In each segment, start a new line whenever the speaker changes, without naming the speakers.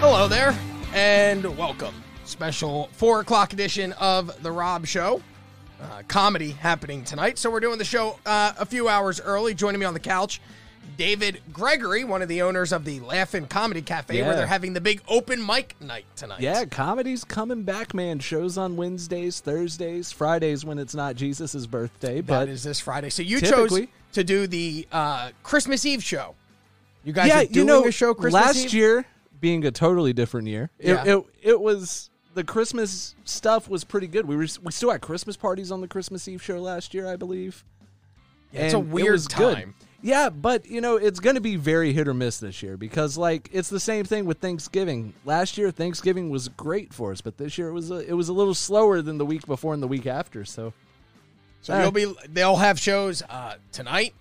Hello there, and welcome. Special four o'clock edition of The Rob Show. Uh, comedy happening tonight. So we're doing the show uh, a few hours early. Joining me on the couch, David Gregory, one of the owners of the Laughin' Comedy Cafe, where
Yeah.
they're having the big open mic night tonight.
Yeah, comedy's coming back, man. Shows on Wednesdays, Thursdays, Fridays when it's not Jesus' birthday.
That
But
is this Friday. So you chose
typically-
to do the uh, Christmas Eve show. You guys
yeah,
are doing
you know,
a show Christmas
last
Eve?
year being a totally different year, it,
Yeah.
it, it was the Christmas stuff was pretty good. We were we still had Christmas parties on the Christmas Eve show last year, I believe.
Yeah, it's a
and it
weird
was good.
time.
Yeah, but you know it's going to be very hit or miss this year because like it's the same thing with Thanksgiving. Last year Thanksgiving was great for us, but this year it was a, it was a little slower than the week before and the week after. So
So
Uh,
you'll be. They'll have shows uh, tonight,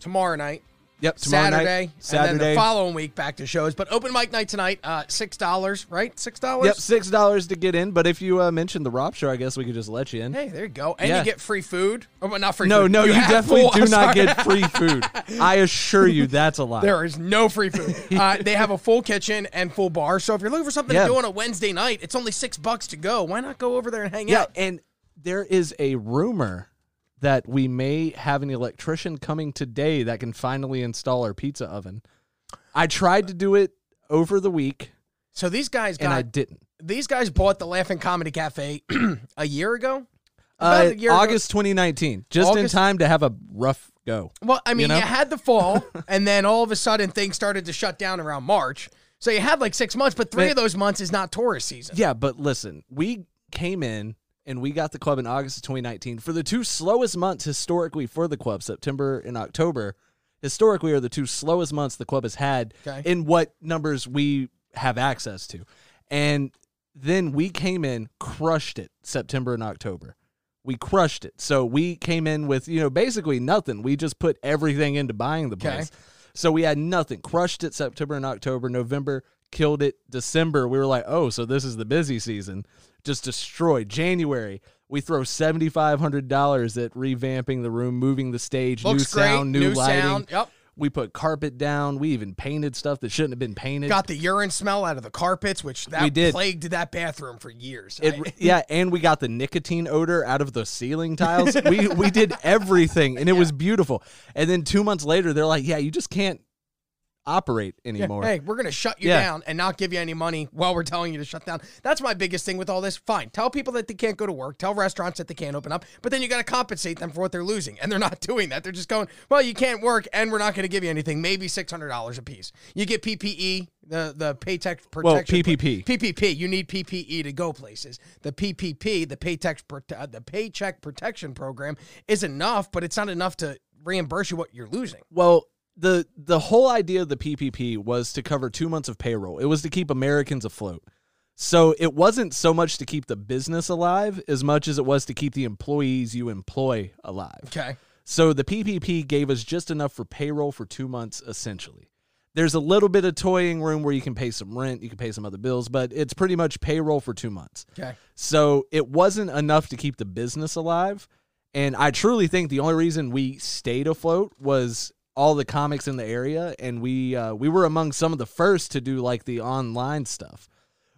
tomorrow night,
Yep, tomorrow night,
Saturday, and then
Saturday.
the following week back to shows. But open mic night tonight, uh, six dollars, right? Six dollars.
Yep, six dollars to get in. But if you uh, mention the Rob Show, I guess we could just let you in.
Hey, there you go, and
Yeah.
you get free food. Oh, well, not free.
no,
food.
no, you,
have-
definitely
oh,
do
I'm sorry.
not get free food. I assure you, that's a lie.
There is no free food. Uh, they have a full kitchen and full bar. So if you're looking for something
Yeah.
to do on a Wednesday night, it's only six bucks to go. Why not go over there and hang
yeah,
out?
and there is a rumor that we may have an electrician coming today that can finally install our pizza oven. I tried to do it over the week
So these guys got
and I didn't.
these guys bought the Laughing Comedy Cafe a year ago. About
Uh,
a year ago.
August 2019, just in
August-
time to have a rough go.
Well, I mean, you,
know?
had the fall, and then all of a sudden things started to shut down around March. So you had like six months, but three
Man-
of those months is not tourist season.
Yeah, but listen, we came in and we got the club in August of 2019 for the two slowest months historically for the club, September and October. Historically, are the two slowest months the club has had
Okay.
in what numbers we have access to. And then we came in, crushed it September and October. We crushed it. So we came in with, you know, basically nothing. We just put everything into buying the
Okay.
place. So we had nothing. Crushed it September and October. November killed it. December, we were like, oh, so this is the busy season. Just destroyed. January, we throw $7,500 at revamping the room, moving the stage,
Looks
new
great,
sound, new,
new
lighting.
sound, yep.
We put carpet down. We even painted stuff that shouldn't have been painted.
Got the urine smell out of the carpets, which that
We did.
plagued that bathroom for years.
It,
I-
yeah, and we got the nicotine odor out of the ceiling tiles. we we did everything, and it was beautiful. And then two months later, they're like, "Yeah, you just can't operate anymore."
Hey, we're gonna shut you
Yeah.
down and not give you any money while we're telling you to shut down. That's my biggest thing with all this. Fine, tell people that they can't go to work, tell restaurants that they can't open up, but then you gotta compensate them for what they're losing, and they're not doing that. They're just going, well, you can't work, and we're not gonna give you anything. Maybe six hundred dollars a piece. You get PPE, the the paycheck protection.
Well, PPP.
PPP. You need PPE to go places. The PPP, the paycheck Prote- uh, the paycheck protection program, is enough, but it's not enough to reimburse you what you're losing.
Well, the the whole idea of the PPP was to cover two months of payroll. It was to keep Americans afloat. So it wasn't so much to keep the business alive as much as it was to keep the employees you employ alive.
Okay.
So the PPP gave us just enough for payroll for two months, essentially. There's a little bit of toying room where you can pay some rent, you can pay some other bills, but it's pretty much payroll for two months.
Okay.
So it wasn't enough to keep the business alive. And I truly think the only reason we stayed afloat was all the comics in the area, and we uh, we were among some of the first to do like the online stuff.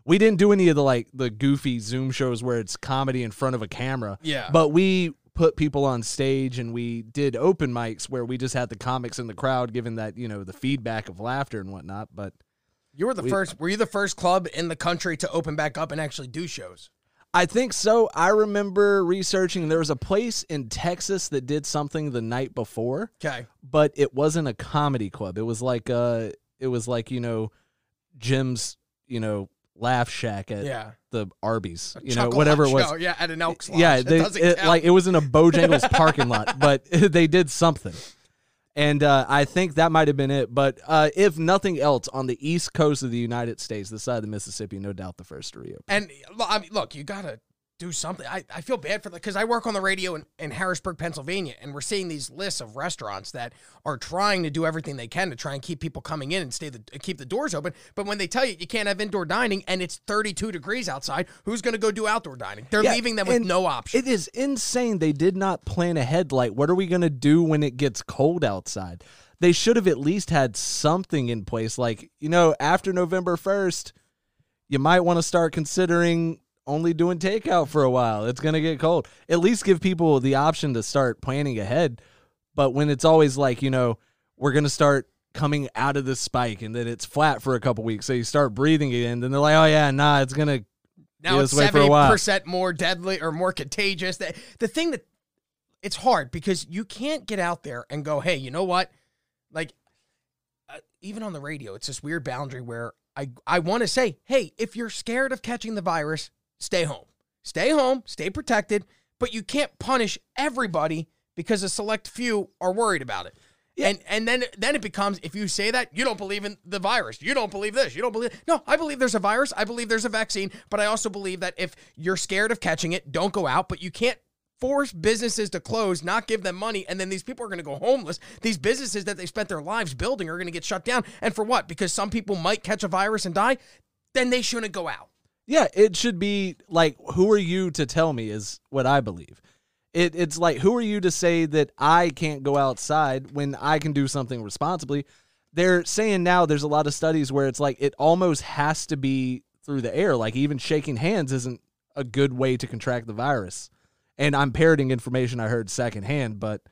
We didn't do any of the like the goofy Zoom shows where it's comedy in front of a camera.
Yeah.
But we put people on stage and we did open mics where we just had the comics in the crowd giving that, you know, the feedback of laughter and whatnot. But
You were the first. Were you the first club in the country to open back up and actually do shows?
I think so. I remember researching there was a place in Texas that did something the night before,
Okay.
but it wasn't a comedy club. It was like uh it was like, you know, Jim's, you know, laugh shack at
Yeah.
the Arby's,
A
Uh, you know,
chuckle
whatever it
hut
was.
show, Yeah, at an Elks Lodge.
Yeah,
That
they,
doesn't
it,
count.
like it was in a Bojangles parking lot, but they did something. And uh, I think that might have been it. But uh, if nothing else, on the east coast of the United States, the side of the Mississippi, no doubt the first to reopen.
And lo- I mean, look, you gotta do something. I, I feel bad for the because I work on the radio in, in Harrisburg, Pennsylvania, and we're seeing these lists of restaurants that are trying to do everything they can to try and keep people coming in and stay the uh, keep the doors open. But when they tell you you can't have indoor dining and it's 32 degrees outside, who's gonna go do outdoor dining? They're
Yeah,
leaving them with
and
no option.
It is insane. They did not plan ahead. Like, what are we going to do when it gets cold outside? They should have at least had something in place. Like, you know, after November 1st, you might want to start considering only doing takeout for a while. It's going to get cold. At least give people the option to start planning ahead. But when it's always like, you know, we're going to start coming out of this spike and then it's flat for a couple weeks. So you start breathing it in. Then they're like, oh, yeah, nah, it's going to
Now
Yeah,
it's
let's wait for a
seventy
while.
percent more deadly or more contagious. The, the thing that it's hard because you can't get out there and go, hey, you know what? Like, uh, even on the radio, it's this weird boundary where I I want to say, hey, if you're scared of catching the virus, stay home, stay home, stay protected. But you can't punish everybody because a select few are worried about it.
Yeah.
And and then then it becomes if you say that you don't believe in the virus, you don't believe this, you don't believe no. I believe there's a virus, I believe there's a vaccine, but I also believe that if you're scared of catching it, don't go out. But you can't force businesses to close, not give them money, and then these people are going to go homeless. These businesses that they spent their lives building are going to get shut down, and for what? Because some people might catch a virus and die, then they shouldn't go out.
Yeah, it should be like, who are you to tell me is what I believe. It, it's like, who are you to say that I can't go outside when I can do something responsibly? They're saying now there's a lot of studies where it's like it almost has to be through the air. Like even shaking hands isn't a good way to contract the virus. And I'm parroting information I heard secondhand, but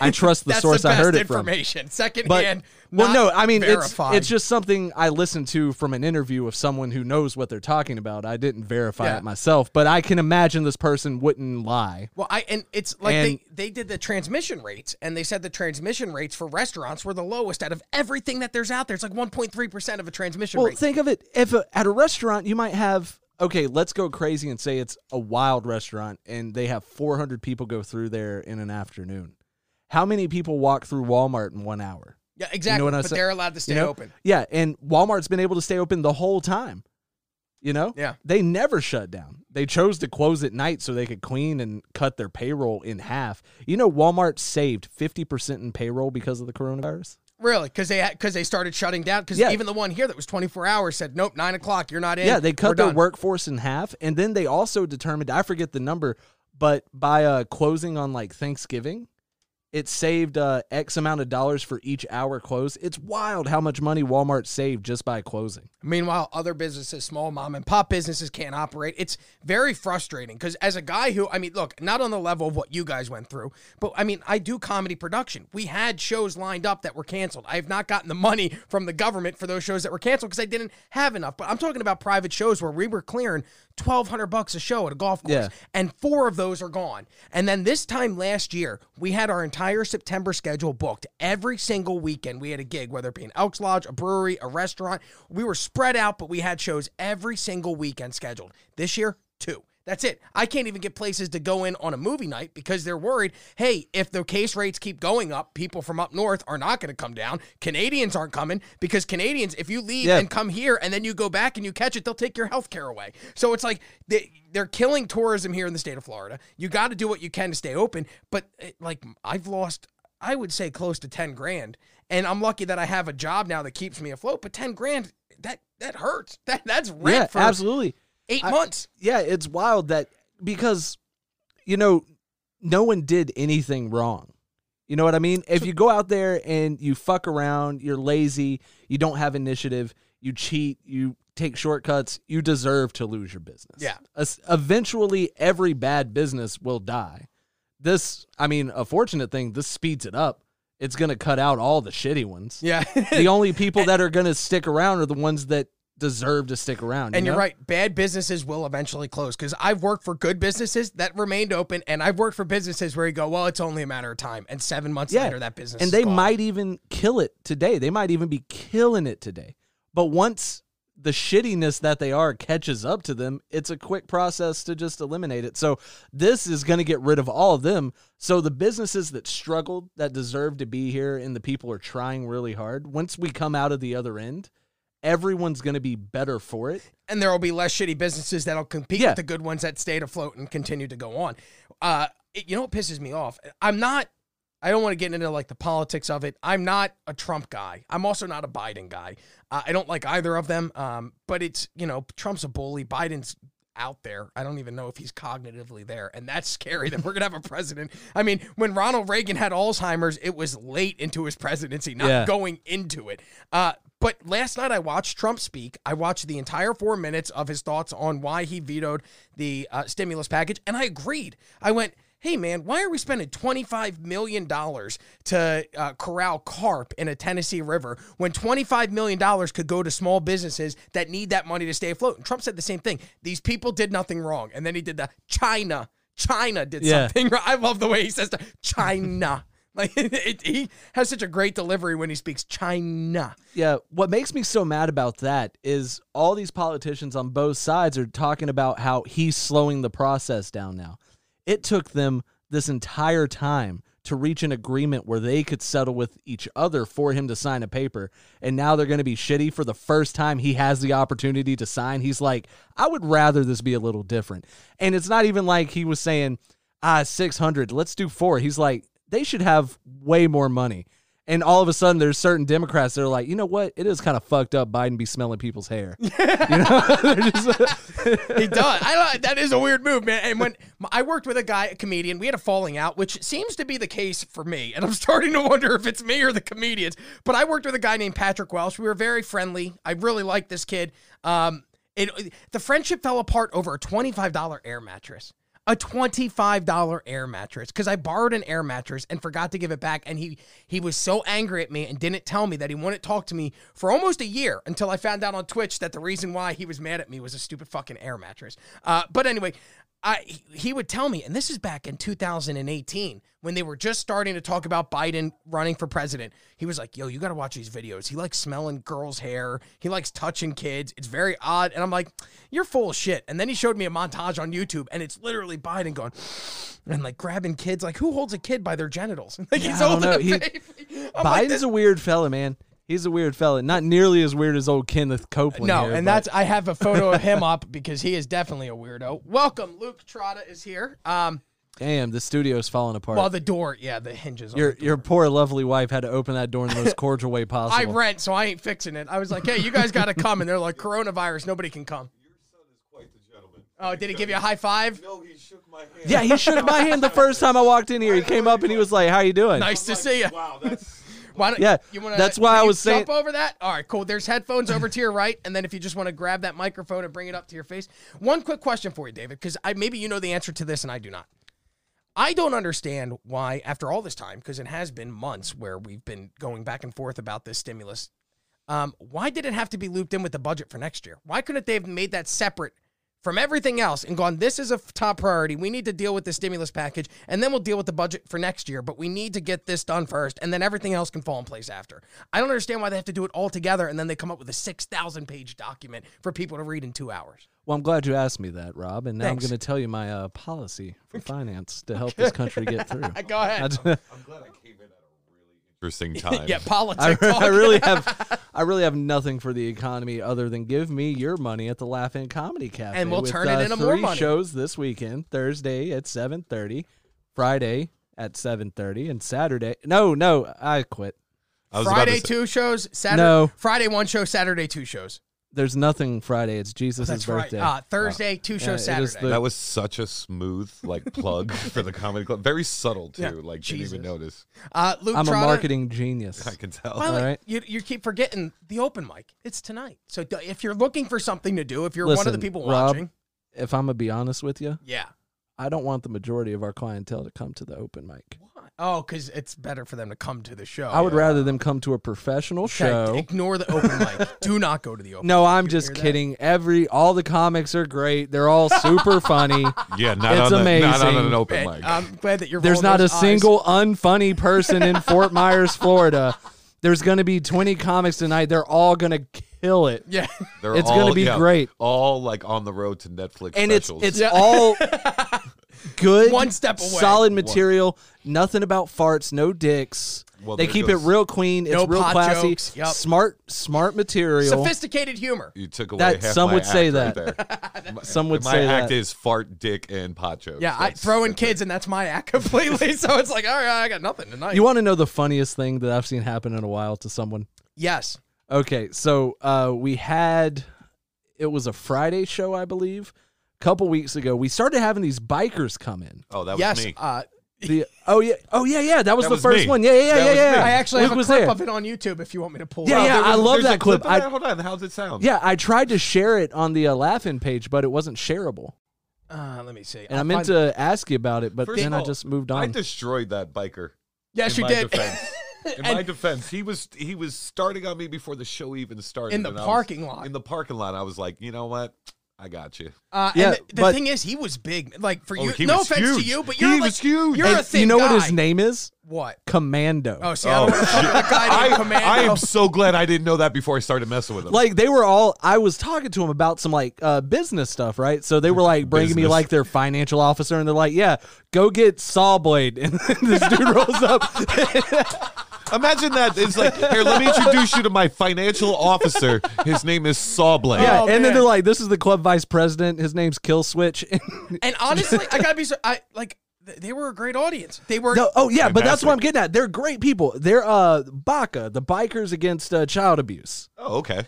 I trust the
That's
source
the
I
best
heard it from.
information.
But
Secondhand.
well,
not
no, I mean
verified.
it's it's just something I listened to from an interview of someone who knows what they're talking about. I didn't verify
Yeah.
it myself, but I can imagine this person wouldn't lie.
Well, I and it's like
And-
they they did the transmission rates, and they said the transmission rates for restaurants were the lowest out of everything that there's out there. It's like 1.3 percent of a transmission
Well,
rate.
think of it if a, at a restaurant you might have okay, let's go crazy and say it's a wild restaurant and they have 400 people go through there in an afternoon. How many people walk through Walmart in 1 hour?
yeah, exactly.
what I'm
but
saying?
they're allowed to stay
you know?
open.
Yeah, and Walmart's been able to stay open the whole time. You know?
Yeah.
They never shut down. They chose to close at night so they could clean and cut their payroll in half. You know Walmart saved 50% in payroll because of the coronavirus?
Really? Because they because they started shutting down. Because
Yeah.
even the one here that was 24 hours said, nope, nine o'clock, you're not in.
Yeah, they
we're
cut their
done."
workforce in half and then they also determined, I forget the number, but by uh closing on like Thanksgiving, it saved uh, X amount of dollars for each hour closed. It's wild how much money Walmart saved just by closing.
Meanwhile, other businesses, small mom and pop businesses can't operate. It's very frustrating because, as a guy who, I mean, look, not on the level of what you guys went through, but I mean, I do comedy production. We had shows lined up that were canceled. I have not gotten the money from the government for those shows that were canceled because I didn't have enough. But I'm talking about private shows where we were clearing 1200 bucks a show at a golf course,
Yeah.
and four of those are gone. And then this time last year, we had our entire September schedule booked. Every single weekend, we had a gig, whether it be an Elks Lodge, a brewery, a restaurant. We were spread out, but we had shows every single weekend scheduled. This year, two. That's it. I can't even get places to go in on a movie night because they're worried hey, if the case rates keep going up, people from up north are not going to come down. Canadians aren't coming because Canadians, if you leave
Yeah.
and come here and then you go back and you catch it, they'll take your health care away. So it's like they, they're killing tourism here in the state of Florida. You got to do what you can to stay open. But it, like I've lost, I would say close to 10 grand. And I'm lucky that I have a job now that keeps me afloat. But 10 grand, that that hurts. That That's rent
Yeah,
for
absolutely.
eight
I-
months.
yeah, it's wild that because you know no one did anything wrong. You know what I mean? If you go out there and you fuck around, you're lazy, you don't have initiative, you cheat, you take shortcuts, you deserve to lose your business.
Yeah.
Es- Eventually every bad business will die. This I mean, a fortunate thing, this speeds it up. It's going to cut out all the shitty ones.
Yeah.
The only people that are going to stick around are the ones that deserve to stick around. you
And you're
know?
right. Bad businesses will eventually close because I've worked for good businesses that remained open, and I've worked for businesses where you go, well, it's only a matter of time, and seven months later that business
and
is
they
gone.
might even kill it today. They might even be killing it today. But once the shittiness that they are catches up to them, it's a quick process to just eliminate it. So this is going to get rid of all of them. So the businesses that struggled, that deserve to be here, and the people are trying really hard. Once we come out of the other end, everyone's going to be better for it.
and there will be less shitty businesses that'll compete
Yeah.
with the good ones that stayed afloat and continue to go on. Uh, it- you know what pisses me off? I'm not. I don't want to get into like the politics of it. I'm not a Trump guy. I'm also not a Biden guy. Uh, I don't like either of them. Um, but it's you know Trump's a bully. Biden's out there. I don't even know if he's cognitively there, and that's scary that we're gonna have a president. I mean, when Ronald Reagan had Alzheimer's, it was late into his presidency, not
Yeah.
going into it. Uh, but last night I watched Trump speak. I watched the entire four minutes of his thoughts on why he vetoed the uh, stimulus package, and I agreed. I went, "Hey man, why are we spending twenty five million dollars to uh, corral carp in a Tennessee river when twenty five million dollars could go to small businesses that need that money to stay afloat?" And Trump said the same thing. These people did nothing wrong, and then he did the China. China did
Yeah.
something wrong. I love the way he says the China. Like it, he has such a great delivery when he speaks China.
Yeah, what makes me so mad about that is all these politicians on both sides are talking about how he's slowing the process down now. It took them this entire time to reach an agreement where they could settle with each other for him to sign a paper. And now they're going to be shitty for the first time he has the opportunity to sign. He's like, I would rather this be a little different. And it's not even like he was saying, ah, 600, let's do four. He's like, they should have way more money. And all of a sudden, there's certain Democrats that are like, you know what? It is kind of fucked up. Biden be smelling people's hair. You know? They're just-
He does. I li- that is a weird move, man. And when I worked with a guy, a comedian, we had a falling out, which seems to be the case for me. And I'm starting to wonder if it's me or the comedians. But I worked with a guy named Patrick Welsh. We were very friendly. I really liked this kid. Um, it, the friendship fell apart over a $25 air mattress. A $25 air mattress because I borrowed an air mattress and forgot to give it back. And he he was so angry at me and didn't tell me that he wouldn't talk to me for almost a year until I found out on Twitch that the reason why he was mad at me was a stupid fucking air mattress. Uh, but anyway, I he- he would tell me, and this is back in 2018 when they were just starting to talk about Biden running for president. He was like, "Yo, you got to watch these videos. He likes smelling girls' hair. He likes touching kids. It's very odd." And I'm like, "You're full of shit." And then he showed me a montage on YouTube, and it's literally Biden going and like grabbing kids. Like, who holds a kid by their genitals? Like he's
I don't
holding
know.
a
He-
baby. I'm like,
Biden's a weird fella, man. He's a weird fella. Not nearly as weird as old Kenneth Copeland.
No,
here,
and
but-
that's I have a photo of him up because he is definitely a weirdo. Welcome, Luke Trotta is here. Um,
damn. The studio's falling apart.
well, the door, yeah, the hinges. On
your
it.
your poor lovely wife had to open that door in the most cordial way
I
possible.
rent, so I ain't fixing it. I was like, hey, you guys got to come, and they're like, coronavirus, nobody can come.
Quite the gentleman.
Oh, did he give you a high five?
No, he shook my hand.
yeah, he shook my hand the first time I walked in here. He came up and he was like, "How you doing?"
Nice to see you.
Wow, that's
Why don't,
Yeah,
you wanna,
that's why
can
I
you
was saying-
jump over that. All right, cool. There's headphones over to your right, and then if you just want to grab that microphone and bring it up to your face. One quick question for you, David, because I maybe you know the answer to this and I do not. I don't understand why, after all this time, because it has been months where we've been going back and forth about this stimulus. Um, why did it have to be looped in with the budget for next year? Why couldn't they have made that separate from everything else and gone, this is a f- top priority. We need to deal with the stimulus package and then we'll deal with the budget for next year, but we need to get this done first and then everything else can fall in place after. I don't understand why they have to do it all together and then they come up with a 6,000 page document for people to read in two hours.
Well, I'm glad you asked me that, Rob. And now
Thanks.
I'm going to tell you my uh, policy for finance to help this country get through.
Uh, Go ahead.
I,
I'm glad I came in at a really interesting time.
Yeah,
I,
politics. talk.
I really have, I really have nothing for the economy other than give me your money at the Laughing Comedy Cafe,
And we'll
with,
turn it
uh,
into
three
more money.
shows this weekend: Thursday at seven thirty, Friday at seven thirty, and Saturday. No, no, I quit.
I was
Friday
about to say,
two shows, Saturday
No.
Friday one show, Saturday two shows.
There's nothing Friday. It's Jesus'
That's right.
birthday.
Uh, Thursday two
Yeah, it
shows,
is
Saturday.
the-
That was such a smooth like plug for the comedy club. Very subtle too.
Yeah,
like
Jesus.
didn't even notice.
uh, Luke
I'm a
Trotta-
marketing genius.
I can tell.
Well,
All right.
you, you keep forgetting the open mic. It's tonight. So d- if you're looking for something to do, if you're one of the
Listen,
people
Rob,
watching,
If I'm gonna be honest with you,
yeah.
I don't want the majority of our clientele to come to the open mic.
Why? Oh, because it's better for them to come to the show.
I would rather them come to a professional
Okay,
show.
Ignore the open mic. Do not go to the open.
No, I'm
You
just
hear that?
kidding. Every all the comics are great. They're all super funny.
Yeah, not
It's
on the, not on
amazing.
an open
mic.
mic.
I'm glad that you're.
There's
rolling
not a
those eyes.
single unfunny person in Fort Myers, Florida. There's going to be 20 comics tonight. They're all going to kill it.
Yeah.
They're
it's gonna
all-
be great.
All like on the road to Netflix
And it's
specials.
it's all good.
One step away.
Solid material. Nothing about farts, no dicks.
Well,
they
there
keep it
goes-
real clean. It's
No
real
pot
classy.
jokes. Yep.
Smart smart material.
Sophisticated humor.
you took away
that-
half
some
my
would say
act
that.
right there. My-
Some would
my
say
act
that.
is fart, dick, and pot jokes.
Yeah, I
That's-
throw in kids, and that's my act completely. So it's like, all right, I got nothing tonight.
You want to know the funniest thing that I've seen happen in a while to someone?
yes.
Okay, so uh, we had it was a Friday show, I believe, a couple weeks ago. We started having these bikers come in.
Oh, that was
Yes.
me.
Uh,
The oh yeah, oh yeah, yeah, that was
That
the
was
first
me.
one. Yeah, yeah, yeah,
That was
yeah.
me.
yeah.
I actually
Luke
have a
was
clip
there.
of it on YouTube if you want me to pull it
Yeah,
up.
yeah,
there
I
was-
love
there's
that
a clip.
clip.
of
I-
that? Hold on, how's it sound?
Yeah, I tried to share it on the uh, Laughing page, but it wasn't shareable,
Uh, let me see.
and
I'll
I
find-
meant to ask you about it, but
First
then
of
I
all,
just moved
I
on.
destroyed that biker.
Yes, you
in my
did.
defense. In my
And-
defense, he was he was starting on me before the show even started.
In the
and I was-
parking lot.
In the parking lot, I was like, you know what? I got you.
Uh,
Yeah,
and the, the
but-
thing is, he was big. Like for
Oh,
you,
he
no
was
offense to
huge.
you, but
He
you're like
was huge.
You're a
And
thin
you know
guy.
what his name is?
What?
Commando.
Oh, see, I don't want to talk about a guy named
I, I
Commando.
am so glad I didn't know that before I started messing with him.
like they were all i was talking to them about some like uh, business stuff right so they were like bringing me
Business.
like their financial officer and they're like yeah go get saw blade and this dude rolls up
Oh, Imagine that. It's like, here, let me introduce you to my financial officer. His name is Sawblade.
yeah
Oh,
and then
man.
they're like this is the club vice president his name's kill switch
and honestly, I gotta be. So, I like. th- They were a great audience. They were.
no, oh yeah but that's
Fantastic.
what i'm getting at they're great people they're uh baca the bikers against uh, child abuse
Oh, okay.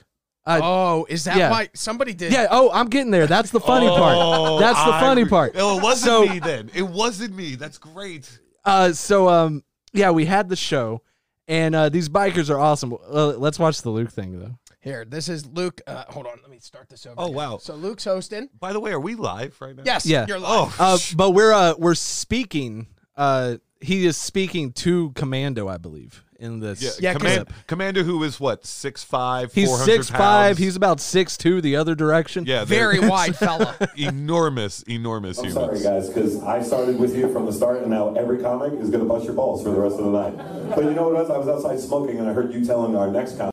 oh, is that
Yeah.
why somebody did?
yeah oh i'm getting there that's the funny
Oh,
part that's the
I
funny
re-
part
Oh, it wasn't
So-
me then. It wasn't me. That's great.
Uh, so um, yeah, we had the show, and uh, these bikers are awesome. Uh, let's watch the Luke thing though.
Here, this is Luke. Uh, hold on, let me start this over.
Oh,
again.
wow.
So Luke's hosting.
By the way, are we live right now?
Yes.
Yeah.
You're live.
Oh,
Uh, but we're uh, we're speaking. Uh, he is speaking to Commando, I believe, in this.
yeah.
yeah, 'cause-
Command- Commander, who is what, 6'5,
he's
400
six five.
pounds?
He's about six two the other direction.
yeah, they're
Very wide fella.
enormous, enormous
I'm
humans.
sorry, guys, because I started with you from the start, and now every comic is going to bust your balls for the rest of the night. But you know what? It was? I was outside smoking, and I heard you telling our next comic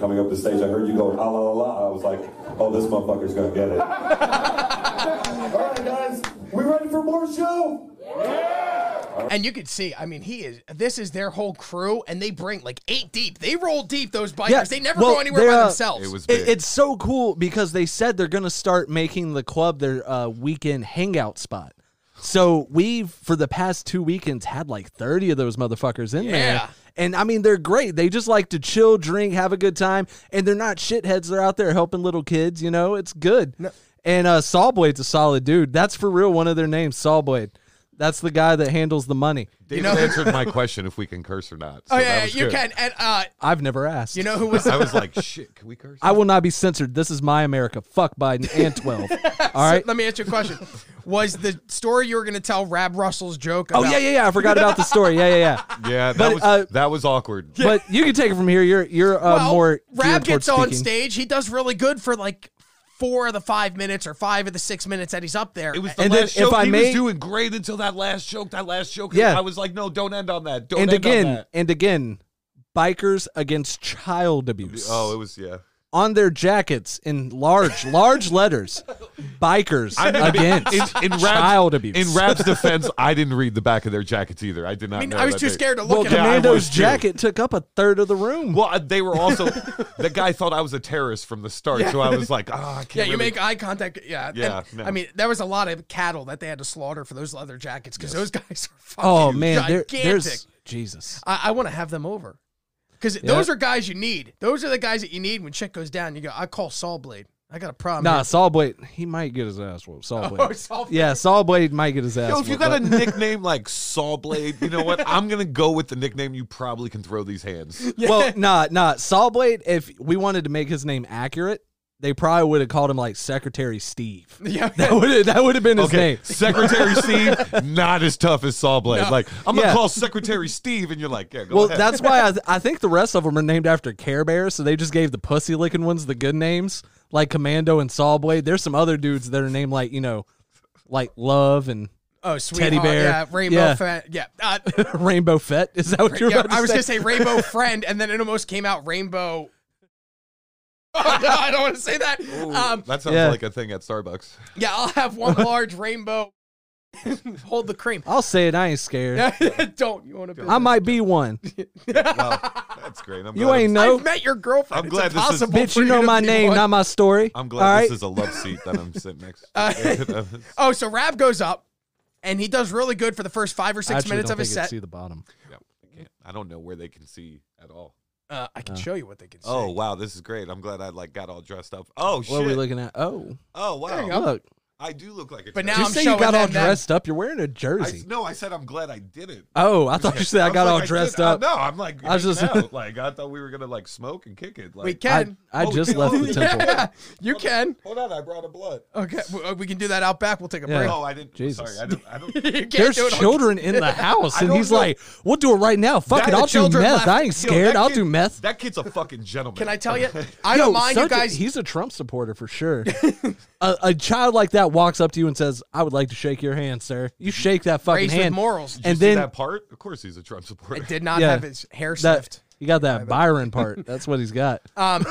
coming up the stage. I heard you going, "Ah la la la." I was like, "Oh, this motherfucker's going to get it." All right, guys, we ready for more show?
and you can see, I mean, he is. This is their whole crew, and they bring like eight deep. They roll deep. Those bikers.
Yeah,
They never
well,
go anywhere
they,
by
uh,
themselves.
It was big.
It, it's so cool because they said they're gonna start making the club their uh, weekend hangout spot. So we've for the past two weekends had like thirty of those motherfuckers in
Yeah.
there, and I mean they're great. They just like to chill, drink, have a good time, and they're not shitheads. They're out there helping little kids. You know, it's good. And uh, Sawblade's a solid dude. That's for real. One of their names, Sawblade. That's the guy that handles the money.
David
know-
answered my question if we can curse or not. so
Oh
that
yeah,
was
you
good.
can. And uh,
I've never asked.
you know who was
I was like, shit, can we curse?
I will not be censored. This is my America. Fuck Biden and twelve. All right.
Let me ask you a question. Was the story you were going to tell Rab Russell's joke?
Oh
about-
yeah, yeah, yeah. I forgot about the story. Yeah, yeah, yeah.
yeah, that
But,
was
uh,
that was awkward.
But you can take it from here. You're you're uh,
Well,
more
Rab
geared towards
gets on
speaking.
stage. He does really good for like four of the five minutes or five of the six minutes that he's up there.
It was the
And then
last
if
joke.
I
he
may-
was doing great until that last joke. That last joke.
Yeah.
I was like, no, don't end on that. Don't
And
end on
again,
that.
and again, bikers against child abuse.
Oh, it was yeah.
on their jackets in large, large letters, bikers against
in Rab's,
child abuse.
In Rab's defense, I didn't read the back of their jackets either. I did not.
I mean,
know
I was
that
too
they-
scared to
well,
look
I
at him.
Commando's
was too.
jacket took up a third of the room.
Well, uh, they were also. the guy thought I was a terrorist from the start, so I was like, oh, I can't.
Yeah, you
really-
make eye contact. Yeah, And,
Yeah, no.
I mean, there was a lot of cattle that they had to slaughter for those leather jackets because those guys are fucking
oh man, there,
gigantic.
there's Jesus.
I, I want to have them over because those are guys you need. Those are the guys that you need when shit goes down. You go, I call Saw Blade. I got a problem.
Nah,
here."
Sawblade, he might get his ass whooped.
Oh,
Sawblade.
Saw Blade.
yeah, Sawblade might get his ass
Yo, if you
whooped,
got a
but-
nickname like Sawblade, you know what? I'm gonna go with the nickname you probably can throw these hands.
Well, nah, nah. Sawblade, if we wanted to make his name accurate, they probably would have called him like Secretary Steve.
Yeah.
That would that would have been his
Okay,
name.
Secretary Steve, not as tough as Saw Blade. Like I'm gonna
Yeah.
call Secretary Steve, and you're like, yeah, go
Well,
ahead.
that's why I, th- I think the rest of them are named after Care Bears, so they just gave the pussy licking ones the good names, like Commando and Saw Blade. There's some other dudes that are named like you know, like Love and
Oh, sweet.
bear.
Yeah, rainbow
Yeah.
fan. Yeah. Uh,
Rainbow Fett. Is that what you're
yeah
about to
I was
say?
going to say rainbow friend, and then it almost came out rainbow. Oh, no, I don't want to say that. Um,
that sounds
yeah.
like a thing at Starbucks.
yeah, I'll have one large rainbow. Hold the cream.
I'll say it. I ain't scared.
don't. You want to
I might be one.
Wow, that's great. I'm
You
glad
ain't
I'm-
no
I've met your girlfriend.
I'm glad
it's
this is-
impossible
bitch.
for
You know
to
my
be
name,
one.
not my story.
I'm glad
All right.
this is a love seat that I'm sitting next. to.
Oh, so Rab goes up, and he does really good for the first five or
I
six
actually
minutes
don't
of his
think it's
set.
See the bottom.
Yeah, I can't- I don't know where they can see at all.
Uh, I can show you what they can see.
Oh wow, this is great. I'm glad I like got all dressed up. Oh shit.
What are we looking at? Oh,
oh wow.
look.
I do look like a.
But
jerk.
now
Just
I'm
say you
showing
got all
them that-
dressed up. You're wearing a
I,
jersey.
no, I said I'm glad I did it.
oh, I thought you said I
was
got
like,
all
did-
dressed
uh,
up.
no, I'm like,
I was just-
out. like I thought we were gonna like smoke and kick it. Like,
we
I,
can.
I
Oh, we
just
can-
left
oh,
the temple.
yeah, you can.
Hold on, I brought a blood.
Okay, w- uh, we can do that out back. We'll take a
Oh, Yeah.
break.
Oh, I didn't.
Jesus.
Sorry, I don't. I don't
You can't
There's
do it on-
children in the house, and
don't
he's
know.
like, "We'll do it right now. Fuck
That-
it,
the
I'll do
children
meth.
left-
I ain't
Yo, that
scared. I'll
kid-
do meth."
That kid's a fucking gentleman.
Can I tell you? I
Yo,
don't mind you
such a-
guys.
he's a Trump supporter for sure. a, a child like that walks up to you and says, "I would like to shake your hand, sir." You shake that fucking
Raised with
hand.
morals. Did
Did you
and
see
then
that part? Of course, he's a Trump
I
supporter.
did not
Yeah.
have his hair
that
sniffed.
you got that Byron part. That's what he's got.
Um,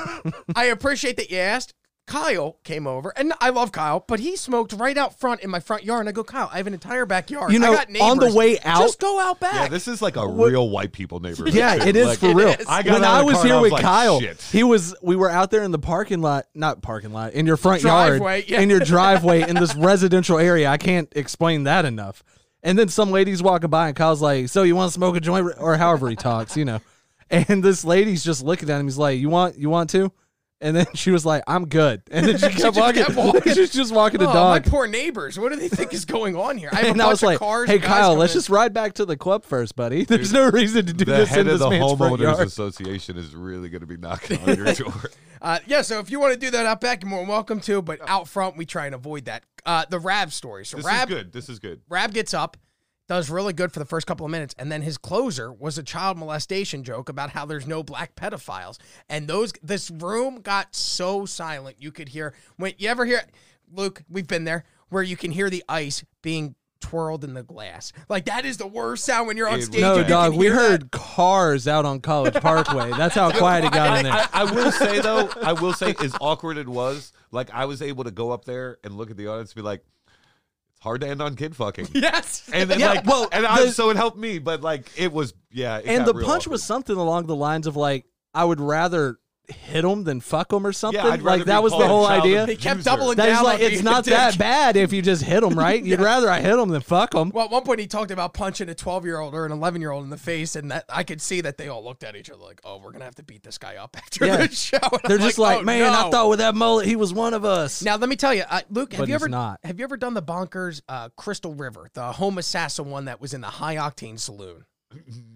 I appreciate that you asked. Kyle came over, and I love Kyle, but he smoked right out front in my front yard. And I go, Kyle, I have an entire backyard.
You know,
I got neighbors.
on the way out-
just go out back.
Yeah, this is like a real white people neighborhood.
Yeah,
too.
it is
Like,
for real.
is.
I got
when
out of
I
the
was
car and
here
I was
with
like,
Kyle,
"Shit."
he was we were out there in the parking lot, not parking lot, in your front
Driveway,
yard,
yeah.
in your driveway, in this residential area. I can't explain that enough. And then some ladies walking by, and Kyle's like, "So you want to smoke a joint?" or however he talks, you know. And this lady's just looking at him. He's like, "You want? You want to?" And then she was like, "I'm good." And then she kept walking.
kept walking.
She's just walking the
oh,
dog.
My poor neighbors. What do they think is going on here? I have a
and
bunch
I was
of
like,
cars.
"Hey
guys
Kyle,
come
let's
in."
just ride back to the club first, buddy. There's no reason to do
The
this in
head
this
of the
man's front
homeowners
yard."
association is really going to be knocking on your door.
Uh, yeah, so if you want to do that out back, you're more than welcome to. But out front, we try and avoid that. Uh, the Rab story. So
This
Rab,
is good. This is good.
Rab gets up, does really good for the first couple of minutes, and then his closer was a child molestation joke about how there's no black pedophiles. And those this room got so silent you could hear when you ever hear Luke, we've been there, where you can hear the ice being twirled in the glass. Like that is the worst sound when you're on
It
stage.
was
No,
and you
bad.
dog.
can
We
hear
heard cars out on College Parkway. That's how quiet it got in there.
I, I will say though, I will say, as awkward it was, like I was able to go up there and look at the audience and be like, "It's hard to end on kid fucking."
that. Yes.
And then
Yeah,
like,
well,
and I,
the-
so it helped me, but like it was, yeah. It
And
got
the
real
punch
awkward.
was something along the lines of like, I would rather hit him than fuck him or something.
Yeah, I'd rather
like that
be
was the
called
whole
a child
idea.
He kept
abuser.
doubling
That
down.
is like
on being
it's
a
not
dick.
that bad if you just hit him, right? You'd rather I hit him than fuck him.
Well, at one point he talked about punching a 12 year old or an 11 year old in the face, and that I could see that they all looked at each other like, "Oh, we're gonna have to beat this guy up after
Yeah.
the show." And
They're
I'm
just like,
"Oh,
man, I
no."
thought with that mullet he was one of us.
Now let me tell you, uh, Luke, have
But
you
he's
ever
not.
have you ever done the bonkers uh, Crystal River, the home assassin one that was in the high octane saloon?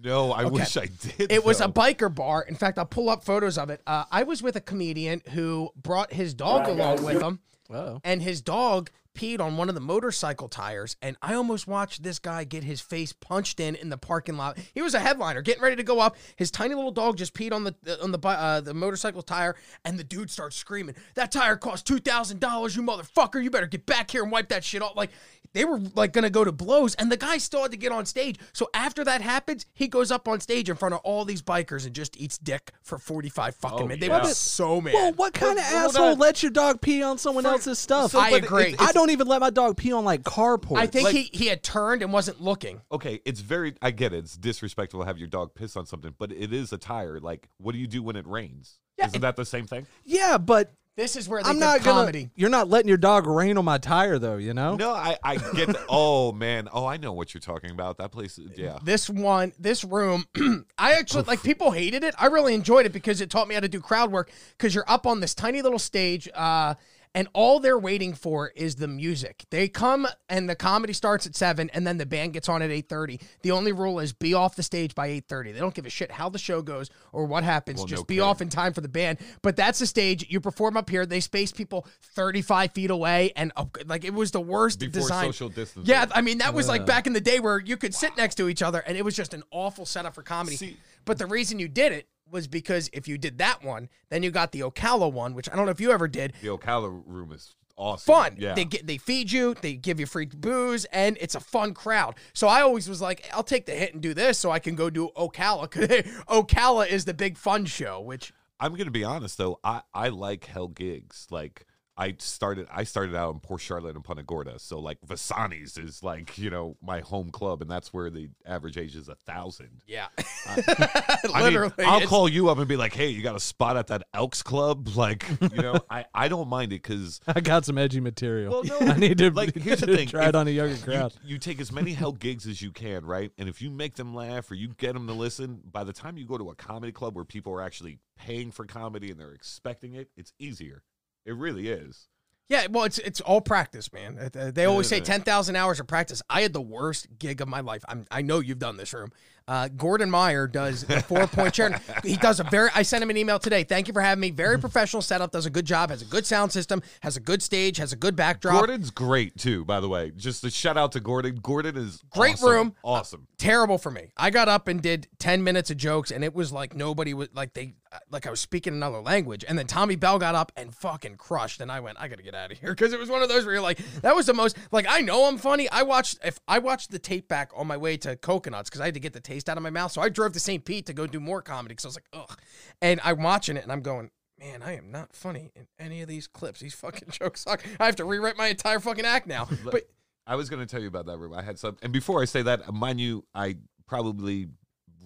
No, I wish I did.
It was a
though.
biker bar. In fact, I'll pull up photos of it. Uh, I was with a comedian who brought his dog
Right,
along
guys.
with him.
Whoa.
and his dog peed on one of the motorcycle tires and i almost watched this guy get his face punched in in the parking lot he was a headliner getting ready to go up his tiny little dog just peed on the on the bi- uh, the motorcycle tire and the dude starts screaming that tire cost $2000 you motherfucker you better get back here and wipe that shit off like they were like gonna go to blows and the guy still had to get on stage so after that happens he goes up on stage in front of all these bikers and just eats dick for 45 fucking minutes they
yeah.
were so mad
Well, what kind of
hold
asshole
on.
lets your dog pee on someone else's stuff?
so-
I
but it-
agree.
it's-
I don't even let my dog pee on like carports.
I think
like-
he, he had turned and wasn't looking.
okay, it's very I get it. It's disrespectful to have your dog piss on something, but it is a tire. Like, what do you do when it rains? Isn't that the same thing?
yeah, but
This is where they
I'm
did
not
comedy.
gonna. You're not letting your dog rain on my tire, though. You know.
No, I, I get that. Oh man. Oh, I know what you're talking about. That place is- yeah.
This one, this room, I actually like people hated it. I really enjoyed it because it taught me how to do crowd work because you're up on this tiny little stage. Uh, and all they're waiting for is the music. They come and the comedy starts at seven, and then the band gets on at eight thirty. The only rule is be off the stage by eight thirty. They don't give a shit how the show goes or what happens. Just
no
be
kidding.
off in time for the band. But that's the stage you perform up here. They space people thirty five feet away, and up, like it was the worst
Before
design.
social distancing.
Yeah, I mean that was like back in the day where you could sit next to each other, and it was just an awful setup for comedy.
See-
but the reason you did it was because if you did that one, then you got the Ocala one, which I don't know if you ever did.
The Ocala room is awesome.
Fun.
Yeah.
They get they feed you, they give you free booze, and it's a fun crowd. So I always was like, I'll take the hit and do this, so I can go do Ocala. 'Cause Ocala is the big fun show, which
I'm gonna be honest though. I I like hell gigs. Like I started I started out in Port Charlotte and Punta Gorda. So like Vasani's is like you know my home club, and that's where the average age is a thousand.
yeah,
I mean,
literally,
I'll
it's-
call you up and be like, "Hey, you got a spot at that Elks Club?" Like, you know, I, I don't mind it because
I got some edgy material.
Well, no,
I need to
like, here's the thing.
try
If
it on a younger
you,
crowd.
you take as many hell gigs as you can, right? And if you make them laugh or you get them to listen, by the time you go to a comedy club where people are actually paying for comedy and they're expecting it, it's easier. It really is.
Yeah, well, it's it's all practice, man. Uh, th- They always say ten thousand hours of practice. I had the worst gig of my life. I'm, I know you've done this room. Uh, Gordon Meyer does the four point chair. He does a very. I sent him an email today. Thank you for having me. Very professional setup. Does a good job. Has a good sound system. Has a good stage. Has a good backdrop.
Gordon's great too, by the way. Just a shout out to Gordon. Gordon is
Great
awesome,
room.
Awesome.
terrible for me. I got up and did 10 minutes of jokes and it was like nobody was like they like I was speaking another language and then Tommy Bell got up and fucking crushed and I went I got to get out of here cuz it was one of those where you're like that was the most like I know I'm funny. I watched if I watched the tape back on my way to Coconuts cuz I had to get the taste out of my mouth. So I drove to St. Pete to go do more comedy cuz I was like ugh. And I'm watching it and I'm going Man, I am not funny in any of these clips. These fucking jokes suck. I have to rewrite my entire fucking act now. But
I was going to tell you about that room. I had some, and before I say that, mind you, I probably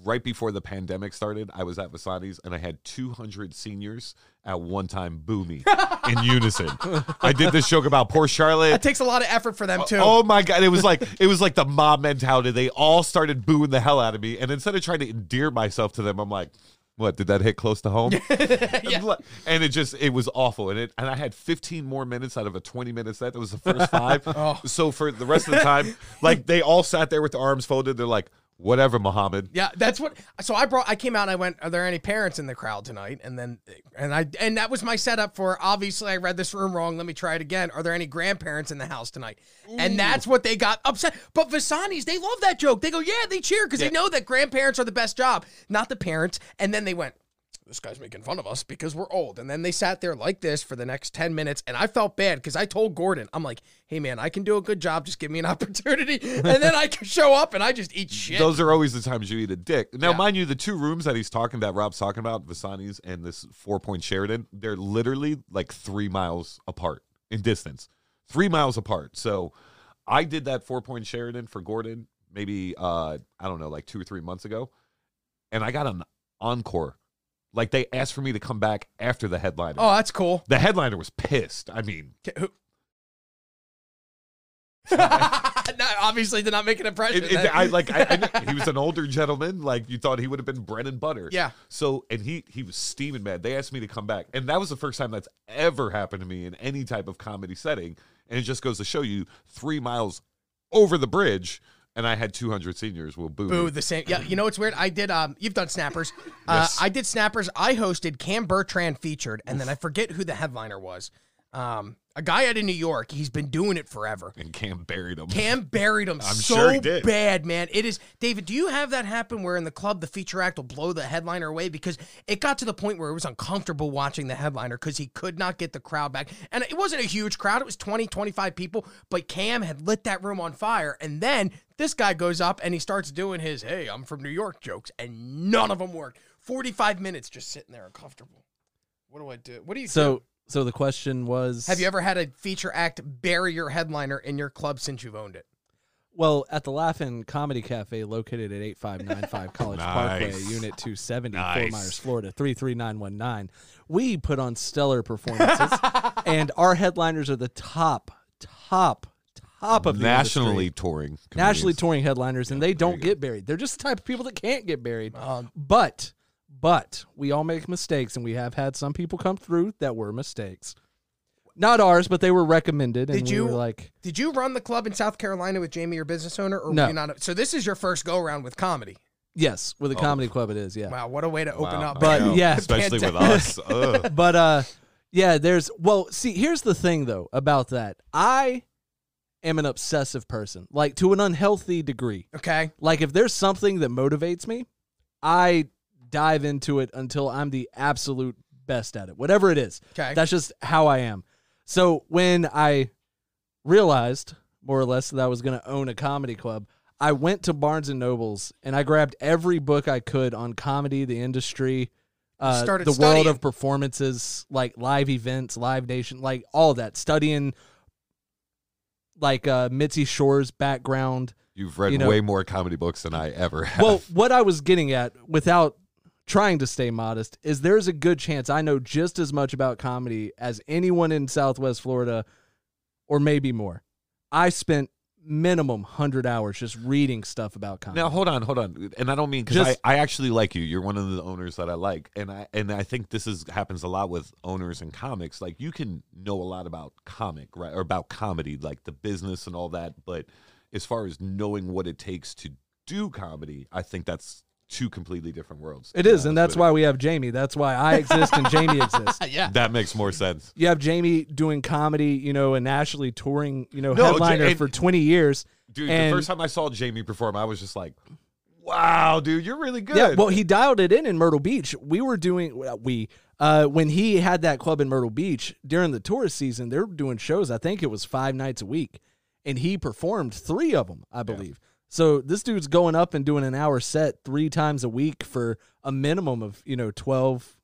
right before the pandemic started, I was at Vasani's and I had 200 seniors at one time boo me in unison. I did this joke about poor Charlotte.
it takes a lot of effort for them too.
Oh my god! It was like it was like the mob mentality. They all started booing the hell out of me, and instead of trying to endear myself to them, I'm like, "What? Did that hit close to home?" And it just it was awful. And it and I had 15 more minutes out of a 20 minute set. That was the first five. So for the rest of the time, like they all sat there with their arms folded. They're like, "Whatever, Muhammad."
Yeah, that's what. So I brought. I came out. and I went. Are there any parents in the crowd tonight? And then, and I, and that was my setup for. Obviously, I read this room wrong. Let me try it again. Are there any grandparents in the house tonight? And that's what they got upset. But Vasani's, they love that joke. They go, yeah, they cheer because they know that grandparents are the best job, not the parents. And then they went. This guy's making fun of us because we're old. And then they sat there like this for the next 10 minutes. And I felt bad because I told Gordon, I'm like, hey, man, I can do a good job. Just give me an opportunity. And then I can show up and I just eat shit.
Those are always the times you eat a dick. Now,
Yeah.
mind you, the two rooms that he's talking that Rob's talking about, Vasani's and this four point Sheridan, they're literally like three miles apart in distance. Three miles apart. So I did that four point Sheridan for Gordon maybe uh I don't know, like two or three months ago. And I got an encore. Like they asked for me to come back after the headliner.
oh, that's cool.
The headliner was pissed. I mean,
no, obviously, did not make an impression.
it, it, I like I, I kn- he was an older gentleman. Like you thought he would have been bread and butter.
Yeah.
So and he he was steaming mad. They asked me to come back, and that was the first time that's ever happened to me in any type of comedy setting. And it just goes to show you three miles over the bridge, and I had two hundred seniors will boo.
Boo,
me.
the same. Yeah, you know what's weird? I did. Um, you've done snappers. Uh, I did snappers. I hosted Cam Bertrand featured, and then I forget who the headliner was. Um, a guy out of New York. He's been doing it forever.
and Cam buried him.
Cam buried him so
sure he did.
bad, man. It is David. Do you have that happen where in the club the feature act will blow the headliner away because it got to the point where it was uncomfortable watching the headliner because he could not get the crowd back, and it wasn't a huge crowd. It was 20, 25 people, but Cam had lit that room on fire, and then this guy goes up and he starts doing his "Hey, I'm from New York" jokes, and none of them worked. Forty-five minutes just sitting there uncomfortable. What do I do? What do you do?
So, so the question was:
Have you ever had a feature act bury your headliner in your club since you've owned it?
Well, at the Laughing Comedy Cafe, located at eight five nine five College Parkway,
Nice.
Unit two seventy, Fort
Nice.
Myers, Florida three three nine one nine, we put on stellar performances, and our headliners are the top, top, top of the
Nationally
industry.
touring.
nationally
comedians.
touring headliners, and they don't get buried. They're just the type of people that can't get buried.
Um,
but, but we all make mistakes, and we have had some people come through that were mistakes. Not ours, but they were recommended. And
Did
we
you-
were like?
Did you run the club in South Carolina with Jamie, your business owner, or
No.
were you not? So this is your first go around with comedy.
Yes, with a
Oh.
comedy club, it is. Yeah,
Wow, what a way to open
Wow,
up.
I
But-
know.
yeah.
Oh, especially with
Pandemic.
us. Ugh.
but uh, yeah. There's well, see, here's the thing though about that. I am an obsessive person, like to an unhealthy degree.
okay,
Like if there's something that motivates me, I dive into it until I'm the absolute best at it, whatever it is.
okay,
That's just how I am. So when I realized more or less that I was going to own a comedy club, I went to Barnes and Nobles and I grabbed every book I could on comedy, the industry, uh,
started
the world
studying.
of performances, like live events, Live Nation, like all that. Studying like uh, Mitzi Shore's background,
You've read
You know-
way more comedy books than I ever have.
well, what I was getting at without trying to stay modest is there's a good chance I know just as much about comedy as anyone in Southwest Florida or maybe more. I spent minimum 100 hours just reading stuff about comedy.
Now hold on, hold on, and I don't mean because
Just-
I, I actually like you. You're one of the owners that I like, and I and I think this is happens a lot with owners and comics. Like you can know a lot about comic right or about comedy, like the business and all that, but as far as knowing what it takes to do comedy, I think that's two completely different worlds.
it
to be
is and that's
honest
why we have Jamie. That's why I exist and Jamie exists.
with you. that makes more sense.
You have Jamie doing comedy, you know, and nationally touring, you know,
No, Ja-
headliner
and-
for 20 years.
Dude,
And-
the first time I saw Jamie perform, I was just like, "Wow, dude, you're really good."
Yeah, well, he dialed it in in Myrtle Beach. We were doing we uh, when he had that club in Myrtle Beach during the tourist season. They were doing shows. I think it was five nights a week, and he performed three of them, I believe. So this dude's going up and doing an hour set three times a week for a minimum of you know 12,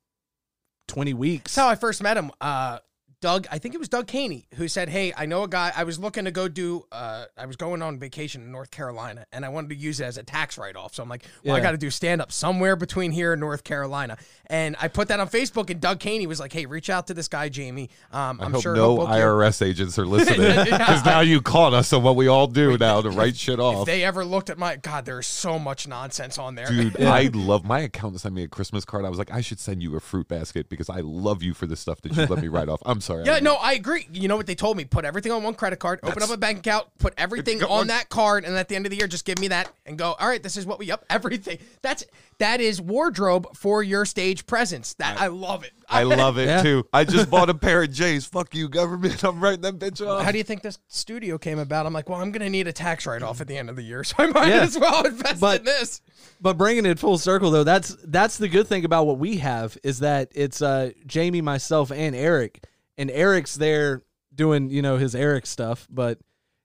20 weeks.
that's how I first met him. Uh, Doug, I think it was Doug Caney who said, "Hey, I know a guy. I was looking to go do. Uh, I was going on vacation in North Carolina, and I wanted to use it as a tax write-off. So I'm like, well, I
Yeah.
got to do stand-up somewhere between here and North Carolina. And I put that on Facebook, and Doug Caney was like, "Hey, reach out to this guy, Jamie. Um,
I
I'm
hope
sure
no
he'll book you."
IRS agents are listening because now you caught us on what we all do now to write shit
If
off.
they ever looked at my God, there's so much nonsense on there.
Dude, I love my accountant sent me a Christmas card. I was like, I should send you a fruit basket because I love you for the stuff that you let me write off. I'm sorry. I
Yeah,
didn't-
no, I agree. You know what they told me? Put everything on one credit card, open up a bank account, put everything on that card, and at the end of the year, just give me that and go. All right, this is what we up everything. That's that is wardrobe for your stage presence. That I, love it.
I love it
Yeah.
too. I just bought a pair of J's. Fuck you, government. I'm writing that bitch off.
How do you think this studio came about? I'm like, well, I'm gonna need a tax write off at the end of the year, so I might
Yeah.
as well invest
But-
in this.
But bringing it full circle though, that's that's the good thing about what we have is that it's uh Jamie, myself, and Eric, and Eric's there doing you know his Eric stuff, but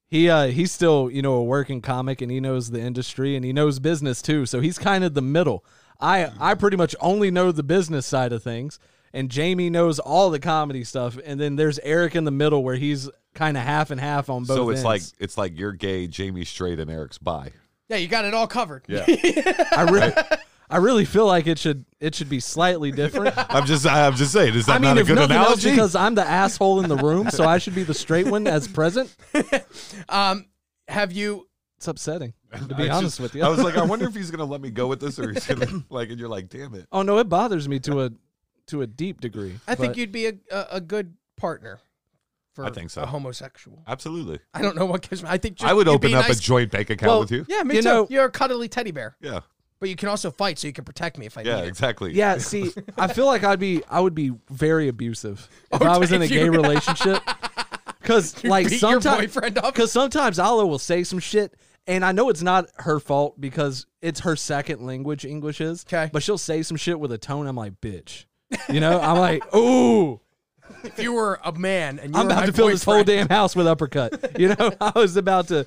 he uh he's still you know a working comic and he knows the industry and he knows business too, so he's kind of the middle. I I pretty much only know the business side of things, and Jamie knows all the comedy stuff, and then there's Eric in the middle where he's kind of half and half on both.
so it's
ends.
like it's like you're gay, Jamie straight, and Eric's bi.
Yeah, you got it all covered.
Yeah.
I really I really feel like it should it should be slightly different.
I'm just I'm just saying, is that
I mean,
not a
if
good
nothing else,
analogy?
because I'm the asshole in the room, so I should be the straight one as present.
Um, have you?
It's upsetting, to
I
be
just-
honest with you.
I was like, I wonder if he's gonna let me go with this or he's gonna like and you're like, damn it.
oh no, it bothers me to a to a deep degree.
I think
but-
you'd be a, a a good partner. For
I think so.
A homosexual.
Absolutely.
I don't know what gives me. I think just,
I would
you'd be
open up
nice
a joint bank account
Well,
with you.
Yeah, me
You
too.
know-
You're a cuddly teddy bear,
Yeah.
but you can also fight, so you can protect me if I
Yeah,
need it.
exactly.
Yeah, see, I feel like I'd be I would be very abusive if I was in a
if
gay
you-
relationship. Because like
beat your
sometimes,
boyfriend up.
because sometimes Ala will say some shit, and I know it's not her fault because it's her second language English is.
'Kay.
but she'll say some shit with a tone. I'm like, bitch, you know. I'm like, ooh.
If you were a man and you
I'm
were
about
my
to fill this whole
boyfriend-
damn house with uppercut. You know, I was about to,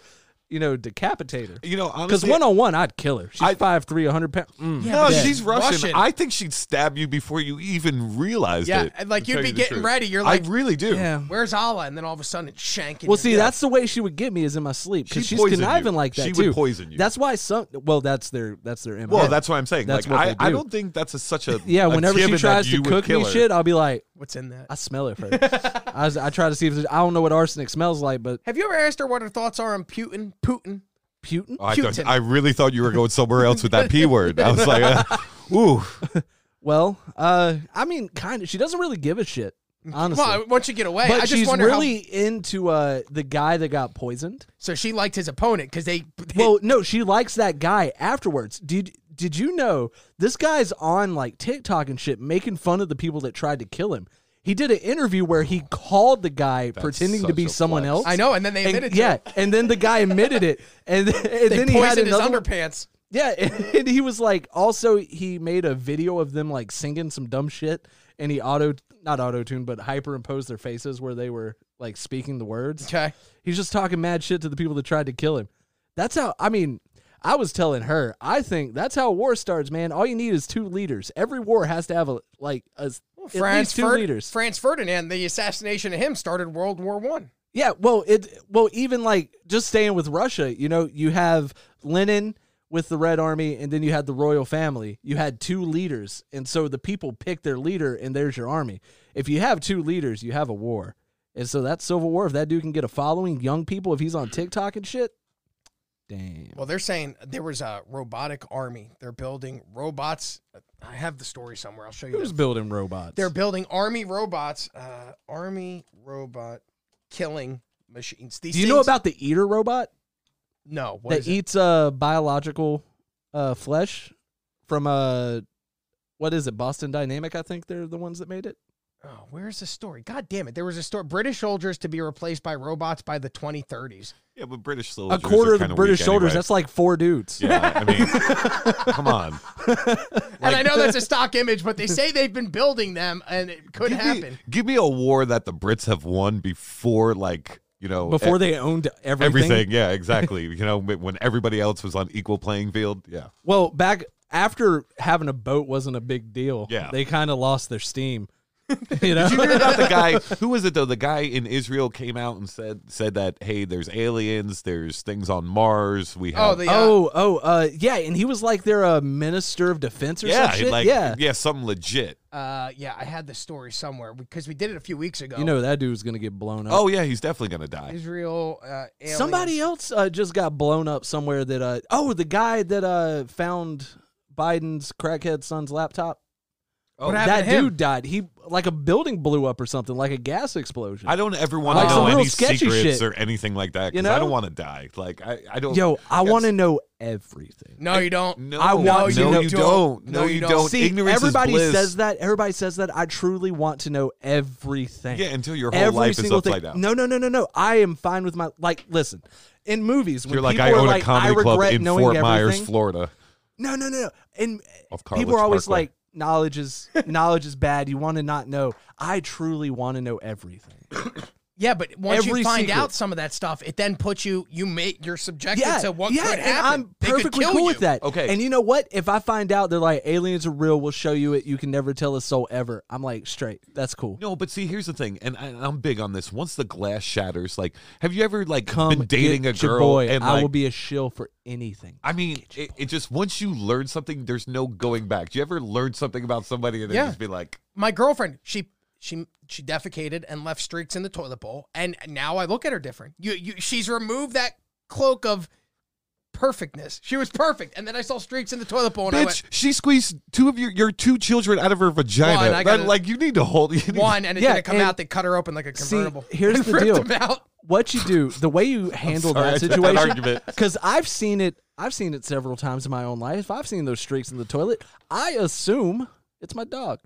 you know, decapitate her.
You know,
Because
honestly,
one on one, I'd kill her. She's
I-
5'3", 100 pounds. Mm.
Yeah.
No, she's Russian.
Russian.
I think she'd stab you before you even realized
Yeah,
it.
and, like,
to
you'd
tell
be
you the
getting
truth.
ready. You're
I
like-
really do.
Yeah.
Where's Allah? And then all of a sudden, it's shanking.
Well,
you.
see,
Yeah.
that's the way she would get me is in my sleep because
She'd
she's
poison
conniving
you.
like that
She would
too.
poison you.
That's why some. Well, that's their that's their MO.
Well, that's what I'm saying.
That's
like,
what
I,
they
I
do.
don't think that's a, such a
yeah.
a
Whenever
given
she
that
tries to
you would
cook
kill
me
her.
shit, I'll be like,
what's in that.
I smell it first. I, was, I try to see if there's, I don't know what arsenic smells like, but
Have you ever asked her what her thoughts are on Putin? Putin.
Putin.
Oh, I, thought-
Putin.
I really thought you were going somewhere else with that p word. I was like, uh, ooh,
Well, uh, I mean, kind of. She doesn't really give a shit. honestly.
Well, once you get away,
but
I just
she's
wonder how-
really into uh, the guy that got poisoned.
So she liked his opponent because they.
Well, no, she likes that guy afterwards. Did did you know this guy's on like TikTok and shit making fun of the people that tried to kill him? He did an interview where he called the guy pretending to
such
be
a
someone
flex.
else.
I know, and then they
And-
admitted. to
yeah,
it.
and then the guy admitted it, and, then- and
they
then he had
poisoned his
another.
underpants.
Yeah, and he was like, also he made a video of them like singing some dumb shit, and he auto not auto tune but hyperimposed their faces where they were like speaking the words.
Okay.
He's just talking mad shit to the people that tried to kill him. That's how I mean, I was telling her, I think that's how war starts, man. All you need is two leaders. Every war has to have a like a at
Franz,
least two
Ferd-
leaders.
Franz Ferdinand, the assassination of him started World War One.
yeah, well, it well even like just staying with Russia, you know, you have Lenin with the Red Army and then you had the royal family. You had two leaders, and so the people pick their leader and there's your army. If you have two leaders, you have a war. And so that's civil war. If that dude can get a following, young people, if he's on TikTok and shit, damn.
Well, they're saying there was a robotic army. They're building robots. I have the story somewhere. I'll show you.
Who's
that.
building robots?
They're building army robots. Uh, army robot killing machines. These
Do you know
things-
about the eater robot
No. What
that
is it?
eats uh, biological uh, flesh from uh, what is it? Boston Dynamic, I think they're the ones that made it.
Oh, where's the story? God damn it! There was a story. British soldiers to be replaced by robots by the 2030s.
Yeah, but British
A
soldiers.
quarter
are
of the
kinda
British
weak
soldiers.
anyway.
That's like four dudes.
Yeah, I mean, come on.
and I know that's a stock image, but they say they've been building them, and it could
Give
happen.
me, give me a war that the Brits have won before, like you know,
Before
e-
they owned everything.
everything. Yeah, exactly. you know, when everybody else was on equal playing field. Yeah,
Well, back after having a boat wasn't a big deal.
Yeah.
They kind of lost their steam. you know?
you heard about the guy who was it though the guy in israel came out and said said that hey there's aliens there's things on mars we have
Oh, the uh,
Oh, oh, uh, yeah, and he was like their uh, minister of defense or
yeah
some shit.
like
yeah,
something legit
Uh, yeah, I had the story somewhere because we did it a few weeks ago.
you know that dude was gonna get blown up.
oh yeah he's definitely gonna die
Israel. Uh, aliens.
Somebody else uh, just got blown up somewhere that uh oh the guy that uh found Biden's crackhead son's laptop.
oh,
What happened?
That
to him?
dude died. He like a building blew up or something, like a gas explosion.
i don't ever want to
Like some
know
real
any
sketchy
secrets
shit.
or anything like that
You
because
know?
i don't want to die like i, I don't
Yo, I
Yes.
want to know everything.
No, you don't.
no,
I want
no,
you to
you
know.
don't. No, you don't.
See,
Ignorance is
everybody
bliss.
says that. Everybody says that. I truly want to know everything.
Yeah, until your whole
Every
life is
single
upside
thing.
down.
No, no, no, no, no. I am fine with my like. Listen, in movies, when
You're like,
people
I
are
own
like, I
a comedy club
regret
in
knowing
Fort Myers,
everything,"
Florida.
No, no, no, no. And
Off
people
Carlitz
are always
Parkway.
like, knowledge is knowledge is bad. You want to not know. I truly want to know everything.
Yeah, but once
Every
you find
secret.
out some of that stuff, it then puts you you make you're subjected
Yeah,
to what
yeah.
could
and
happen.
I'm
They could
perfectly
kill
cool
you.
with that.
Okay.
And you know what? If I find out they're like aliens are real, we'll show you it. You can never tell a soul ever. I'm like straight. That's cool.
No, but see, here's the thing, and I, I'm big on this. Once the glass shatters, like, have you ever like
Come
been dating a
get your
girl
boy.
and
I
like,
will be a shill for anything.
I mean, it, it just once you learn something, there's no going back. Do you ever learn something about somebody and then
Yeah.
just be like,
My girlfriend, she she she defecated and left streaks in the toilet bowl, and now I look at her different. You you she's removed that cloak of perfectness. She was perfect, and then I saw streaks in the toilet bowl, and I
"Bitch,
went
she squeezed two of your your two children out of her vagina."
One, I
That-
gotta-
like, you need to hold. You need
one, and it
Yeah,
didn't come
and-
out. They cut her open like a
See,
convertible.
here's
and
the
ripped
deal.
them out.
What you do, the way you handle
sorry,
that
I took that
situation,
argument.
because I've seen it. I've seen it several times in my own life. I've seen those streaks in the toilet. I assume it's my dog,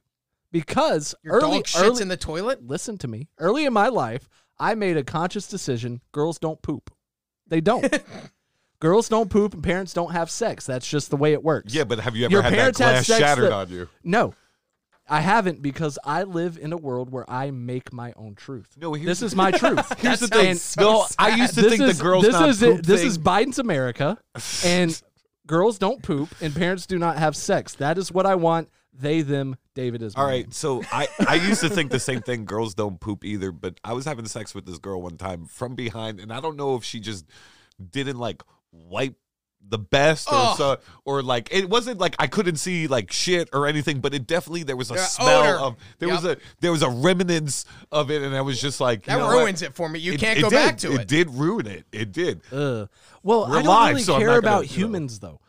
because
Your
early,
dog shits
early
in the toilet.
listen to me. Early in my life, I made a conscious decision girls don't poop. They don't. girls don't poop and parents don't have sex. That's just the way it works.
Yeah, but have you ever
Your
had that
parents had
glass
sex
shattered
that-
on you?
No. I haven't because I live in a world where I make my own truth.
No, here's
this
the-
is my truth.
Here's the
And
thing. no, I used to
this
think
is,
the girls
this
not
is
poop
this
thing-
is Biden's America, and girls don't poop and parents do not have sex. That is what I want. They them. David is
All
mine.
right, so I, I used to think the same thing. Girls don't poop either, but I was having sex with this girl one time from behind, and I don't know if she just didn't like wipe the best or
Ugh.
so, or like it wasn't like I couldn't see like shit or anything, but it definitely there was a
Yeah,
smell
odor.
of there was a
Yep.
there was a remnants of it, and I was just like you
That
know what?
ruins it for me. You can't go
did.
back to it.
It did ruin it. It did.
Ugh. Well,
We're
I don't
live,
really
so I'm
care
not
about
gonna, you know.
humans though.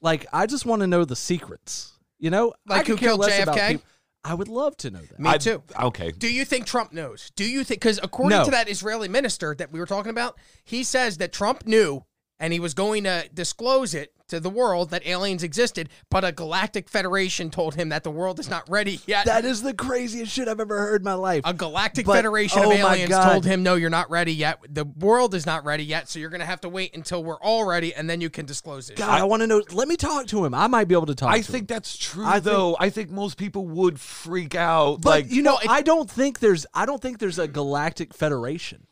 Like I just want to know the secrets. You know, I
Like
could
who
care
killed
less about
JFK?
people. I would love to know that.
Me
I-
too.
Okay.
Do you think Trump knows? Do you think because according
No.
to that Israeli minister that we were talking about, he says that Trump knew and he was going to disclose it to the world that aliens existed, but a galactic federation told him that the world is not ready yet.
That is the craziest shit I've ever heard in my life.
a galactic
But-
federation
oh
of
my
aliens
God.
told him, "No, you're not ready yet. The world is not ready yet, so you're going to have to wait until we're all ready, and then you can disclose it."
God, I, want to know. Let me talk to him. I might be able to talk. to
I
him.
think that's true,
I think-
though. I think most people would freak out.
But
like,
you know,
Well, it-
I don't think there's I don't think there's a galactic federation.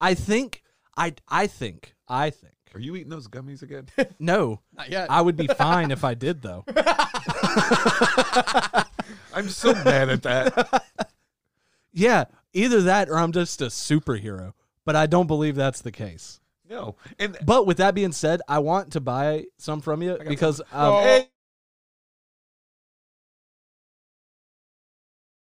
I think I I think I think
are you eating those gummies again?
no.
Not yet.
I would be fine if I did though.
I'm so mad at that.
Yeah, either that or I'm just a superhero. But I don't believe that's the case.
No. And um,
But with that being said, I want to buy some from you because um,
Hey,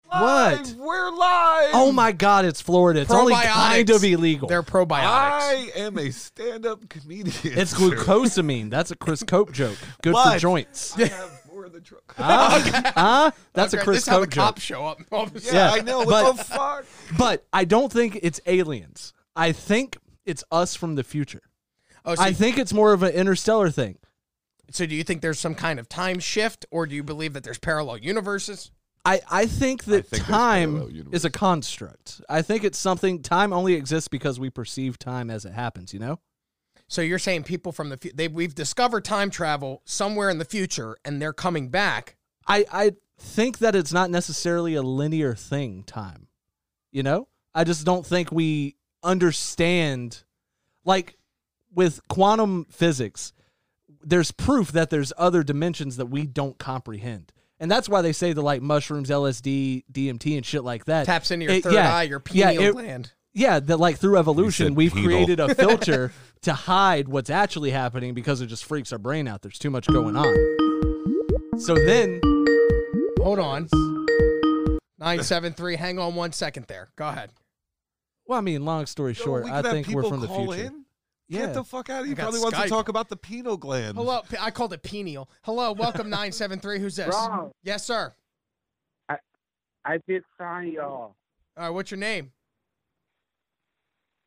what?
live, We're live.
Oh my God, it's Florida. It's only kind
Probiotics.
of illegal.
They're probiotics.
I am a stand-up comedian.
it's
sir.
glucosamine. That's a Chris Cope joke. Good for
But-
joints.
I have more of the drug.
Ah, ah, that's
Okay,
a Chris
this is how the
Cope joke.
cops show up. All of a sudden.
yeah,
yeah,
I know. What
but-
the fuck?
But I don't think it's aliens. I think it's us from the future.
Oh, so,
I think it's more of an interstellar thing.
so do you think there's some kind of time shift, or do you believe that there's parallel universes?
I, I think that
think there's parallel
time is
universes.
a construct. I think it's something time only exists because we perceive time as it happens, you know?
So you're saying people from the fu- they we've discovered time travel somewhere in the future, and they're coming back.
I, I think that it's not necessarily a linear thing, time. You know? I just don't think we understand like with quantum physics, there's proof that there's other dimensions that we don't comprehend. And that's why they say the like mushrooms, LSD, DMT, and shit like that.
Taps into your
It-
third
yeah,
eye, your
yeah,
pineal
it-
gland.
Yeah, that like through evolution,
said
we've
penal.
created a filter to hide what's actually happening because it just freaks our brain out. There's too much going on. So then
Hold on. 973, hang on one second there. Go ahead.
Well, I mean, long story short,
we
I
could have
think we're
people
from the
call
future.
in?
Yeah.
Get the fuck out of here.
got
Probably wants
Skype.
to talk about the penal gland.
Hello, p- I called it penial. Hello, welcome 973. Who's this?
Wrong.
Yes, sir.
I did sign y'all.
All right, what's your name?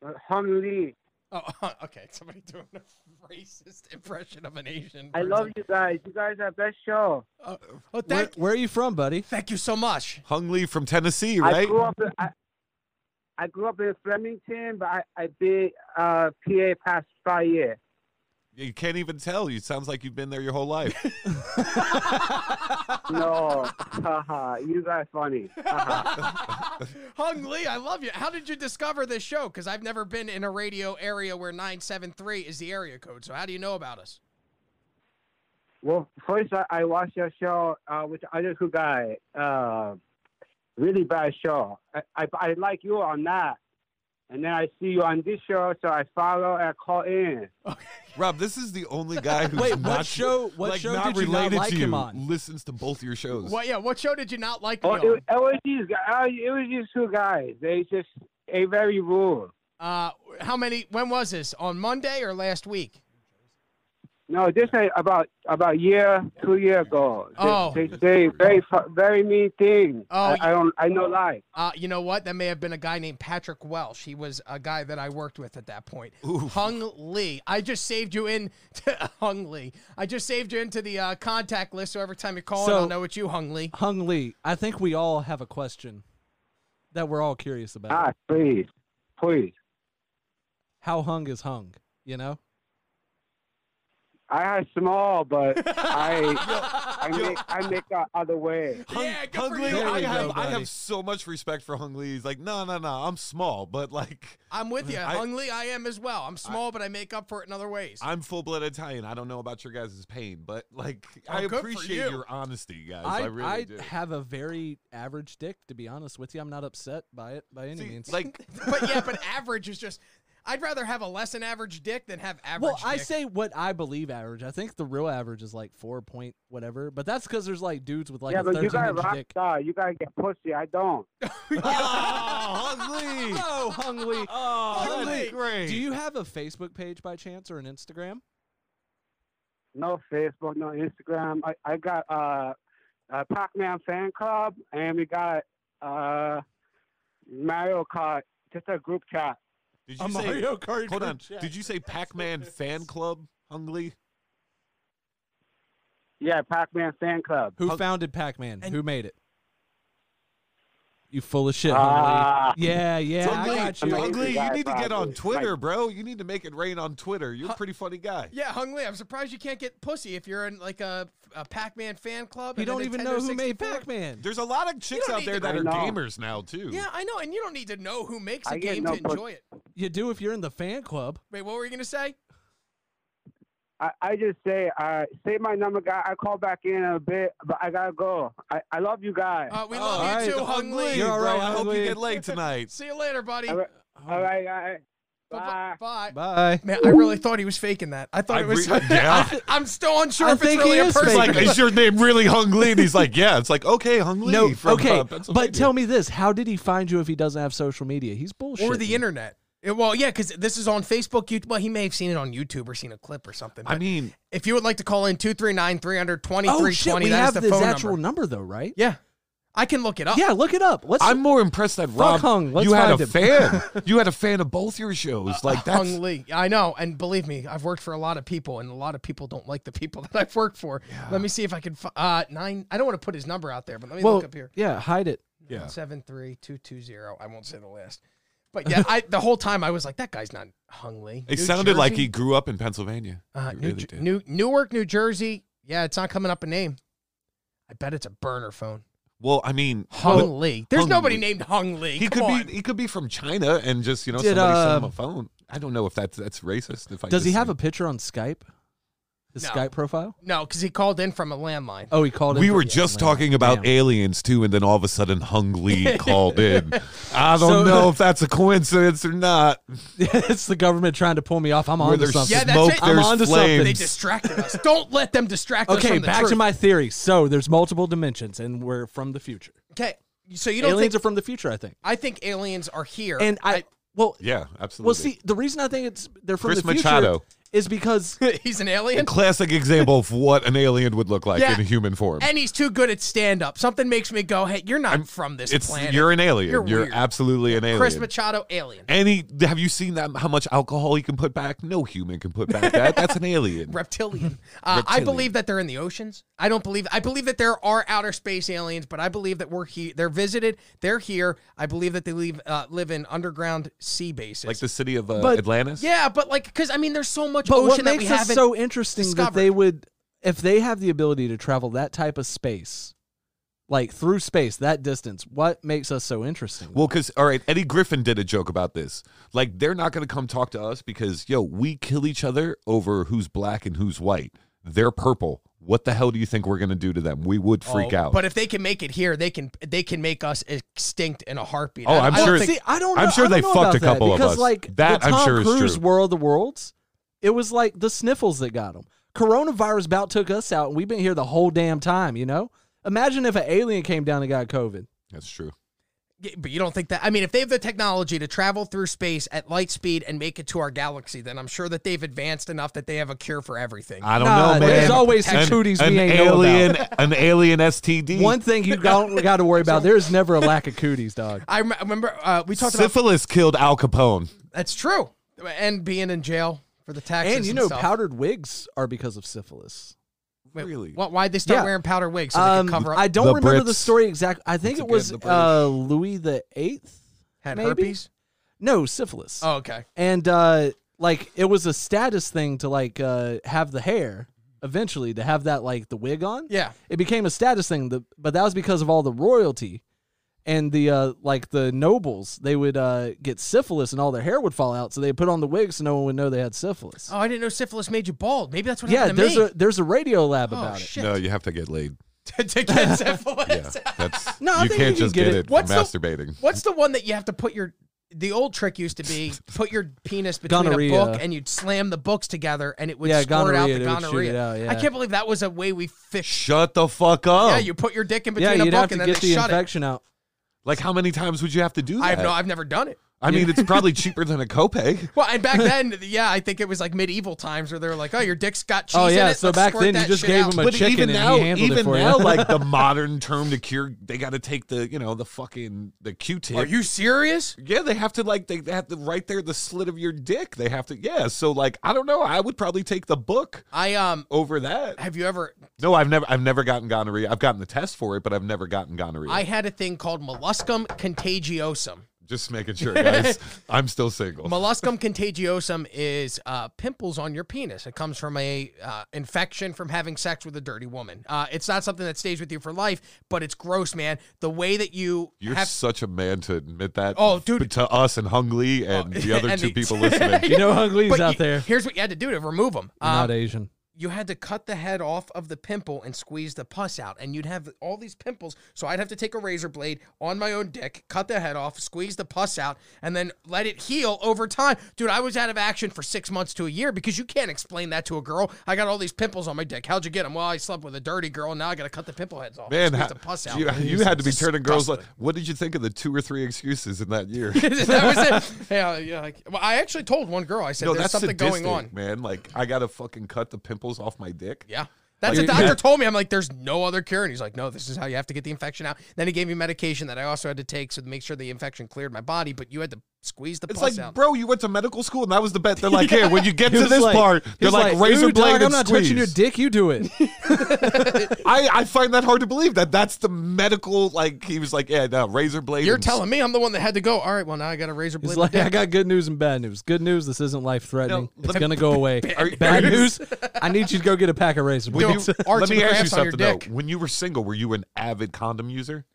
Uh, Hung Lee.
Oh, okay. Somebody doing a racist impression of an Asian.
I
person.
love you guys. You guys are best show.
Oh, oh,
Where,
thank,
where are you from, buddy?
thank you so much.
Hung Lee from Tennessee,
I
right?
grew up. In, I, I grew up in Flemington, but I I been uh, PA past five years.
You can't even tell. You sounds like you've been there your whole life.
No, haha, you guys funny. Haha.
Hung Lee, I love you. How did you discover this show? Because I've never been in a radio area where 973 is the area code. So how do you know about us?
well, first I, I watched your show uh, with the other two guy. Uh, really bad show. I, I I like you on that, and then I see you on this show, so I follow and I call in.
Rob, this is the only guy who's
Wait, what
not
show- what
like,
show
not
did you not
related
like
to
him
you,
on?
Listens to both your shows.
What? Yeah, what show did you not like me
Oh,
on?
it, it was these guys. uh, It was these two guys. They just they very rude.
Uh, how many? When was this? On Monday or last week?
No, this is about about year two year ago. They,
Oh.
they say very fu- very mean things.
Oh,
I, I don't I know lie.
Uh, you know what? That may have been a guy named Patrick Welsh. He was a guy that I worked with at that point. Hung Lee. I just saved you in to Hung Lee. I just saved you into the uh, contact list, so every time you call, in,
So-
I'll know it's you, Hung Lee.
Hung Lee, I think we all have a question that we're all curious about.
Ah, please, please.
How hung is hung, you know?
I have small, but I I make I make out other way.
Hung,
Yeah, good
Hung
for
Lee,
you.
I
There you
have
go,
I
buddy.
have so much respect for Hung Lee. He's like, no, no, no, I'm small, but like
I'm with you,
I-
Hung Lee. I am as well. I'm small, but I make up for it in other ways.
I'm full blood Italian. I don't know about your guys' pain, but like
Oh,
I
good for
appreciate
you.
your honesty, guys. I,
I,
really
I
do.
have a very average dick, to be honest with you. I'm not upset by it by any
See,
means.
like
but yeah, but average is just. I'd rather have a less than average dick than have average.
well, I
dick.
say what I believe average. I think the real average is like four point whatever, but that's because there's like dudes with like
yeah,
a
but you
13
guys
inch
rock
dick.
star. You guys get pussy. I don't.
Oh, Hung Lee.
Oh, Hung Lee.
Oh, that's great.
Do you have a Facebook page by chance or an Instagram?
No Facebook, no Instagram. I I got uh uh, Pac-Man fan club, and we got uh, Mario Kart, just a group chat.
Did
A
you say?
Mario Kart
hold
group
on.
chat.
Did you say Pac-Man fan club, Hungly?
Yeah, Pac-Man fan club.
Who founded Pac Man? Who made it? You full of shit,
Ah.
Huntley. Yeah, yeah, I
Hungly,
got you.
Amazing
Hungly,
guy,
you need to get on
probably.
Twitter, bro. You need to make it rain on Twitter. You're a pretty funny guy.
Yeah, Hung Lee, I'm surprised you can't get pussy if you're in like a, a Pac-Man fan club.
You
and a
don't even
Nintendo
know who made
64.
Pac Man.
There's a lot of chicks
don't
out
need
there
to-
that
I
are
know.
gamers now too.
Yeah, I know, and you don't need to know who makes a
I get
game
no
to
pussy.
enjoy it.
You do if you're in the fan club.
Wait, what were you gonna say?
I, I just say, uh, say my number, guy. I call back in a bit, but I gotta go. I, I love you guys.
Uh, we
Oh,
love you
alright,
too,
the
Hung Lee.
You're all
Bro,
right,
I hope you
Hungly.
get laid tonight.
See you later, buddy.
all right, all right, all right. Bye.
Bye.
Bye.
Man, I really thought he was faking that. I thought
I
it was.
re- yeah.
I, am still unsure
I
if it's
think he
really a
is
person.
It's like,
faking
is your name really Hung Lee? And he's like, yeah. It's like, okay, Hung Lee.
No,
from,
okay,
uh,
but
Pennsylvania.
tell me this: How did he find you if he doesn't have social media? He's bullshit.
or the internet. Yeah, well, yeah, because this is on Facebook. You, well, he may have seen it on YouTube or seen a clip or something.
I
but
mean,
if you would like to call in 239 300
Oh shit, we
2320, that is
have
the
this
phone
actual
number.
number though, right?
Yeah. I can look it up.
Yeah, look it up. Let's.
I'm more impressed that Rob,
Hung, let's
you had
find
a
him.
fan. you had a fan of both your shows. Like that's
Hung Lee. I know. And believe me, I've worked for a lot of people, and a lot of people don't like the people that I've worked for. Let me see if I can. fi- Uh, nine. I don't want to put his number out there, but let me
well,
look up here.
yeah, hide it.
Yeah.
Seven three two two zero. I won't say the last. But yeah, I the whole time I was like, that guy's not Hung Lee.
It
New
sounded like
Jersey?
he grew up in Pennsylvania.
Uh,
He
New,
really
Jer-
did.
New Newark, New Jersey. Yeah, it's not coming up a name. I bet it's a burner phone.
Well, I mean,
Hung
but
Lee. There's
Hung
nobody
Lee.
named Hung Lee. Come
he could
on. uh,
be he could be from China and just you know
Did,
somebody sent
um,
him a phone. I don't know if that's that's racist. If I
Does he
just
have a
said-
picture on Skype? His
No.
Skype profile?
no, because he called in from a landline.
Oh, he called. in
We
for-
were
yeah,
just
man.
talking about
Damn.
aliens too, and then all of a sudden Hung Lee called in. I
So-
don't know if that's a coincidence or not.
it's the government trying to pull me off. I'm
Where
on to
there's
something.
Yeah, that's
smoke,
it. I'm
there's
onto something.
flames.
They distracted us. Don't let them distract us.
Okay,
from the
back to
truth.
my theory. So there's multiple dimensions, and we're from the future.
Okay, so you don't
Aliens
think?
are from the future, I think.
I think aliens are here.
And I, well,
yeah, absolutely.
well, see, the reason I think it's they're from
Chris
the future
Machado.
is because
he's an
a
alien,
classic example of what an alien would look like
Yeah.
in a human form.
and he's too good at stand up. Something makes me go, "Hey, you're not from this
it's
planet."
you're an alien.
You're
You're,
weird.
absolutely an alien.
Chris Machado, alien,
and he, have you seen that? How much alcohol he can put back? No human can put back that. That's an alien.
reptilian. Uh, I
Reptilian.
believe that they're in the oceans. I don't believe. I believe that there are outer space aliens, but I believe that we're here. They're visited. They're here. I believe that they leave, uh, live in underground sea bases.
like the city of uh,
But-
Atlantis.
yeah, but like because I mean, there's so much
But
ocean
what
that
makes
we
us
haven't.
so interesting that
discovered.
they would, if they have the ability to travel that type of space, like through space, that distance, what makes us so interesting?
Well, because all right, Eddie Griffin did a joke about this. Like they're not going to come talk to us because yo, we kill each other over who's black and who's white. They're purple. What the hell do you think we're going to do to them? We would freak
Oh,
out.
But if they can make it here, they can they can make us extinct in a heartbeat.
Oh,
I-
I'm
I don't
sure-
think-
See, I don't. Know,
I'm sure
I don't
they
know about
fucked a couple
that,
of
because,
us.
Like
That
the
I'm
Tom
sure is
Cruise
true.
World of the Worlds, it was like the sniffles that got him. Coronavirus about took us out, and we've been here the whole damn time. You know, imagine if an alien came down and got COVID.
That's true.
Yeah, but you don't think that? I mean, if they have the technology to travel through space at light speed and make it to our galaxy, then I'm sure that they've advanced enough that they have a cure for everything.
I don't
Nah,
know, man.
there's always some
an,
cooties we
an
ain't know about.
alien, an alien STD.
One thing you don't got to worry about: there's never a lack of cooties, dog.
I rem- remember uh, we talked about
syphilis killed Al Capone.
that's true, and being in jail for the taxes.
And you know,
stuff.
powdered wigs are because of syphilis.
Wait,
Really?
What, why'd they start
Yeah.
wearing powder wigs so they
Um,
could cover up?
I don't
The
remember the
Brits.
story exactly. I think
Once
it
again,
was
the British.
uh, Louis the Eighth
had
maybe?
herpes.
No, syphilis.
Oh, okay.
and uh like it was a status thing to like uh have the hair eventually to have that like the wig on
Yeah.
it became a status thing the, but that was because of all the royalty and the uh like the nobles they would uh get syphilis and all their hair would fall out so they put on the wig so no one would know they had syphilis
Oh, I didn't know syphilis made you bald. Maybe that's what
yeah
happened to
there's
me.
a there's a radio lab
oh
about it
shit!
No, you have to get laid.
to get syphilis.
That's
No, I
you
think
can't
you can
just
get
get,
it.
it
What's
from
the-
masturbating.
What's the one that you have to put your the old trick used to be put your penis between
Gonorrhea.
a book and you'd slam the books together and it would
Yeah,
squirt out
gonorrhea,
the
it would shoot
gonorrhea.
it out, yeah. Oh.
I can't believe that was a way we fished.
Shut the fuck up.
Yeah, you put your dick in
yeah
between a
you'd
book
have to
and then
get
they
the
shut
infection out
like how many times would you have to do
it.
that?
I have no, I've never done it.
I mean, it's probably cheaper than a copay.
Well, and back then, yeah, I think it was like medieval times where they were like, "Oh, your dick's got cheese
Oh,
in
yeah,
it."
so
let's
back
squirt
then you
that
just
shit
gave
out.
him a
but
chicken
even
and he
now,
handled it
even
for you.
now, like the modern term to cure, they got to take the you know the fucking the Q-tip.
Are you serious?
yeah, they have to like they, they have to right there the slit of your dick. They have to yeah. So like I don't know. I would probably take the book
I um,
over that.
have you ever?
No, I've never I've never gotten gonorrhea. I've gotten the test for it, but I've never gotten gonorrhea.
I had a thing called molluscum contagiosum.
Just making sure, guys. I'm still single.
Molluscum contagiosum is uh, pimples on your penis. It comes from a uh, infection from having sex with a dirty woman. Uh, it's not something that stays with you for life, but it's gross, man. The way that you
You're
have
such a man to admit that.
Oh, dude. Oh,
but to us and Hung Lee and the other
and
two
the-
people listening.
You know, Hungley's
but
out
you-
there.
Here's what you had to do to remove Um, them.
You're not Asian.
you had to cut the head off of the pimple and squeeze the pus out and you'd have all these pimples so i'd have to take a razor blade on my own dick cut the head off squeeze the pus out and then let it heal over time dude i was out of action for six months to a year because you can't explain that to a girl i got all these pimples on my dick how'd you get them well i slept with a dirty girl and now i gotta cut the pimple heads off and
Man,
squeeze
how-
the pus out
you, you had to be turning girls like,
Disgusting.
what did you think of the two or three excuses in that year?
that was it. Yeah, yeah. Like, well, I actually told one girl. I said,
no,
"There's
that's
something
sadistic,
going on."
man. Like, I gotta fucking cut the pimples off my dick.
Yeah. That's what
Like-
the doctor told me. I'm like, there's no other cure. And he's like, no, this is how you have to get the infection out. Then he gave me medication that I also had to take so to make sure the infection cleared my body, but you had to squeeze the
It's
pus
like,
out.
bro, you went to medical school, and that was the bet. They're like, hey, when you get
He
to
was
this
like-
part,
he
they're
was
like, razor
"Ooh,
blade
dog,
and
I'm not
squeeze.
touching your dick. You do it.
I, I find that hard to believe that that's the medical. Like, he was like, yeah, no, razor blade.
You're
and
telling me I'm the one that had to go. All right, well, now I got a razor blade.
He's
in my
like, I
dick."
got good news and bad news. Good news, this isn't life threatening.
No,
it's
let-
gonna go away.
Are-
bad
are you-
news, I need you to go get a pack of razor
When
Dude,
blades.
you,
arts
let me
and
ask you
crafts on your
something though.
dick.
When you were single, were you an avid condom user?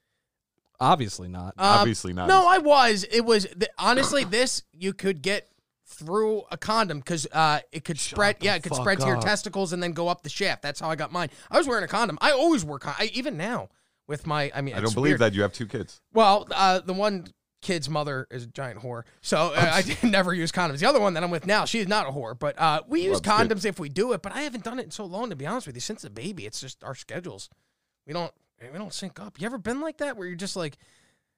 Obviously not.
Obviously not.
Um, No, I was. It was th- honestly this you could get through a condom because uh, it could spread. Yeah, it could
fuck
spread to your
up.
testicles and then go up the shaft. That's how I got mine. I was wearing a condom. I always wear con- I even now with my. I mean,
I
it's
don't believe
weird.
that you have two kids.
Well, uh, the one kid's mother is a giant whore, so uh, I did never use condoms. The other one that I'm with now, she is not a whore, but uh, we use
Loves
condoms if we do it. But I haven't done it in so long, to be honest with you. Since the baby, it's just our schedules. We don't we don't sync up. You ever been like that where you're just like,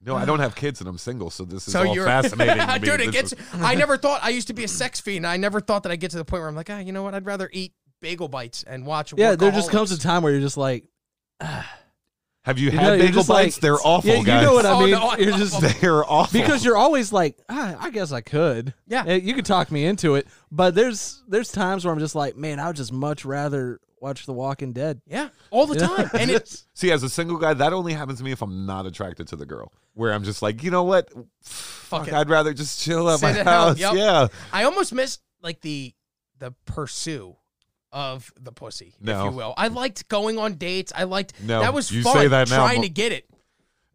No, I don't have kids, and I'm single, so this is
so
all
you're
fascinating. to me.
dude. It gets.
This is-
I never thought I used to be a sex fiend. I never thought that I would get to the point where I'm like, ah, you know what? I'd rather eat bagel bites and watch.
yeah, there just
Workaholics."
comes a time where you're just like,
have you
you
had
know, you're
bagel
just
bites?
like-
They're awful,
yeah, you
guys.
know what I
Oh,
mean.
no, I-
you're just
They're awful
because you're always like, ah, I guess I could.
Yeah.
Eh, you could talk me into it. But there's there's times where I'm just like, man, I would just much rather watch The Walking Dead.
Yeah, all the time, and it.
see, as a single guy, that only happens to me if I'm not attracted to the girl. Where I'm just like, you know what? Fuck,
it.
I'd rather just chill at
Sit
my
at home,
house.
yep.
Yeah.
I almost missed like the the pursue of the pussy,
No.
if you will. I liked going on dates. I liked
No,
that was
you
fun
say that now,
trying
but-
to get it.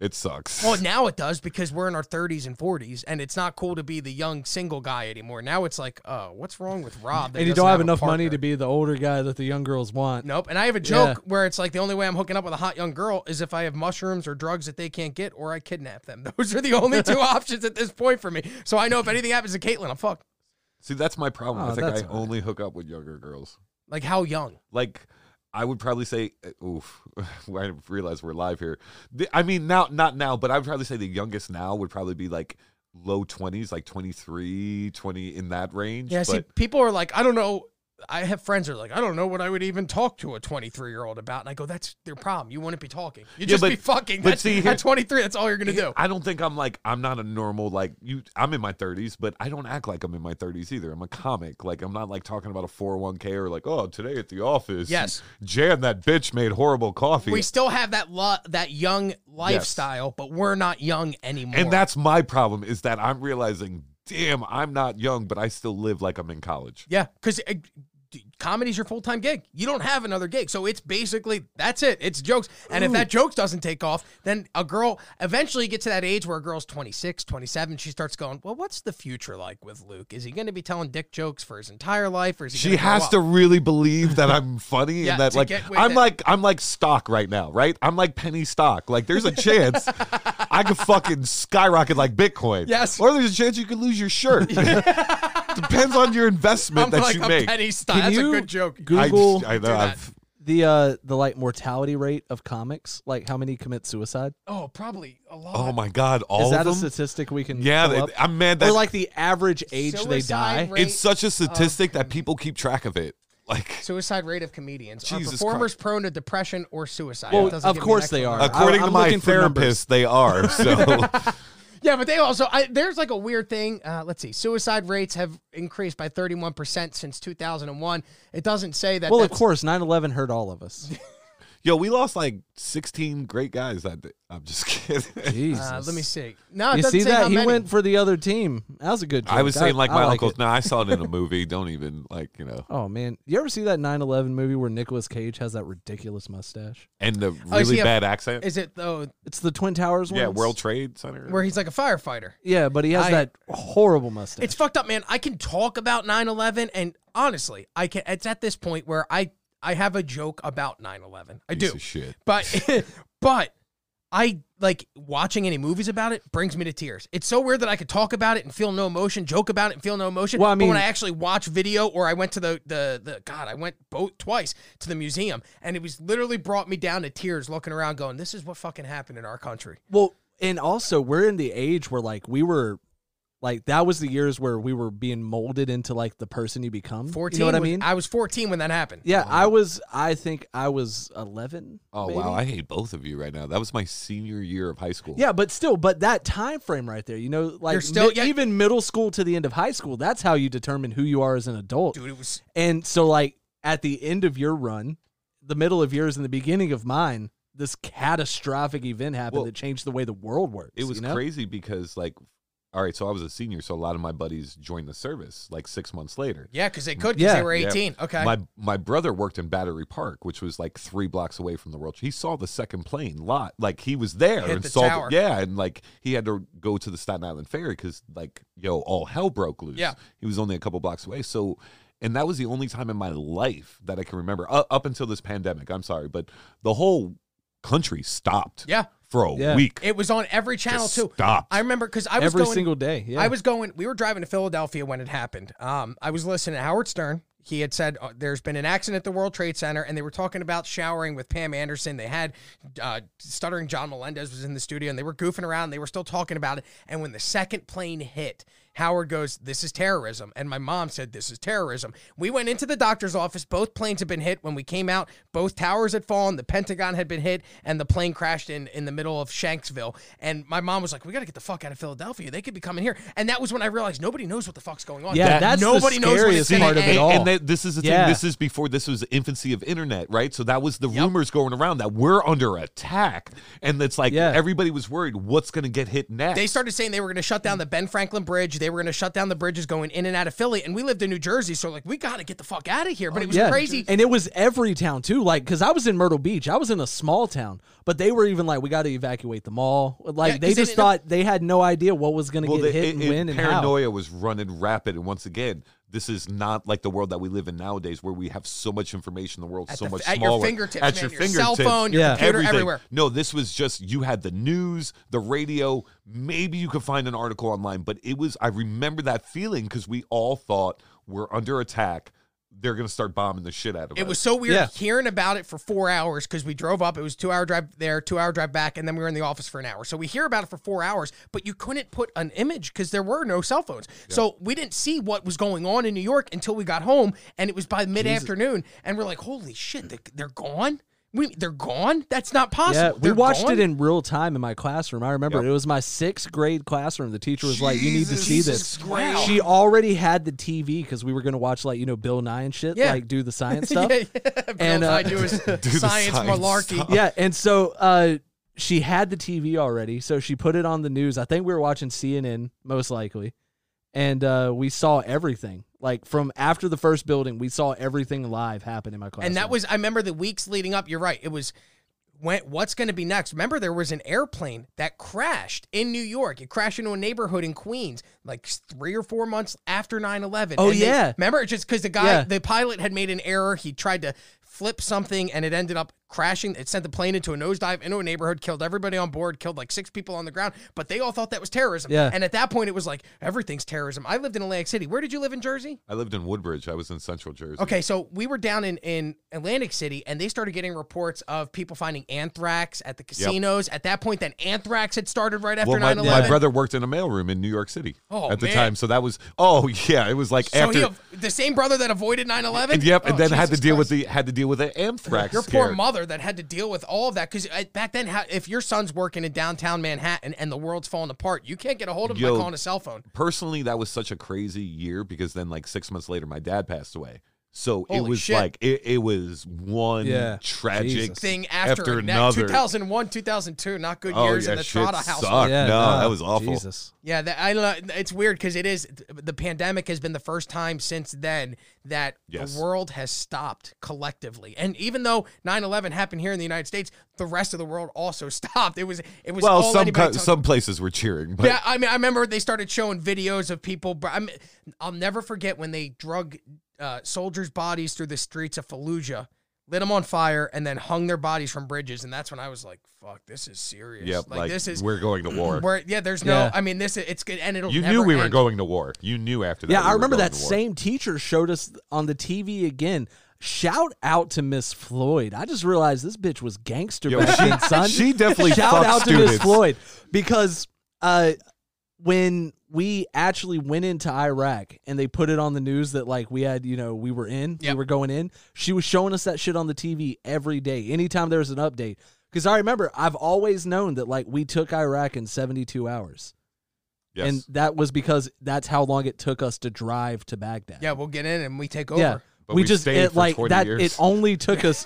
It sucks.
Well, now it does because we're in our 30s and 40s, and it's not cool to be the young single guy anymore. Now it's like, oh, what's wrong with Rob? that
And you
doesn't
don't have
a
enough money
partner?
to be the older guy that the young girls want.
Nope. And I have a joke where it's like the only way I'm hooking up with a hot young girl is if I have mushrooms or drugs that they can't get, or I kidnap them. Those are the only two options at this point for me. So I know if anything happens to Caitlin, I'm fucked.
see, that's my problem.
Oh,
I think
that's
I
all right.
only hook up with younger girls.
Like how young?
like I would probably say, uh, oof, I realize we're live here. The- I mean, now, not now, but I would probably say the youngest now would probably be like low 20s, like 23, 20 in that range.
Yeah, see,
but
people are like, I don't know. I have friends who are like, I don't know what I would even talk to a 23 year old about. And I go, that's their problem. You wouldn't be talking. You'd
Yeah,
just
but-
be fucking.
but
That's,
see, here-
at 23, that's all you're going to do.
I don't think I'm like, I'm not a normal, like, you, I'm in my 30s, but I don't act like I'm in my 30s either. I'm a comic. Like, I'm not like talking about a 401k or like, oh, today at the office,
Yes.
Jan, that bitch made horrible coffee.
We still have that lo- that young lifestyle, but we're not young anymore.
and that's my problem is that I'm realizing, damn, I'm not young, but I still live like I'm in college.
yeah, because comedy's your full time gig. You don't have another gig, so it's basically that's it. It's jokes, and if that jokes doesn't take off, then a girl eventually gets to that age where a girl's 26, 27, she starts going, well, what's the future like with Luke? Is he going to be telling dick jokes for his entire life, or is he?
She
gonna grow
has
up?
to really believe that I'm funny
Yeah,
and that
to
like
get with
I'm
it.
like I'm like stock right now, right? I'm like penny stock. Like there's a chance I could fucking skyrocket like Bitcoin.
Yes.
Or there's a chance you could lose your shirt. Depends on your investment
I'm
that
like
you
a
make.
penny stock.
Can
That's
you
a good joke.
I,
Google
I know
that.
I've
the uh the like mortality rate of comics? Like how many commit suicide?
Oh, probably a lot.
Oh my God! All
Is that a
of them.
statistic we can?
yeah,
pull
they-
up?
I'm mad
or
that
like the average age they die.
Suicide rate-
it's such a statistic that people keep track of it. Like
Suicide rate of comedians.
Jesus
are performers prone to depression or suicide?
Well,
It doesn't
of
give me an
course they
explanation.
are.
according
I-
to
I'm
my
looking for numbers.
therapist, they are. So
Yeah, but they also I, there's like a weird thing. Uh, let's see, suicide rates have increased by 31 percent since 2001. It doesn't say that.
Well, of
that's-
course, 9-11 hurt all of us.
yo, we lost like 16 great guys. That day. I'm just kidding.
Jesus.
Uh, let me see. No, it
You
doesn't
see
say how
that he
many.
went for the other team. That was a good. Joke.
I was saying like
I
my
like
uncles.
it.
Nah, I saw it in a movie. Don't even like you know.
Oh man, you ever see that 9/11 movie where Nicolas Cage has that ridiculous mustache?
And the
Oh, is
really
he a-
bad accent.
Is it though
It's the Twin Towers one.
Yeah, World Trade Center.
where he's like a firefighter?
Yeah, but he has
I-
that horrible mustache.
It's fucked up, man. I can talk about 9/11, and honestly, I can. It's at this point where I I have a joke about 9/11. I
Piece
do,
of shit.
but but I like watching any movies about it brings me to tears. It's so weird that I could talk about it and feel no emotion, joke about it and feel no emotion.
Well, I
but when
mean-
I actually watch video, or I went to the the the God, I went both twice to the museum, and it was literally brought me down to tears, looking around, going, "This is what fucking happened in our country."
Well, and also we're in the age where like we were like that was the years where we were being molded into like the person you become.
14.
you know what I
was-
mean?
I was 14 when that happened.
yeah, I was I think I was 11.
Oh
maybe?
wow, I hate both of you right now. That was my senior year of high school.
Yeah, but still, but that time frame right there, you know, like
You're still-
mi-
yeah.
even middle school to the end of high school, that's how you determine who you are as an adult.
dude, it was
And so, like at the end of your run, the middle of yours and the beginning of mine, this catastrophic event happened
Well,
that changed the way the world works.
It was
you know?
crazy because like all right, so I was a senior, so a lot of my buddies joined the service like six months later.
yeah, because they could, because
Yeah.
they were
Yeah.
18. Okay,
My my brother worked in Battery Park, which was like three blocks away from the world. He saw the second plane lot, like he was there
Hit
and
the
saw. the-
tower.
yeah, and like he had to go to the Staten Island ferry because like yo, all hell broke loose.
Yeah.
he was only a couple blocks away. So, and that was the only time in my life that I can remember uh, up until this pandemic. I'm sorry, but the whole country stopped.
Yeah.
for a
Yeah.
week.
it was on every channel
Just
too.
stopped.
I remember because I was
Every
going,
single day. Yeah.
I was going. We were driving to Philadelphia when it happened. Um, I was listening to Howard Stern. He had said uh, there's been an accident at the World Trade Center, and they were talking about showering with Pam Anderson. They had uh, stuttering John Melendez was in the studio, and they were goofing around. They were still talking about it. And when the second plane hit, Howard goes, "This is terrorism," and my mom said, "This is terrorism." We went into the doctor's office. Both planes had been hit. When we came out, both towers had fallen. The Pentagon had been hit, and the plane crashed in in the middle of Shanksville. And my mom was like, "We got to get the fuck out of Philadelphia. They could be coming here." And that was when I realized nobody knows what the fuck's going on.
Yeah,
That-
that's the
nobody knows what
scariest
it's gonna
part of it
end.
all.
And that, this is the
Yeah.
thing. This is before this was the infancy of internet, right? So that was the rumors going around that we're under attack, and it's like
Yeah.
everybody was worried what's going to get hit next.
They started saying they were going to shut down the Ben Franklin Bridge. They were going to shut down the bridges going in and out of Philly. And we lived in New Jersey, so like we got to get the fuck out of here. But it was
yeah.
crazy.
And it was every town too. Like, cause I was in Myrtle Beach. I was in a small town, but they were even like, we got to evacuate the mall. Like,
Yeah, 'cause
they
they
just
didn't know-
thought they had no idea what was going to
Well,
get
the-
hit and
it- it-
when and how.
paranoia was running rapid, and once again, this is not like the world that we live in nowadays, where we have so much information. The world's
At
so
the-
much
at your
smaller.
fingertips,
at
man,
your,
your cell
fingertips,
phone, your
Yeah.
computer,
everything.
everywhere.
No, this was just you had the news, the radio. Maybe you could find an article online, but it was. I remember that feeling because we all thought we're under attack. They're gonna start bombing the shit out of
It
us.
was so weird
Yeah.
hearing about it for four hours because we drove up. It was two hour drive there, two hour drive back, and then we were in the office for an hour. So we hear about it for four hours, but you couldn't put an image because there were no cell phones. So we didn't see what was going on in New York until we got home, and it was by mid afternoon, and we're like, "Holy shit, they, they're gone! We, they're gone! That's not possible."
Yeah, we
They're
watched
gone?
it in real time in my classroom. I remember
Yep.
it was my sixth grade classroom. The teacher was like, "You need to see this."
Jesus Christ.
She already had the TV because we were going to watch like you know Bill Nye and shit,
Yeah.
like do the science stuff.
yeah,
yeah.
yeah. Bill
And, uh,
Nye do his
the
science
science
malarkey.
stuff.
and so uh, she had the TV already, so she put it on the news. I think we were watching CNN most likely, and uh, we saw everything. Like from after the first building, we saw everything live happen in my classroom.
And that was I remember the weeks leading up. You're right. It was when what's going to be next. Remember there was an airplane that crashed in New York. It crashed into a neighborhood in Queens like 3 or 4 months after 9/11.
Oh,
And they-
yeah.
remember it's just cuz the guy
Yeah.
the pilot had made an error. He tried to flip something and it ended up crashing. It sent the plane into a nosedive into a neighborhood, killed everybody on board, killed like six people on the ground, but they all thought that was terrorism.
Yeah.
And at that point, it was like, everything's terrorism. I lived in Atlantic City. Where did you live in Jersey?
I lived in Woodbridge. I was in Central Jersey.
Okay, so we were down in, in Atlantic City and they started getting reports of people finding anthrax at the casinos. At that point, then anthrax had started right after
Well, my,
9
my
11.
brother worked in a mailroom in New York City
Oh,
at the
man.
time, so that was oh yeah, it was like
so
after
he, av- the same brother that avoided 9 11?
and yep, and then had to deal with the had to deal with the anthrax.
Your
scare.
poor mother that had to deal with all of that because back then, how, if your son's working in downtown Manhattan and the world's falling apart, you can't get a hold of him
Yo.
by calling a cell phone.
Personally, that was such a crazy year because then like six months later, my dad passed away. So it
Holy
was
shit.
like it, it was one
Yeah.
tragic
Jesus.
Thing after,
After
another.
another.
2001, 2002, not good
Oh
years
yeah,
in the
shit
Trotta
sucked.
household.
no,
nah,
that was awful.
Oh, Jesus.
Yeah, that, I lo- it's weird because it is the pandemic has been the first time since then that
Yes.
the world has stopped collectively. And even though 9/11 happened here in the United States, the rest of the world also stopped. It was it was
Well,
all
some
anybody
co-
talked-
some places were cheering, but
yeah, I mean, I remember they started showing videos of people. But I'm, I'll never forget when they drug uh, soldiers' bodies through the streets of Fallujah, lit them on fire, and then hung their bodies from bridges. And that's when I was like, "Fuck, this is serious.
yep,
like, this is
we're going to war.
where, yeah, there's no.
Yeah.
I mean, this is it's good, and it'll.
You
never
knew we were
end.
going to war. You knew after that.
Yeah,
we
I
were
remember
going
that
to war.
same teacher showed us on the TV again. Shout out to Miss Floyd. I just realized this bitch was gangster
Yo,
back
she-
then, son.
she definitely
shout
fucked
out to Miss
students.
Floyd because uh, when we actually went into Iraq and they put it on the news that like we had, you know, we were in,
Yep.
we were going in. She was showing us that shit on the TV every day, anytime there was an update. Because I remember, I've always known that like we took Iraq in seventy two hours.
Yes.
And that was because that's how long it took us to drive to Baghdad.
Yeah, we'll get in and we take over.
Yeah.
But
we,
we
just
stayed
it
for
like
20
that
years.
it only took us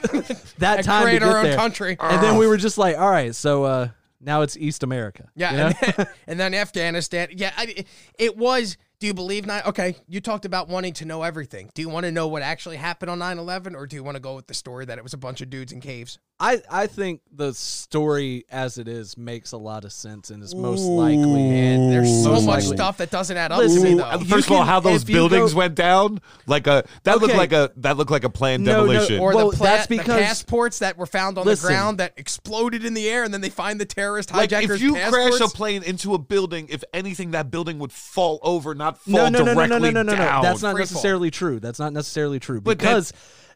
that
And
time to
create
get
our own
there.
country.
And then we were just like, all right, so uh now it's East America.
Yeah,
you know?
and, then, and then Afghanistan. Yeah, I, it was. Do you believe nine? Okay, you talked about wanting to know everything. Do you want to know what actually happened on 9-11, or do you want to go with the story that it was a bunch of dudes in caves?
I I think the story as it is makes a lot of sense and is most likely.
And there's so
Most
much
likely.
stuff that doesn't add up
Listen,
to me,
Ooh,
though.
you
First of all,
can-
how those
if you
buildings
go-
went down, like a that looked
Okay.
like a that looked like a planned
No, no,
demolition.
or
Well,
the, pla-
that's because-
the passports that were found on
Listen.
the ground that exploded in the air, and then they find the terrorist
like
hijackers.
if you
passports.
crash a plane into a building, if anything, that building would fall over, not
No,
fall
no, no, no,
directly
no, no, no, no, no.
down.
That's not
Free fall.
necessarily true. That's not necessarily true
But that-
because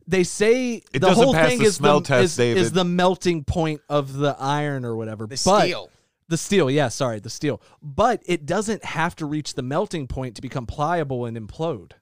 they say
It
the
doesn't
whole
pass
thing
the
is
smell
the,
test,
is,
David.
is the melting point of the iron or whatever.
the
but
steel.
The steel, yeah, sorry, the steel. But it doesn't have to reach the melting point to become pliable and implode.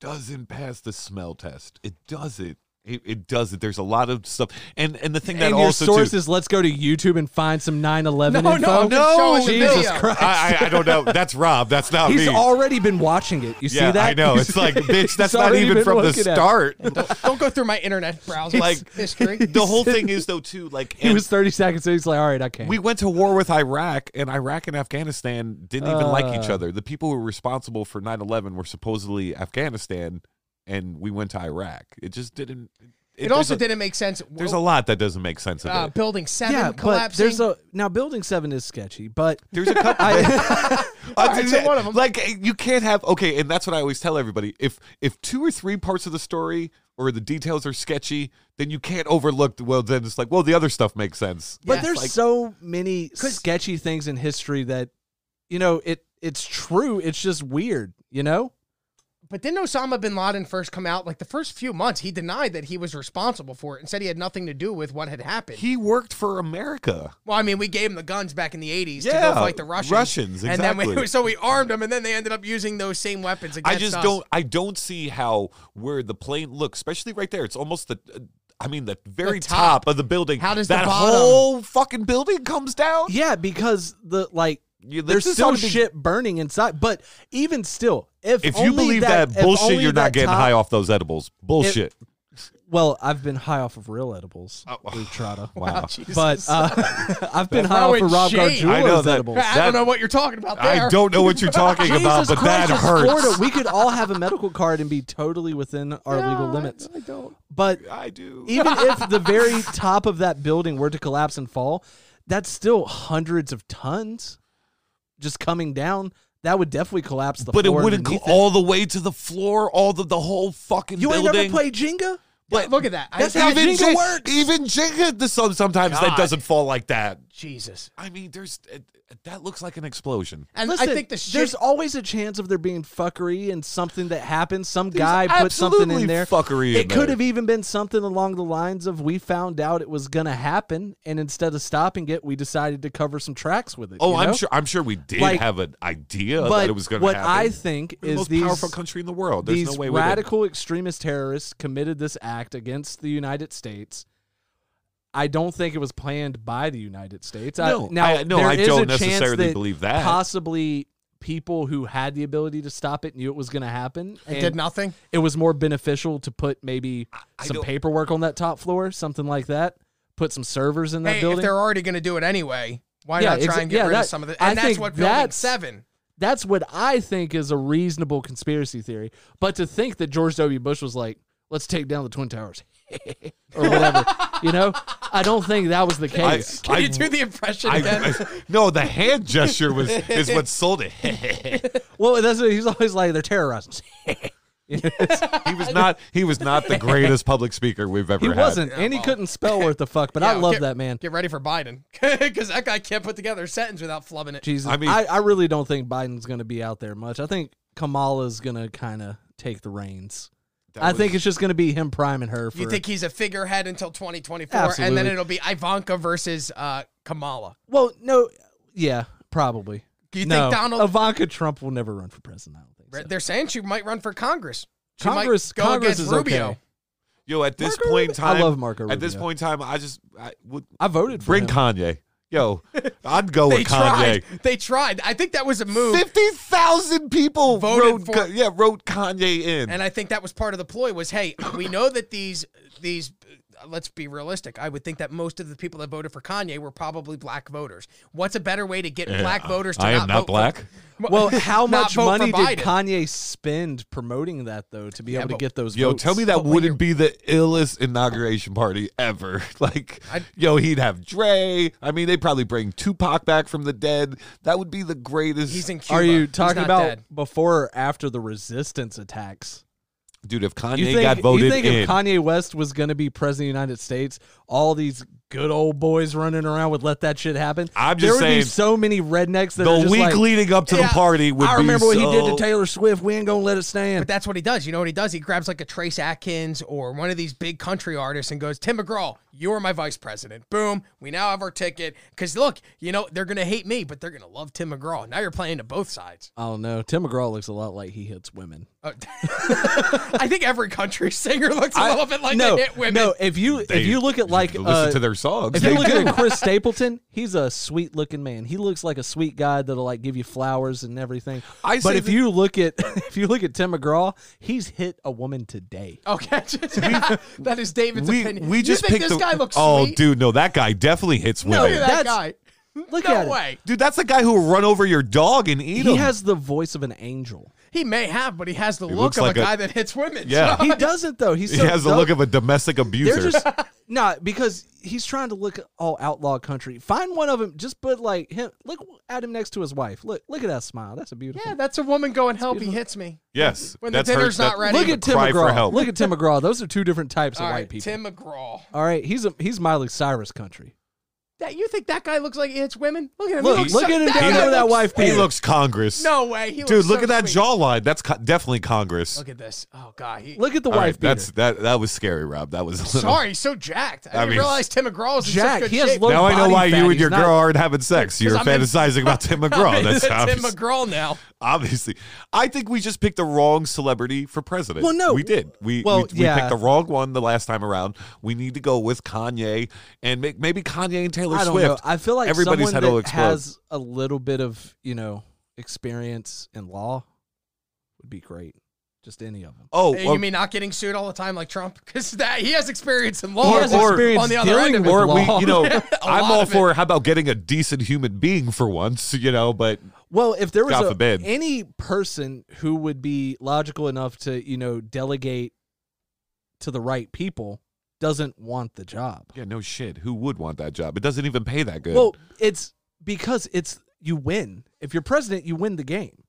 doesn't pass the smell test. It doesn't. It, it doesn't. There's a lot of stuff, and and the thing that
and your
also
source
too,
is let's go to YouTube and find some 9 11
No, no,
info.
I'm just showing the
Jesus
video.
Christ.
I, I I don't know. That's Rob. That's not
He's
me.
already been watching it. You
yeah,
see that?
I know. It's like bitch. That's not even from the start.
Don't go through my internet browser
Like-
history.
The whole thing is though too. Like
He
and-
was 30 seconds in. He's like, all right, I can't.
We went to war with Iraq, and Iraq and Afghanistan didn't even like
Uh.
each other. The people who were responsible for 9 11 were supposedly Afghanistan, and we went to Iraq. It just didn't.
it also
there's a-
didn't make sense.
There's a lot that doesn't make sense of
uh,
it.
building seven
yeah, but
collapsing.
there's a. Now, Building 7 is sketchy, but.
There's a couple.
All right, so one of 'em.
Like you can't have okay, and that's what I always tell everybody. If if two or three parts of the story or the details are sketchy, then you can't overlook. Well, then it's like, well, the other stuff makes sense.
But
Yeah.
there's
Like-
so many sketchy things in history that, you know, it it's true. It's just weird, you know.
But didn't Osama bin Laden first come out? Like the first few months, he denied that he was responsible for it and said he had nothing to do with what had happened.
He worked for America.
well, I mean, we gave him the guns back in the eighties to
Yeah,
go fight the Russians.
Russians,
and then we,
exactly.
so we armed them, and then they ended up using those same weapons
I
against
just
us.
don't. I don't see how where the plane look, especially right there. It's almost the. I mean, the very
top.
top. of the building.
How does the
that
bottom-
whole fucking building comes down?
Yeah, because the like
You- this
there's
is
still
on the-
shit burning inside. But even still, if
If
only
you believe that,
if
bullshit,
only
you're
that
not getting
top-
high off those edibles. Bullshit.
Well, I've been high off of real edibles,
Oh.
Luke Trotta.
wow.
But uh, I've been high off
throwing
of Rob
shade.
I know
Gargiulo's
that-
edibles.
I don't
That-
know what you're talking about there.
I don't know what you're talking
Jesus
about, but
Christ,
that
it's
hurts.
Florida. We could all have a medical card and be totally within our legal limits. I don't. But
I do.
even if the very top of that building were to collapse and fall, that's still hundreds of tons just coming down. That would definitely collapse the
but it
floor.
wouldn't go
underneath
all the way to the floor, all the the whole fucking
You ain't
building.
never played Jenga?
But
Look at that. I-
that's
I-
how even
Jenga
Jenga
works.
Even Jenga does some- sometimes that
God.
doesn't fall like that.
Jesus.
I mean, there's it, that looks like an explosion.
And
Listen,
I think the shit.
there's always a chance of there being fuckery and something that happens. Some
There's
guy put something
absolutely
in there.
fuckery in
It could
there.
have even been something along the lines of we found out it was gonna happen, and instead of stopping it, we decided to cover some tracks with it.
Oh,
you
I'm
know?
sure. I'm sure we did
Like-
have an idea
But
that it was going to
what
happen.
I think
We're the
is
most
these
powerful country in the world. There's
these
no way we didn't.
radical extremist terrorists committed this act against the United States. I don't think it was planned by the United States.
No,
I, now,
I- no,
there
I
is
don't
a chance
necessarily
that
believe that.
Possibly people who had the ability to stop it knew it was going to happen.
and did nothing.
It was more beneficial to put maybe
I
some
don't-
paperwork on that top floor, something like that. Put some servers in that
Hey, if
building.
they're already going to do it anyway, why
Yeah,
not try
exa-
and get
yeah,
rid
that-
of some of the?
I
And that's
think
what building
that's-
seven.
That's what I think is a reasonable conspiracy theory. But to think that George W. Bush was like, let's take down the Twin Towers or whatever, you know, I don't think that was the
I-
case.
Can
I-
you do the impression
I-
again?
no, the hand gesture was is what sold it. he
well, that's what he's always like, they're terrorizing. us."
was not. He was not the greatest public speaker we've ever
He
had.
wasn't, and he couldn't spell worth the fuck, but I
Yeah,
love
get-
that man.
Get ready for Biden because that guy can't put together a sentence without flubbing it.
Jesus.
I
I,
mean-
I, really don't think Biden's going to be out there much. I think Kamala's going to kind of take the reins. I think it's just going to be him priming her for
You think he's a figurehead until 2024, and then
Absolutely.
it'll be Ivanka versus uh, Kamala.
Well, no, yeah, probably.
Do you
No,
think Donald?
Ivanka Trump will never run for president? I don't think so.
they're saying she might run for Congress. She might
Congress,
go
Congress
against
is
Rubio.
okay.
Yo, at this
Marco
point in
Rubio-
time,
I love Marco
At this
Rubio.
point in time, I just I would
I voted for
bring
him.
Kanye. Yo, I'd go
They
with Kanye.
tried. They tried. I think that was a move,
Fifty thousand people
Voted
voted.
for-
Wrote, for- yeah, wrote Kanye in.
and I think that was part of the ploy. Was hey, we know that these these. Let's be realistic. I would think that most of the people that voted for Kanye were probably black voters. What's a better way to get black voters to
I am
not,
not
vote for-
black.
Well, how
not
much
vote for
money did
Biden?
Kanye spend promoting that though to be able to
but-
get those
Yo,
votes?
tell me that wouldn't be the illest inauguration party ever. Like, yo, he'd have Dre. I mean, they'd probably bring Tupac back from the dead. That would be the greatest.
He's in Cuba.
Are you
He's
talking
not
about
dead.
before or after the resistance attacks?
Dude, if Kanye
You think,
got voted
you think
in,
if Kanye West was going to be president of the United States, all these good old boys running around would let that shit happen?
I'm
there
just
would
saying,
be so many rednecks that are
the
just
week
like,
leading up to
"Yeah,
the party would
I
be
remember what he did to
so-
Taylor Swift. We ain't going to let it stand.
But that's what he does. You know what he does? He grabs like a Trace Atkins or one of these big country artists and goes, Tim McGraw, you are my vice president. Boom. We now have our ticket. Because look, you know, they're going to hate me, but they're going to love Tim McGraw. Now you're playing to both sides.
I don't know. Tim McGraw looks a lot like he hits women.
Uh, I think every country singer looks a
I-
little bit like
no,
they hit women.
No, if you
They-
if you look at like
listen
uh,
to their songs.
if you
They
look
do.
at Chris Stapleton, he's a sweet looking man. He looks like a sweet guy that'll like give you flowers and everything.
I
but
say
if
that-
you look at if you look at Tim McGraw, he's hit a woman today.
Okay, that is David's
we,
opinion.
we
You
just
think
picked
this
the,
guy looks
oh,
sweet?
dude, no, that guy definitely hits
Look
women.
at that
That's-
guy.
Look
no
at him.
way.
Dude, that's the guy who will run over your dog and eat
He
him.
has the voice of an angel.
He may have, but he has the look
looks
of
like
a
a-
guy that hits women.
Yeah.
He doesn't though. He's
he
so
has the
dumb.
look of a domestic
They're
abuser.
just nah, because he's trying to look at all outlaw country. Find one of them. Just put like him. Look at him next to his wife. Look, look at that smile. That's a beautiful.
Yeah, that's a woman going, help, he hits me.
yes,
When the
that's her-
dinner's not
that-
ready.
Look
Cry
at Tim
for
McGraw.
help.
Look at Tim McGraw. Those are two different types
All
of
right,
white people.
Tim McGraw.
All right, he's a he's Miley Cyrus country.
That you think that guy looks like he hits women? Look at him.
Look,
he looks
look
so-
at him
that
down
guy
there with that
looks-
wife
He
beater.
looks Congress.
No way. He
Dude,
looks
look
so
at that
sweet.
jawline. That's co- definitely Congress.
Look at this. Oh god. He,
Look at the
All right,
wife beater.
that's that. That was scary, Rob. That was a little,
sorry, he's so jacked. I, didn't
mean-
realize Tim McGraw was in
Jack,
such good
he has
shape.
low-
Now I know
body
why
fat.
you and
He's
your
not-
girl aren't having sex. You're
I'm in-
fantasizing about Tim McGraw.
It's
That's
a
how
Tim McGraw now.
obviously. I think we just picked the wrong celebrity for president.
Well, no.
we did. We
Well,
we, we
yeah.
picked the wrong one the last time around. We need to go with Kanye and make, maybe Kanye and Taylor
I don't
Swift.
know. I feel like
everybody's
someone
head will
that
explode.
has a little bit of you know experience in law would be great. Just any of them.
oh,
Hey,
or,
you mean not getting sued all the time like Trump? Because that he has experience in
He
law.
has
or-
experience
on the other end
dealing
of it.
with
or
law.
we, you know, I'm
lot
all
of
for how about getting a decent human being for once, you know, but
Well, if there was
God
a-
forbid.
any person who would be logical enough to, you know, delegate to the right people, doesn't want the job.
yeah, no shit. Who would want that job? It doesn't even pay that good.
Well, it's because it's you win. If you're president, you win the game.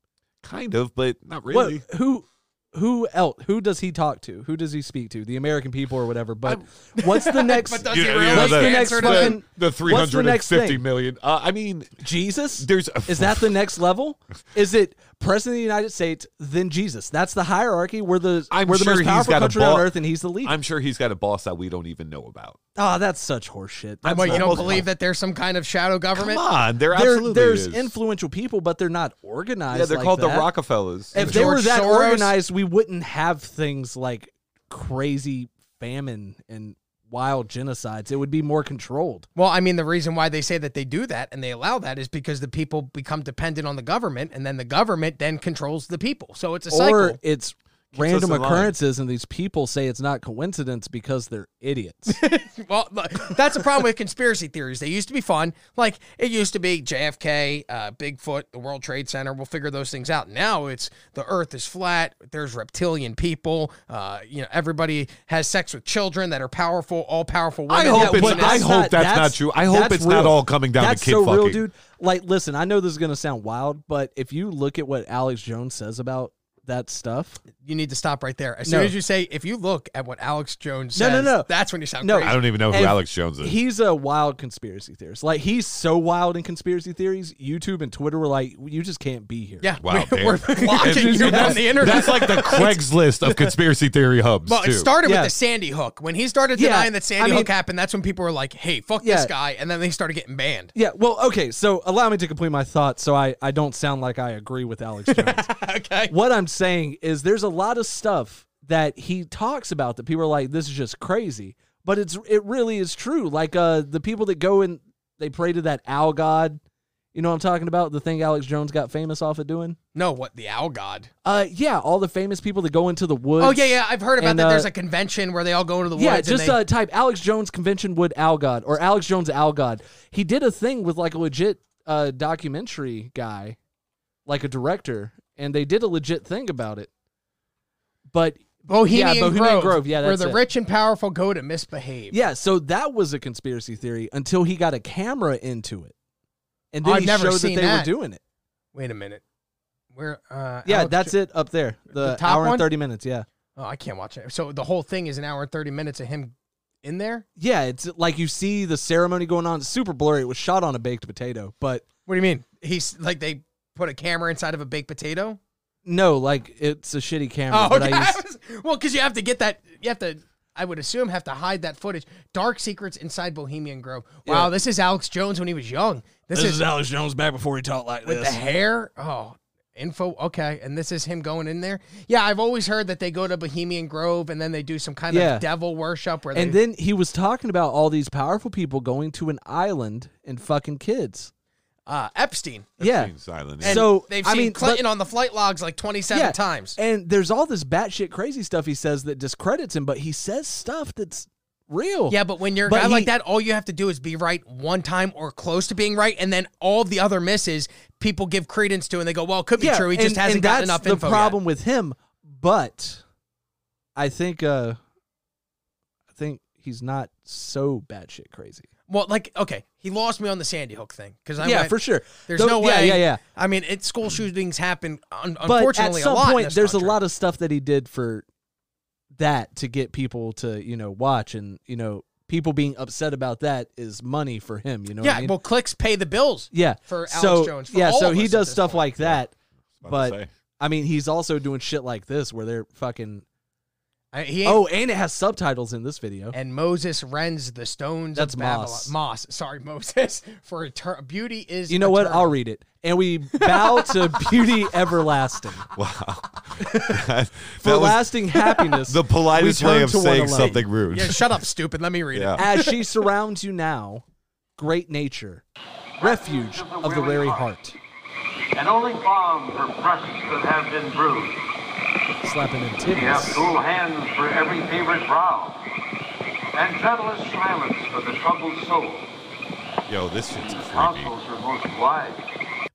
kind of, but not
What-
really.
who who else? Who does he talk to? Who does he speak to? The American people or whatever. But what's the next?
But does
You
he
know- you
really
know
what's the
that-
next
answer to that?
fucking?
the, the
what's the next
350
thing?
million. Uh, I mean,
Jesus?
There's a-
is that the next level? Is it president of the United States then Jesus? That's the hierarchy. We're the
I'm
we're the
sure
most
he's
powerful
got a
country
ball-
on earth, and he's the leader.
I'm sure he's got a boss that we don't even know about.
oh, that's such horseshit. That's
What, you
not-
don't believe that there's some kind of shadow
Come
government?
on, there
There-
absolutely
there's
is.
influential people, but they're not organized.
Yeah, they're
like
called the
that.
Rockefellers.
If
Yeah.
they were
George
that
Soros.
organized, we wouldn't have things like crazy famine and wild genocides. It would be more controlled.
Well, I mean, the reason why they say that they do that and they allow that is because the people become dependent on the government, and then the government then controls the people. So it's a cycle.
Or it's random
in line.
occurrences, and these people say it's not coincidence because they're idiots.
Well, look, that's the problem with conspiracy theories. They used to be fun. Like it used to be JFK, uh, Bigfoot, the World Trade Center. We'll figure those things out. Now it's the Earth is flat. There's reptilian people. Uh, you know, everybody has sex with children that are powerful, all powerful women.
I hope
Yeah,
it's-
but
I hope that's not true. I hope
that's
it's not all coming down to
That's
kid
so real,
fucking.
dude. Like, listen, I know this is gonna sound wild, but if you look at what Alex Jones says about that stuff,
you need to stop right there. As
No.
soon as you say, if you look at what Alex Jones
No,
says,
no, no.
that's when you sound
No.
crazy.
I don't even know who
And
Alex Jones is.
he's a wild conspiracy theorist. Like, he's so wild in conspiracy theories. YouTube and Twitter were like, you just can't be here.
yeah,
Wow,
we,
damn.
are blocking you on the internet.
That's like the Craigslist of conspiracy theory hubs.
Well,
too.
it started
Yeah.
with the Sandy Hook. When he started
Yeah,
denying that Sandy
I mean-
Hook happened, that's when people were like, "Hey, fuck
Yeah.
this guy," and then they started getting banned.
Yeah, well, okay, so allow me to complete my thought so I, I don't sound like I agree with Alex Jones.
okay.
what I'm saying is there's a lot of stuff that he talks about that people are like, this is just crazy. But it's it really is true. Like uh the people that go and they pray to that owl god. You know what I'm talking about? The thing Alex Jones got famous off of doing?
No, what the owl god?
Uh yeah, all the famous people that go into the woods.
Oh yeah, yeah. I've heard about
and,
that. There's
uh,
a convention where they all go into the woods.
Yeah,
and
just
they-
uh, type Alex Jones convention wood owl god or Alex Jones owl god. He did a thing with like a legit uh, documentary guy, like a director, and they did a legit thing about it. But
Bohemian,
yeah, Bohemian
Grove,
Grove, yeah,
where
that's
the
it.
rich and powerful go to misbehave.
yeah, so that was a conspiracy theory until he got a camera into it, and then
Oh, I've
he
never
showed
seen
that they
that.
were doing it.
Wait a minute. Where? Uh,
Yeah,
Alex
that's
Jo-
it up there, the,
The top
hour
one?
and thirty minutes. Yeah,
Oh, I can't watch it. So the whole thing is an hour and thirty minutes of him in there.
yeah, it's like you see the ceremony going on. It's super blurry. It was shot on a baked potato, but
What do you mean? He's like they put a camera inside of a baked potato.
no, like it's a shitty camera.
Oh,
but
okay.
I used,
well, because you have to get that. You have to. I would assume have to hide that footage. Dark secrets inside Bohemian Grove. Wow,
Yeah.
this is Alex Jones when he was young. This, is,
Alex Jones back before he taught like
with the hair. Oh, info. Okay, and this is him going in there. Yeah, I've always heard that they go to Bohemian Grove and then they do some kind
Yeah.
of devil worship where
And
they.
then he was talking about all these powerful people going to an island and fucking kids.
uh, Epstein.
Yeah.
Being silent.
And-
yeah.
So,
they've
I
seen
mean, but-
Clinton on the flight logs like twenty-seven
yeah.
times.
And there's all this batshit crazy stuff he says that discredits him, but he says stuff that's real.
Yeah, but when you're a
But
guy like
he-
that, all you have to do is be right one time or close to being right, and then all the other misses people give credence to, and they go, "Well, it could be
Yeah,
true. He just
and-
hasn't
and
gotten enough
that's the
info."
problem with him. But I think uh I think he's not so batshit crazy.
yet. Well, like, okay, he lost me on the Sandy Hook thing because I
yeah,
went,
for sure.
There's
Though-
no
yeah,
way.
Yeah, yeah.
I mean, it school shootings happen. Un-
but at
unfortunately,
some
a lot in
point
this
there's
country.
a lot of stuff that he did for that to get people to you know watch and you know people being upset about that is money for him you know what
yeah,
I mean?
well, clicks pay the bills.
yeah
for Alex
so,
Jones, for
yeah
all
so
of
he
us at
does
this
stuff
point.
like that
About to
but-
say.
i mean he's also doing shit like this where they're fucking
I- he ain't-
oh and it has subtitles in this video
and Moses rends the stones.
That's
of Babylon.
Moss.
Moss. Sorry, Moses. For eter- beauty is
you know what
eternal.
i'll read it and we bow to beauty everlasting
Wow. that
for
that was
lasting happiness
the politest
we turn
way of
to one
saying
alone.
something rude.
Yeah, shut up, stupid. Let me read it.
Yeah.
as she surrounds you now great nature refuge of the weary heart
and only balm for breasts that have been bruised.
slapping them
We have
titties.
cool hands for every fevered brow, and gentlest silence for the troubled soul.
Yo, this shit's creepy.
Counsels are most wise.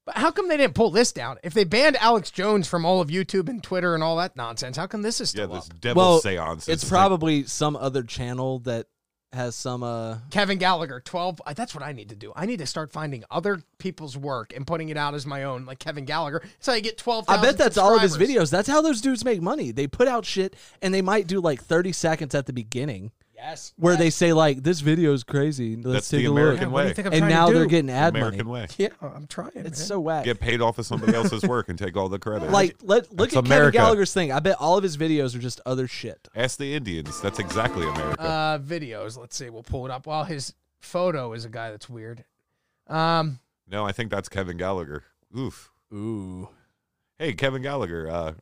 But how come they didn't pull this down? If they banned Alex Jones from all of YouTube and Twitter and all that nonsense, how come this is
Yeah,
still
this
up?
devil
well,
seance.
it's
is-
probably some other channel that has some uh
Kevin Gallagher, 12. uh, That's what I need to do. I need to start finding other people's work and putting it out as my own, like Kevin Gallagher. That's how you get 12.
I bet that's all of his videos. That's how those dudes make money. They put out shit and they might do like 30 seconds at the beginning
Yes.
where they say like this video is crazy. Let's
That's
take
the
a
American
look.
way.
And now they're getting ad
American
money.
way.
Yeah, oh, I'm trying.
It's
man.
so whack.
Get paid off of somebody else's work and take all the credit.
Like let look
That's
at Kevin
America.
Gallagher's thing. I bet all of his videos are just other shit.
ask the Indians. That's exactly America.
uh, videos. Let's see. We'll pull it up. While his photo is a guy that's weird. Um,
no, I think that's Kevin Gallagher. Oof.
Ooh.
Hey, Kevin Gallagher. Uh,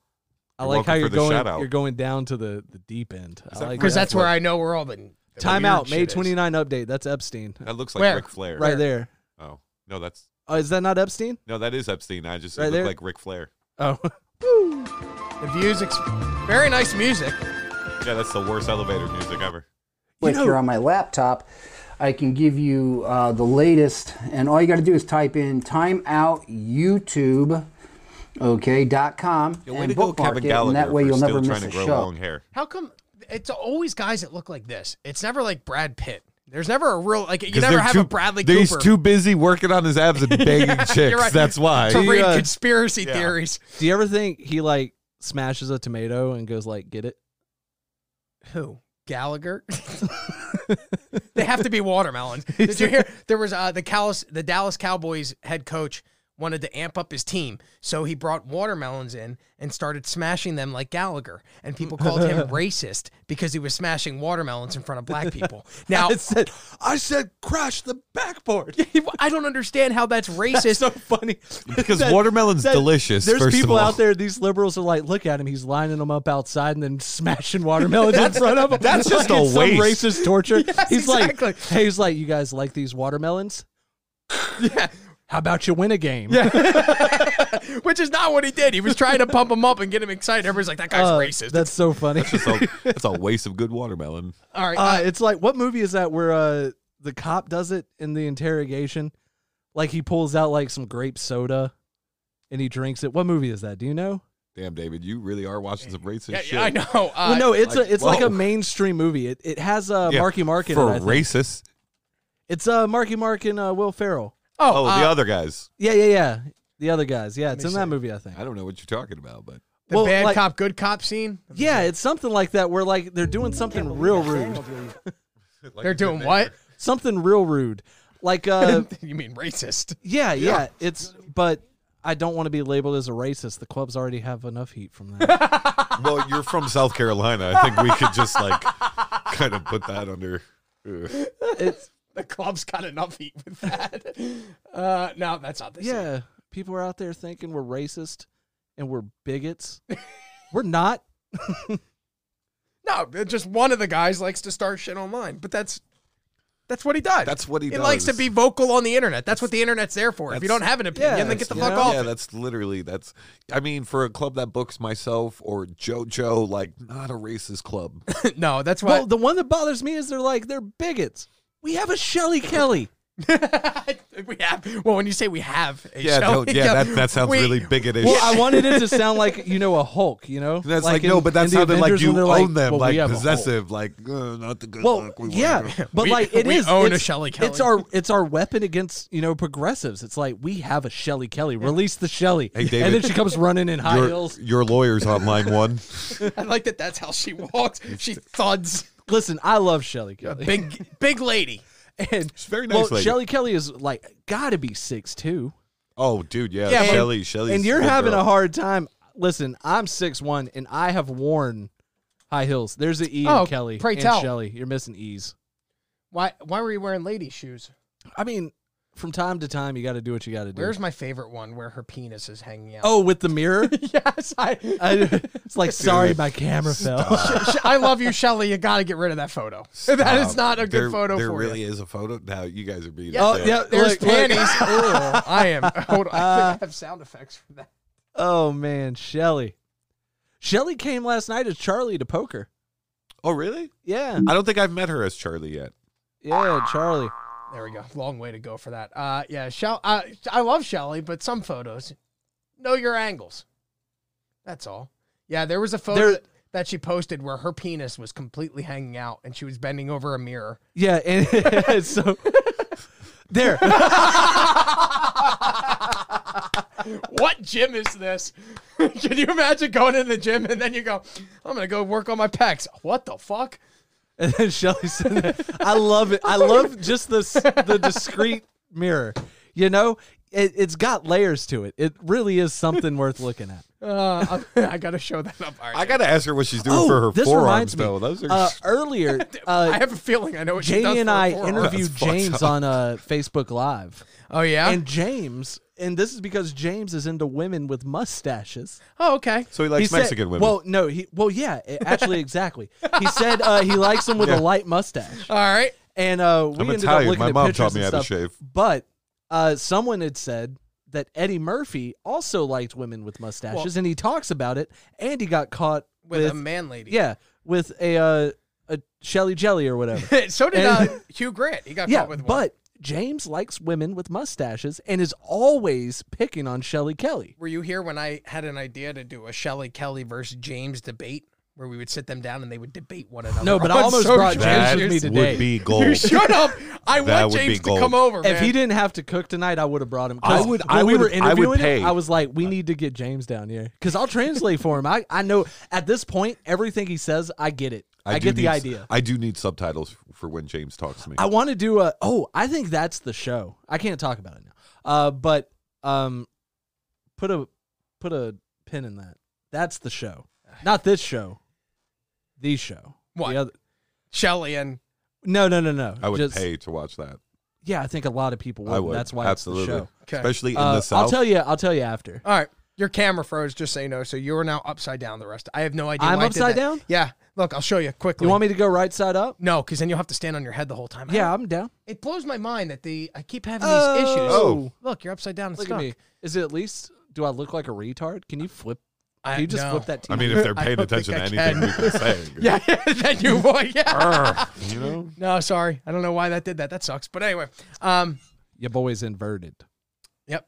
I
You're
like how
welcome for
you're
the
going
shout-out.
you're going down to the, the deep end. I
that
like
because
that.
that's where I know we're all the the
Time
weird
out, May
shit is.
29 update. That's Epstein.
that looks like
Where?
Ric Flair.
Right there.
Oh no, that's
Oh, is that not Epstein?
no, that is Epstein. I just it
Right
looked
there?
like Ric Flair.
Oh.
The views, ex- very nice music.
Yeah, that's the worst elevator music ever.
click
know-
here on my laptop, I can give you uh, the latest. And all you got to do is type in timeoutyoutube, okay, dot com,
Yeah, way
and
to go,
bookmark
Kevin
it,
Gallagher.
and that way
for
you'll
still
never
trying
miss
to
a
grow
show.
long hair.
How come it's always guys that look like this? It's never like Brad Pitt. There's never a real like you never have a Bradley Cooper.
He's too busy working on his abs and banging chicks.
right.
That's why.
to read
uh,
conspiracy
yeah.
theories.
Do you ever think he like smashes a tomato and goes like, "Get it"?
Who? Gallagher. they have to be watermelons. Did you hear? There was uh, the Dallas, the Dallas Cowboys head coach wanted to amp up his team, so he brought watermelons in and started smashing them like Gallagher. And people called him racist because he was smashing watermelons in front of black people. Now
I said, "I said, crash the backboard."
I don't understand how that's racist.
so funny
Because watermelon's delicious,
There's
first of
people
all.
out there; these liberals are like, "Look at him; he's lining them up outside and then smashing watermelons in front of them."
that's just
Like
a
it's
waste.
Some racist torture. he's
exactly.
like, "Hey, he's like, you guys like these watermelons?
yeah.
How about you win a game?" Yeah,
Which is not what he did. He was trying to pump him up and get him excited. Everybody's like, that guy's racist.
Uh, Oh, That's so funny.
So that's a waste of good watermelon.
All right.
Uh, it's like what movie is that where uh, the cop does it in the interrogation? Like he pulls out like some grape soda and he drinks it. What movie is that? Do you know?
Damn, David, you really are watching some racist
yeah,
shit.
yeah, I know. Uh,
well, no, it's
like,
a, it's like
whoa.
a mainstream movie. It it has uh,
Yeah,
Marky Mark in
for
it. I think.
racist.
It's uh, Marky Mark and uh, Will Ferrell.
Oh,
uh,
the other guys.
Yeah, yeah, yeah. The other guys. Yeah, it's in that movie. I think.
I don't know what you're talking about, but
the
well,
bad
like-
cop, good cop scene.
Yeah, it's something like that where like they're doing something real rude.
They're doing what?
Something real rude. Like uh,
you mean racist?
Yeah, yeah. It's but I don't want to be labeled as a racist. The clubs already have enough heat from that.
Well, you're from South Carolina. I think we could just like kind of put that under. Ugh.
it's
The club's got enough heat with that. Uh, no, that's not the scene.
yeah. People are out there thinking we're racist and we're bigots. we're not.
No, it- just one of the guys likes to start shit online, but that's that's what he does.
That's what he
He likes to
does.
be vocal on the internet. That's, what the internet's there for. If you
that's-
don't have an opinion,
yeah,
then get the
you
fuck
know?
off.
Yeah, that's literally that's. I mean, for a club that books myself or JoJo, like not a racist club.
no, that's why.
Well, the one that bothers me is they're like they're bigots. We have a Shelly Kelly.
we have. Well, when you say we have, a
Yeah,
show,
no, yeah, that, that sounds
we-
really bigoted.
Well, I wanted it to sound like you know a Hulk. You know,
That's like, no,
in-
but that
in the
sounded like
Avengers
you
when
own
they're
them,
well, we
like
have a Hulk.
possessive, like uh, not the good.
Well,
luck we want.
yeah, but
We-
like it is.
we own a
it's-
Shelley
It's
Kelly.
our it's our weapon against you know progressives. It's like we have a Shelly Kelly. Release the Shelly,
Hey, David.
and then she comes running in high
your,
heels.
your lawyer's on line one.
I like that. That's how she walks. She thuds.
Listen, I love Shelly Kelly.
Big, big lady.
and
She's a very
well,
nice lady.
Shelly Kelly is like got to be six two,
Oh, dude, yeah,
Yeah, but-
Shelly, Shelly,
and you're having a hard time. Listen, I'm six one, and I have worn high heels. There's an E in
Oh,
Kelly
pray
and
tell.
Shelly. You're missing E's.
Why? Why were you wearing lady shoes?
I mean, from time to time, you got to do what you got to do.
Where's my favorite one where her penis is hanging out?
oh, with the mirror.
yes, I,
I, it's like sorry, my camera fell.
Sh- I love you, Shelly. You got to get rid of that photo. That is not a good
Uh, there,
photo
There
for
really
you.
is a photo. Now you guys are beating.
Oh,
it.
yeah,
There's
look, look.
panties. Ew, I am. Hold on. I think I have sound effects for that.
Oh man, Shelly. Shelly came last night as Charlie to poker.
Oh, really?
Yeah.
I don't think I've met her as Charlie yet.
Yeah, Charlie.
There we go. Long way to go for that. Uh, yeah, Shell. Uh, I love Shelly, but some photos. Know your angles. That's all. Yeah, there was a photo.
There-
that- that she posted where her penis was completely hanging out and she was bending over a mirror.
Yeah, and so there.
What gym is this? Can you imagine going in the gym and then you go, I'm gonna go work on my pecs. What the fuck?
And then Shelly said, that. "I love it. I love just this the discreet mirror. You know, it, it's got layers to it. It really is something worth looking at."
Uh, I, I gotta show that up. All right.
I gotta ask her what she's doing for her
Oh, this
forearms,
reminds me.
though. Those are
uh, earlier,
I
uh,
have a feeling I know what she does
Jamie and
for her
I
forearm.
interviewed
That's fucked
James
up.
on uh, Facebook Live,
Oh yeah.
and James, and this is because James is into women with mustaches.
oh okay.
so he likes
said-
Mexican women.
Well, no, he. Well, yeah, a- actually, exactly. He said uh, he likes them with a
Yeah.
light mustache,
All right.
and uh, we
I'm
ended
Italian.
up looking
My
at
mom
pictures
taught me
and
how to
stuff.
shave.
But uh, someone had said that Eddie Murphy also liked women with mustaches, and he talks about it. And he got caught
With,
with,
a man lady.
yeah, with a uh, a Shelly Jelly or whatever.
so did uh,
And-
Hugh Grant. He got
yeah,
caught with one.
but James likes women with mustaches and is always picking on Shelly Kelly.
Were you here when I had an idea to do a Shelley Kelly versus James debate where we would sit them down and they would debate one another?
No, but I
on
almost
social
brought
media?
James
that
with me today.
would be gold.
Shut up! I
That
want
would be
James to
gold.
come over, Oh, man.
If he didn't have to cook tonight, I would have brought him. 'Cause
I would-
When
I
we
would-
were
I would
interviewing him,
pay.
I was like, we need to get James down here because I'll translate for him. I, I know at this point everything he says, I get it. I,
do
get the
need-
idea.
I do need subtitles for when James talks to me.
I want to do a. Oh, I think that's the show. I can't talk about it now. Uh, but um, put a put a pin in that. That's the show, not this show. The show.
What?
The other,
Shelley and
no, no, no, no.
I would
Just-
pay to watch that.
Yeah, I think a lot of people would.
I would.
That's why
absolutely,
it's the Oh, show.
Okay.
especially in
Uh,
the south.
I'll tell you. I'll tell you after.
all right, your camera froze. Just say no. So you are now upside down. The rest, I have no idea.
I'm
why I did
upside
that.
down?
Yeah. Look, I'll show you quickly.
You want me to go right side up?
No, because then you'll have to stand on your head the whole time. I
Yeah,
don't-
I'm down.
It blows my mind that the I keep having these issues.
Oh.
Look, you're upside down. and
Look
stuck.
at me. Is it at least? Do I look like a retard? Can you flip?
I,
Can you just
no.
flip that? TV?
I mean, if they're
I
paying
don't think
attention to
I
anything
can.
we've been saying,
Yeah, yeah, that you boy. Yeah.
Urgh, you know,
No, sorry. I don't know why that did that. That sucks. But anyway, um,
your boy's inverted.
yep.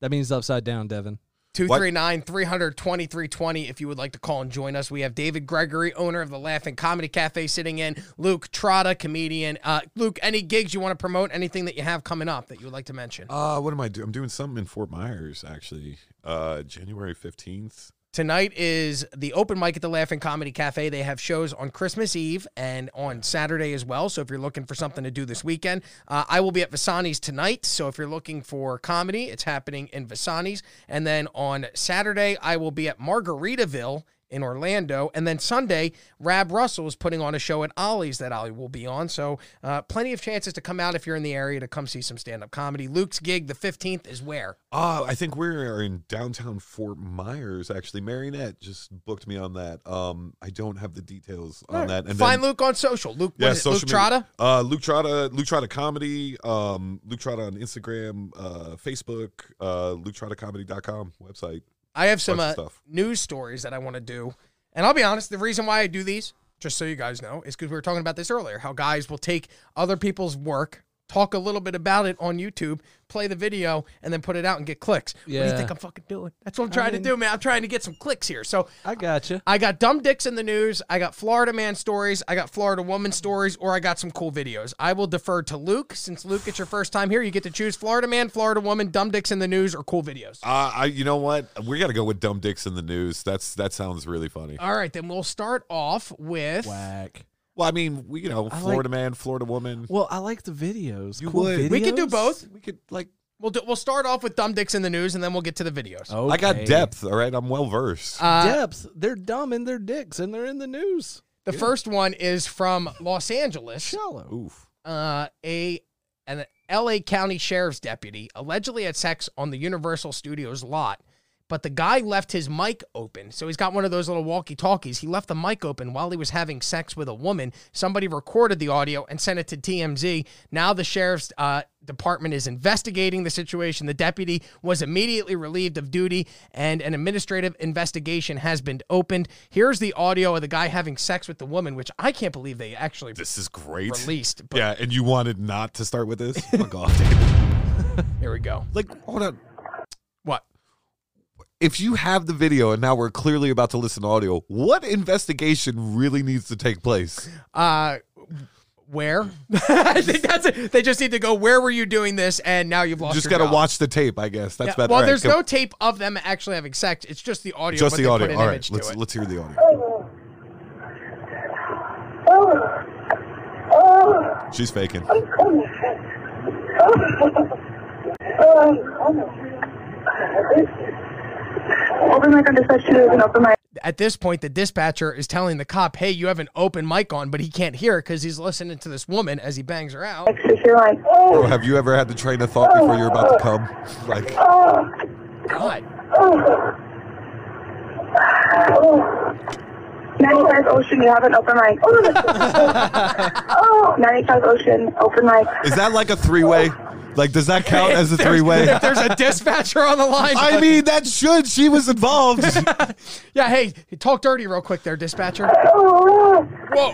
That means upside down, Devin.
239 300 2320 if you would like to call and join us. We have David Gregory, owner of the Laughing Comedy Cafe, sitting in. Luke Trotta, comedian. Uh, Luke, any gigs you want to promote? Anything that you have coming up that you would like to mention?
uh, what am I doing? I'm doing something in Fort Myers actually, uh, January fifteenth.
Tonight is the open mic at the Laughing Comedy Cafe. They have shows on Christmas Eve and on Saturday as well. So if you're looking for something to do this weekend, uh, I will be at Vasani's tonight. So if you're looking for comedy, it's happening in Vasani's. And then on Saturday, I will be at Margaritaville in Orlando. And then Sunday, Rab Russell is putting on a show at Ollie's that I will be on. So uh, plenty of chances to come out if you're in the area to come see some stand up comedy. Luke's gig, the 15th, is where?
Uh, I think we are in downtown Fort Myers. Actually, Marionette just booked me on that. Um, I don't have the details on that. And
Find
then-
Luke on social. Luke, what
Yeah,
is it, Luke
social media.
Trotta?
Uh, Luke Trotta, Luke Trotta comedy, um, Luke Trotta on Instagram, uh, Facebook, uh, LukeTrottaComedy.com website.
I have some
bunch
uh,
of stuff.
news stories that I want to do. And I'll be honest, the reason why I do these, just so you guys know, is because we were talking about this earlier how guys will take other people's work, talk a little bit about it on YouTube, play the video, and then put it out and get clicks. What do you
Yeah.
think I'm fucking doing? That's what I'm trying to do, man. I'm trying to get some clicks here. So
I got you.
I got dumb dicks in the news. I got Florida man stories. I got Florida woman stories, or I got some cool videos. I will defer to Luke since Luke, it's your first time here. You get to choose Florida man, Florida woman, dumb dicks in the news, or cool videos.
Uh, I, you know what? We got to go with dumb dicks in the news. That's that sounds really funny.
All right, then we'll start off with.
Whack.
Well, I mean, we, you know,
I like-
Florida man, Florida woman.
Well, I like the videos.
You
cool
would.
We could do
videos.
both.
We could like.
We'll do, we'll start off with dumb dicks in the news, and then we'll get to the videos.
Okay.
I got depth. All right, I'm well versed.
Uh,
Depth. They're dumb in their dicks and they're in the news.
the first one is from Los Angeles.
Shallow.
Oof.
Uh, a an L.A. County Sheriff's deputy allegedly had sex on the Universal Studios lot, but the guy left his mic open, so he's got one of those little walkie-talkies. He left the mic open while he was having sex with a woman. Somebody recorded the audio and sent it to TMZ. Now the sheriff's uh, department is investigating the situation. The deputy was immediately relieved of duty, and an administrative investigation has been opened. Here's the audio of the guy having sex with the woman, which I can't believe they actually
This is great.
released. But
Yeah, and you wanted not to start with this? Fuck off, dude.
here we go.
Like, hold on.
What?
if you have the video and now we're clearly about to listen to audio, what investigation really needs to take place?
Uh, where? I think that's it. They just need to go. Where were you doing this? And now you've lost.
Just
got
got to watch the tape, I guess. That's better.
Well,
All right,
there's
go-
no tape of them actually having sex. It's just the audio.
just
but
the
they
audio.
Put an
All
image
right,
to
let's
it.
let's hear the audio. She's faking.
Open mic on dispatcher is an open mic.
At this point, the dispatcher is telling the cop, "Hey, you have an open mic on," but he can't hear because he's listening to this woman as he bangs her out.
If you're like, oh,
Bro, have you ever had the train of thought before you're about to come? Like,
oh,
God,
ninety-five Ocean, you have an open mic. Oh, Ninety-five Ocean, open mic.
is that like a three way? Like, does that count as a three way?
if there's a dispatcher on the line,
I mean, that should. She was involved.
yeah. Hey, talk dirty real quick there, dispatcher.
Oh,
Whoa,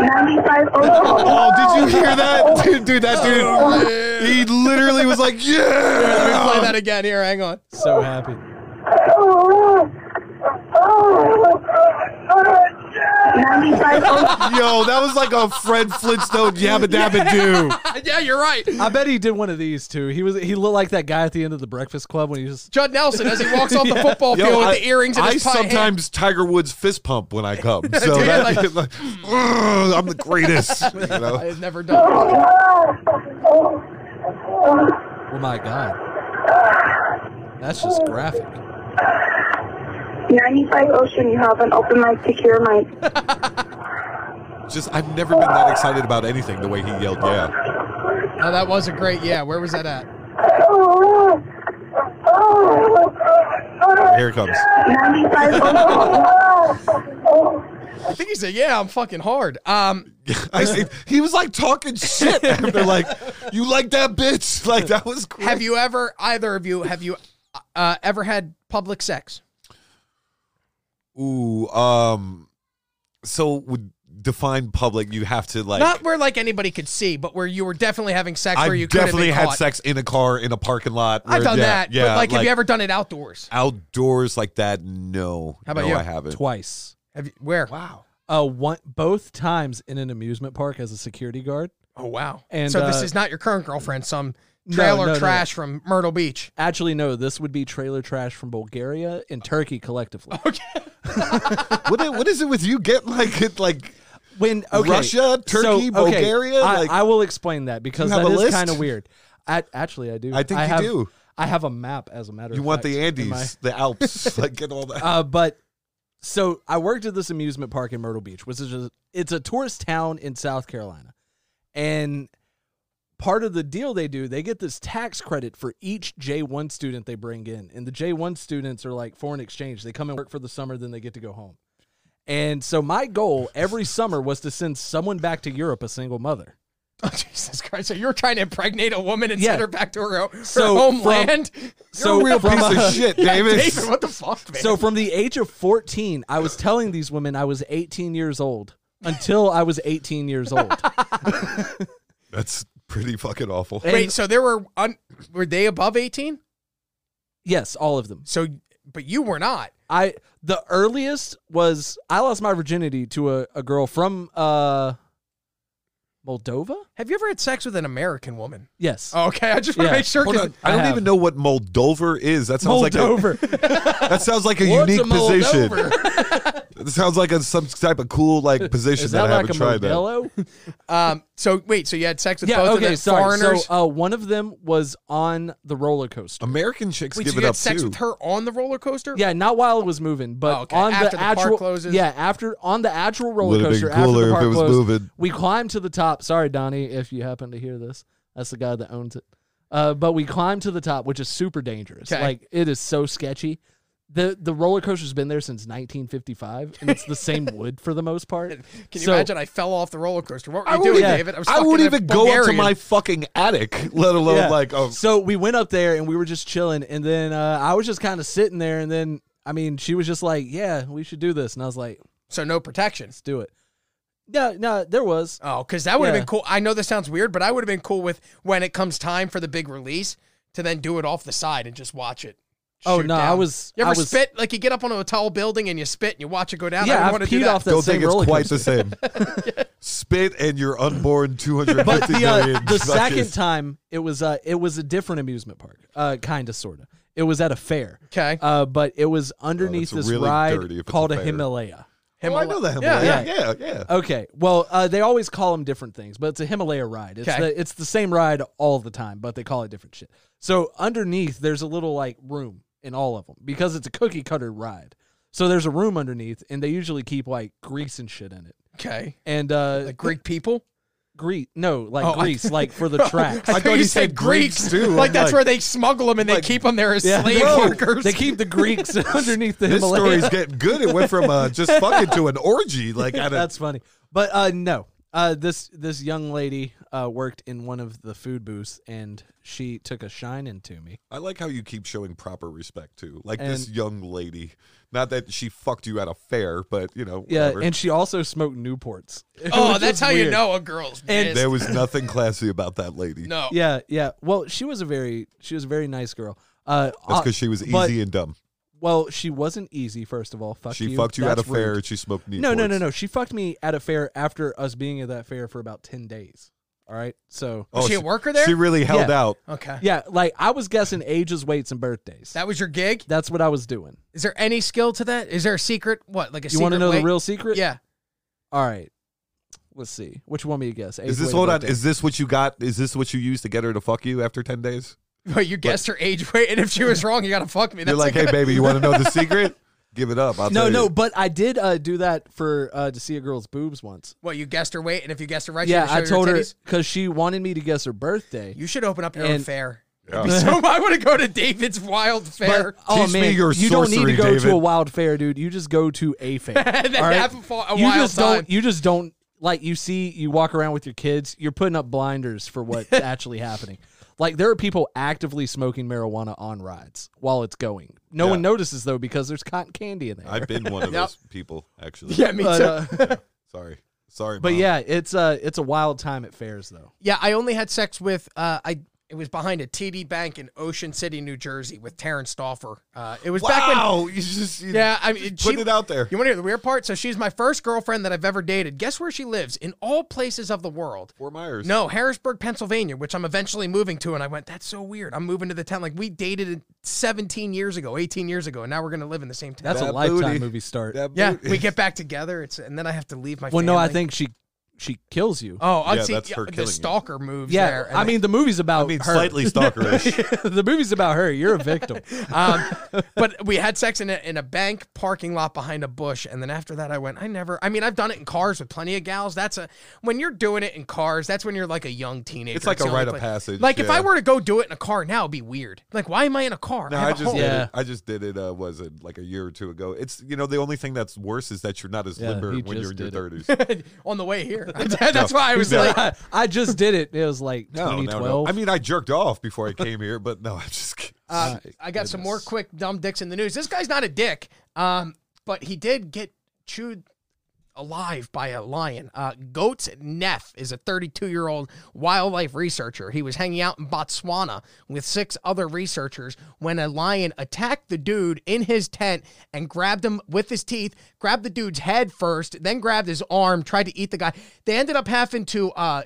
Ninety-five Ocean.
Oh, did you hear that? Dude, dude that
Oh,
dude. He literally was like, yeah.
play that again. Here, hang on.
So happy.
Oh, Ninety-five Ocean.
Yo, that was like a Fred Flintstone yabba dabba do.
yeah, you're right.
I bet he did one of these too. He was he looked like that guy at the end of the Breakfast Club when he was
Judd Nelson as he walks off the football field with the earrings and
I
his pie hand.
sometimes Tiger Woods fist pump when I come. So
Dude,
that,
like-
like, "Ugh, I'm the greatest. You know?
I've never done. it.
Oh my god.
oh.
That's just graphic.
Ninety-five Ocean, you have an open mic. Take your mic.
Just I've never been that excited about anything the way he yelled. Yeah,
Oh, that was a great. Yeah, where was that at?
here it comes.
Ninety-five Ocean.
I think he said, "Yeah, I'm fucking hard." Um,
I see, he was like talking shit after like, you like that bitch? Like that was great.
have you ever, either of you, have you uh, ever had public sex?
Ooh, um, so would define public. You have to like.
Not where like anybody could see, but where you were definitely having sex.
I
where you could have
definitely
been
had
caught.
sex in a car in a parking lot.
I've
where-
done
yeah,
that.
Yeah,
but like, have you ever done it outdoors?
outdoors like that? No,
How about
no,
you?
I haven't.
Twice.
Have you, where?
Wow.
Uh one both times in an amusement park as a security guard.
Oh wow!
And,
so this
uh,
is not your current girlfriend, some
No,
trailer
no, no.
trash from Myrtle Beach.
Actually, no, this would be trailer trash from Bulgaria and Turkey collectively.
what, i- what is it with you? Get like it like
When okay,
Russia, Turkey, Bulgaria,
I,
like-
I will explain that because
have
that
a
is
list?
kind of weird. I, actually, I do.
I think you
have,
do.
I have a map as a matter.
you
of
want
fact,
the
in
Andes,
my-
the Alps, like get all that.
Uh, but so I worked at this amusement park in Myrtle Beach, which is a, it's a tourist town in South Carolina, and part of the deal they do, they get this tax credit for each J one student they bring in, and the J one students are like foreign exchange. They come and work for the summer, then they get to go home. And so my goal every summer was to send someone back to Europe, a single mother.
Oh, Jesus Christ! So you're trying to impregnate a woman and
Yeah.
send her back to her, her
So,
homeland?
So
Real
from
piece of shit, David.
uh, David, what the fuck, man?
So from the age of 14, I was telling these women I was 18 years old until I was 18 years old.
That's pretty fucking awful.
Wait, so there were un- were they above eighteen?
Yes, all of them.
So, but you were not.
I the earliest was I lost my virginity to a, a girl from uh Moldova?
Have you ever had sex with an American woman?
Yes.
Oh,
Oh, Okay, I just want to
Yeah.
make sure.
Hold
'cause-
on, I don't
have.
even know what Moldova is. That sounds
Moldova.
like a, that sounds like a
What's
unique
a
position.
Moldova?
It sounds like a some type of cool like position
Is
that,
that,
I
like a
haven't tried. That
Modelo?
Um, so wait, so you had sex with
yeah,
both of
okay,
the
sorry.
foreigners?
So uh, one of them was on the roller coaster.
American chicks
wait,
give
so
it
you
up
had sex
too.
with her on the roller coaster?
Yeah, not while it was moving, but
Oh, okay.
on
After
the
the park
actual
closes?
Yeah, after on the actual roller
Would've been
coaster after
cooler
the
if
park
it was
closed,
moving.
we climbed to the top. Sorry, Donnie, if you happen to hear this, that's the guy that owns it. Uh, but we climbed to the top, which is super dangerous.
Okay.
Like it is so sketchy. the The roller coaster's been there since 1955, and it's the same wood for the most part.
Can you
So-
imagine? I fell off the roller coaster. What were
I
you doing,
wouldn't-
David? was
I
fucking
wouldn't
a
even go up to
Bulgarian.
my fucking attic, let alone
Yeah.
like um, a
So we went up there and we were just chilling, and then uh, I was just kind of sitting there, and then I mean, she was just like, "Yeah, we should do this," and I was like,
So no protection.
"Let's do it." No, no, there was.
Oh, because that would have
Yeah.
been cool. I know this sounds weird, but I would have been cool with when it comes time for the big release to then do it off the side and just watch it.
Oh,
shoot
no, I
down.
was-
You ever
I was-
spit? Like you get up on a tall building and you spit and you watch it go down. I
yeah, I've
want to do
peed
that.
off that
Don't
same
think it's
roller
quite
coaster.
the same. Spit and your unborn 250
But the,
million
uh, the
suckers.
second time, it was uh, it was a different amusement park, uh, kind of, sort of. It was at a fair.
Okay.
Uh, but it was underneath
Oh, that's
this
really dirty if
ride
it's a
called a,
fair.
Himalaya.
Oh, I know the
Yeah,
Himalaya. Yeah, yeah, yeah.
Okay. Well, uh, they always call them different things, but it's a Himalaya ride. It's,
Okay.
the, it's the same ride all the time, but they call it different shit. So underneath, there's a little like room in all of them because it's a cookie cutter ride. So there's a room underneath, and they usually keep like grease and shit in it.
Okay.
And uh,
The Greek people.
Greece, no, like
Oh, I-
grease, like for the tracks.
I thought you said Greeks, too.
Like
I'm
that's
like-
where they smuggle them and they keep them there as
Yeah.
slave
Bro,
workers.
They keep the Greeks underneath the
This
Himalaya.
story's getting good. It went from uh, just fucking to an orgy. Like at a,
That's funny. But uh, no, uh, this this young lady uh, worked in one of the food booths, and she took a shine into me.
I like how you keep showing proper respect too. Like this
And-
young lady. Not that she fucked you at a fair, but you know,
Yeah,
whatever.
and she also smoked Newports.
oh,
which
that's
is
how you
weird.
know a girl's
And-
pissed.
there was nothing classy about that lady.
no.
Yeah, yeah. Well, she was a very she was a very nice girl. Uh,
That's
uh,
because she was easy
but-
and dumb.
well, she wasn't easy. First of all, fuck
She
you.
fucked you at a
That's
fair
rude.
and she smoked Newports.
No, no, no, no. She fucked me at a fair after us being at that fair for about ten days. All right, so
Was
Oh,
she a worker there?
She really
Yeah.
held
Oh,
out.
Okay.
yeah, like I was guessing ages, weights, and birthdays.
That was your gig.
That's what I was doing.
Is there any skill to that? Is there a secret? What like a
you
want to
know the real secret?
Yeah.
All right. Let's see. Which one will you guess? Age,
Is this
weight,
hold on?
birthday.
Is this what you got? Is this what you used to get her to fuck you after ten days?
But you guessed her age, weight, and if she was wrong, you gotta fuck me.
You're
That's
like, hey baby, you want to know the secret? Give it up. I'll
no,
tell
no,
you.
but I did uh, do that for uh, to see a girl's boobs once.
What you guessed her weight, and if you guessed her right,
yeah,
you
I
had to show
told
your
her
titties?
because she wanted me to guess her birthday.
you should open up your own
And-
fair.
Yeah.
So I want to go to David's Wild Fair.
But, oh
Teach me
man,
your
you don't need to
sorcery,
go to
David.
a wild fair, dude. You just go to a fair.
And then
all right?
have a fa- a
you
wild
just
time.
don't. You just don't like. You see, you walk around with your kids. You're putting up blinders for what's actually happening. Like there are people actively smoking marijuana on rides while it's going. No
Yeah.
one notices though because there's cotton candy in there.
I've been one
Yep.
of those people actually.
yeah, me
But,
too.
uh,
Sorry, sorry.
But
Mom.
yeah, it's a it's a wild time at fairs though.
yeah, I only had sex with uh, I. It was behind a TD Bank in Ocean City, New Jersey, with Terrence Stauffer. Uh, it was back when
Wow, you just you
Yeah, I mean,
put
she-
it out there.
You want to hear the weird part? So she's my first girlfriend that I've ever dated. Guess where she lives? In all places of the world.
Fort Myers.
No, Harrisburg, Pennsylvania, which I'm eventually moving to. And I went, that's so weird. I'm moving to the town. Like, we dated 17 years ago, 18 years ago, and now we're going to live in the same town.
That's a
That
lifetime
booty.
movie start.
That
yeah,
boot-
we get back together. It's And then I have to leave my
well,
family.
no, I think she she kills you.
Oh, I
Yeah,
see.
that's her
the
killing you.
stalker moves
yeah,
there. and
I mean the movie's about
I mean,
her.
slightly stalkerish.
the movie's about her. You're a victim.
um, but we had sex in a, in a bank parking lot behind a bush, and then after that, I went. I never. I mean, I've done it in cars with plenty of gals. That's a when you're doing it in cars. That's when you're like a young teenager.
It's like a
the only
rite of
place-
passage,
Like if
yeah.
I were to go do it in a car now, it'd be weird. Like why am I in a car?
No,
have
I
a
just
home.
did
Yeah.
it. I just did it. Uh, was it like a year or two ago? It's you know the only thing that's worse is that you're not as
Yeah,
limber
he
when you're in
just
your
did
thirties.
on the way here. that's why I was
No.
like, uh,
I, I just did it. It was like
No, no,
2012.
no. I mean, I jerked off before I came here, but no, I'm just. Kidding.
Um, I got some more quick dumb dicks in the news. This guy's not a dick, um, but he did get chewed alive by a lion. Uh, Goats Neff is a 32 year old wildlife researcher. He was hanging out in Botswana with six other researchers when a lion attacked the dude in his tent and grabbed him with his teeth, grabbed the dude's head first, then grabbed his arm, tried to eat the guy. They ended up having to uh,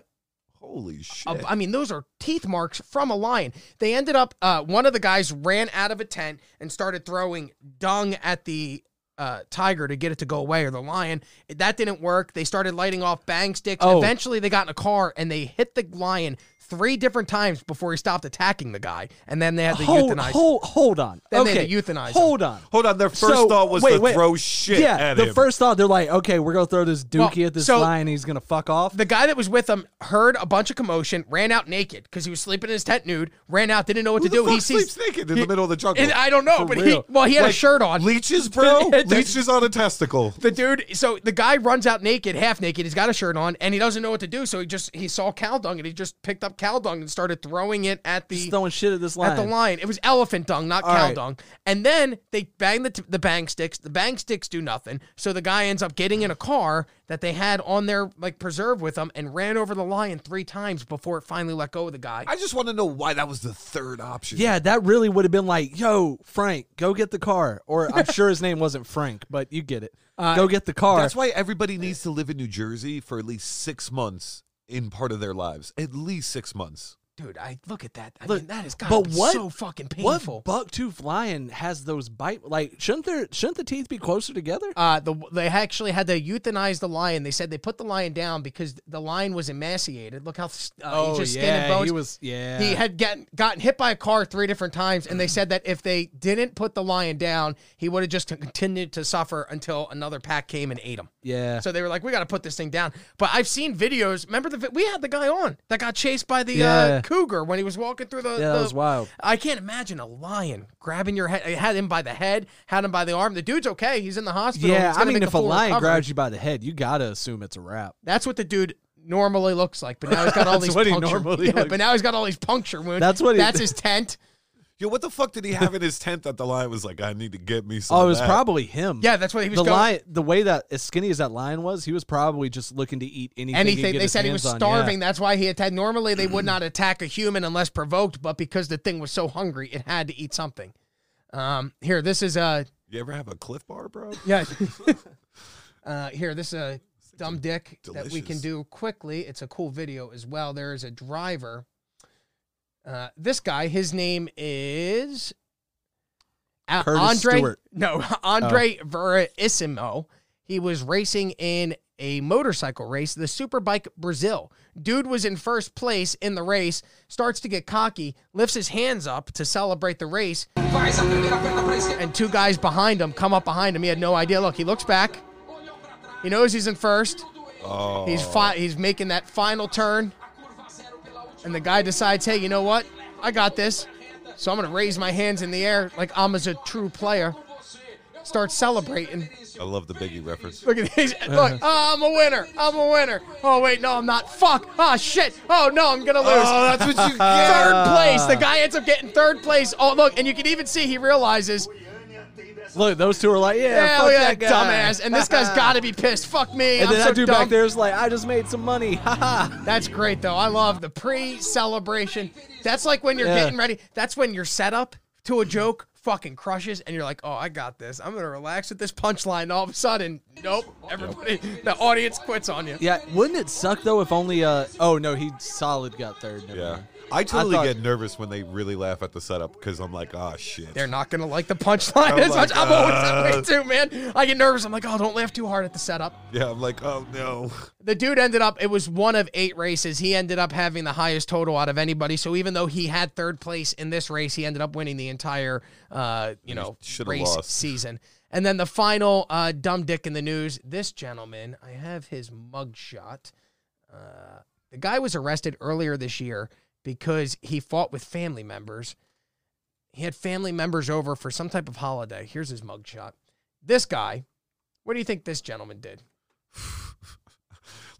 Holy shit!
a- I mean, those are teeth marks from a lion. They ended up, uh, one of the guys ran out of a tent and started throwing dung at the uh, tiger to get it to go away or the lion. That didn't work. They started lighting off bang sticks.
Oh.
Eventually, they got in a car and they hit the lion three different times before he stopped attacking the guy. And then they had to
hold,
euthanize.
hold, hold on.
Then they
okay,
had to euthanize him.
Hold on.
Hold on. Their first
So,
thought was
wait,
to
wait.
throw shit
yeah,
at
the
him.
first thought they're like, okay, we're gonna throw this dookie
Well,
at this
so-
lion. He's gonna fuck off.
The guy that was with him heard a bunch of commotion, ran out naked because he was sleeping in his tent nude, ran out, didn't know what
Who
to
the
do.
fuck
he sees
sleeps naked in the middle of the jungle?
And I don't know,
For
but
real.
he well, he had a
Like,
shirt on.
Leeches, bro.
That's-
leeches on a testicle.
the dude so the guy runs out naked half naked he's got a shirt on and he doesn't know what to do so he just he saw cow dung and he just picked up cow dung and started throwing it at the
Just throwing shit at this line.
at the line. It was elephant dung, not
All
cow
right.
dung. And then they bang the, t- the bang sticks. The bang sticks do nothing. So the guy ends up getting in a car that they had on their like preserve with them and ran over the lion three times before it finally let go of the guy.
I just want to know why that was the third option.
Yeah, that really would have been like, yo, Frank, go get the car. Or I'm sure his name wasn't Frank, but you get it.
Uh,
go get the car.
That's why everybody needs to live in New Jersey for at least six months in part of their lives. At least six months.
Dude, I look at that. I
Look,
mean, that is
but
gotta be
what-
so fucking
what
painful.
bucktooth lion has those bite? Like, shouldn't there? Shouldn't the teeth be closer together?
uh, the, they actually had to euthanize the lion. They said they put the lion down because the lion was emaciated. Look how uh, he just skin and bones.
he was. Oh, Yeah,
He had gotten gotten hit by a car three different times, and they said that if they didn't put the lion down, he would have just continued to suffer until another pack came and ate him.
yeah.
So they were like, "We got to put this thing down." But I've seen videos. Remember the vi- we had the guy on that got chased by the uh,
Yeah.
cougar when he was walking through the.
Yeah, that
the-
was wild.
I can't imagine a lion grabbing your head. It had him by the head, had him by the arm. The dude's okay. He's in the hospital.
yeah,
He's
I
gonna
mean,
make
if a
full
lion
recovery.
grabs you by the head, you gotta assume it's a wrap.
that's what the dude normally looks like. But now he's got all
That's
these
what he
puncture.
normally
yeah,
looks-
but now he's got all these puncture wounds.
That's what he-
That's his tent.
Yo, what the fuck did he have in his tent that the lion was like, I need to get me some?
Oh,
of
it was
that."
probably him.
Yeah, that's what he was
the
going-
lion. The way that as skinny as that lion was, he was probably just looking to eat anything. he could
anything.
get
They
his
said he was
hands on,
starving.
Yeah.
That's why he attacked. Normally, they would not attack a human unless provoked, but because the thing was so hungry, it had to eat something. Um, here, this is uh,
You ever have a cliff bar, bro?
yeah. uh, here, this is a dumb dick that we can
delicious.
do quickly. It's a cool video as well. There is a driver. Uh, this guy, his name is A-
Curtis
Andre.
Stewart.
No, Andre Verissimo. He was racing in a motorcycle race, the Superbike Brazil. Dude was in first place in the race, starts to get cocky, lifts his hands up to celebrate the race, and two guys behind him come up behind him. He had no idea. Look, he looks back. He knows he's in first.
Oh,
He's fi- he's making that final turn, and the guy decides, hey, you know what? I got this. So I'm gonna raise my hands in the air like I'm as a true player. Start celebrating.
I love the Biggie reference.
Look at these. Look, oh, I'm a winner. I'm a winner. Oh wait, no, I'm not. Fuck. Oh shit. Oh no, I'm gonna lose.
Oh, that's what you get.
third
Ah.
place. The guy ends up getting third place. Oh look, and you can even see he realizes
Look, those two are like, yeah,
Yeah,
fuck
look
that
at that
guy.
dumbass. And this guy's got to be pissed. Fuck me.
And
I'm
then
so
that dude
dumb.
back there is like, I just made some money. Ha ha.
That's great, though. I love the pre celebration. That's like when you're
Yeah.
getting ready. That's when your setup to a joke fucking crushes, and you're like, oh, I got this. I'm going to relax with this punchline. And all of a sudden, nope. Everybody, the audience quits on you.
Yeah, wouldn't it suck though if only? uh Oh no, he solid got third. Never
Yeah.
mind.
I totally
thought-
get nervous when they really laugh at the setup because I'm like, ah, shit.
They're not going to like the punchline
Oh
I'm
as
like,
much. I'm always
uh,
that way, too, man. I get nervous. I'm like, oh, don't laugh too hard at the setup.
yeah, I'm like, oh no.
The dude ended up, it was one of eight races. He ended up having the highest total out of anybody. So even though he had third place in this race, he ended up winning the entire, uh, you know,
should've
race
lost.
season. And then the final uh, dumb dick in the news this gentleman, I have his mugshot. Uh, the guy was arrested earlier this year because he fought with family members. He had family members over for some type of holiday. Here's his mugshot. This guy, what do you think this gentleman did?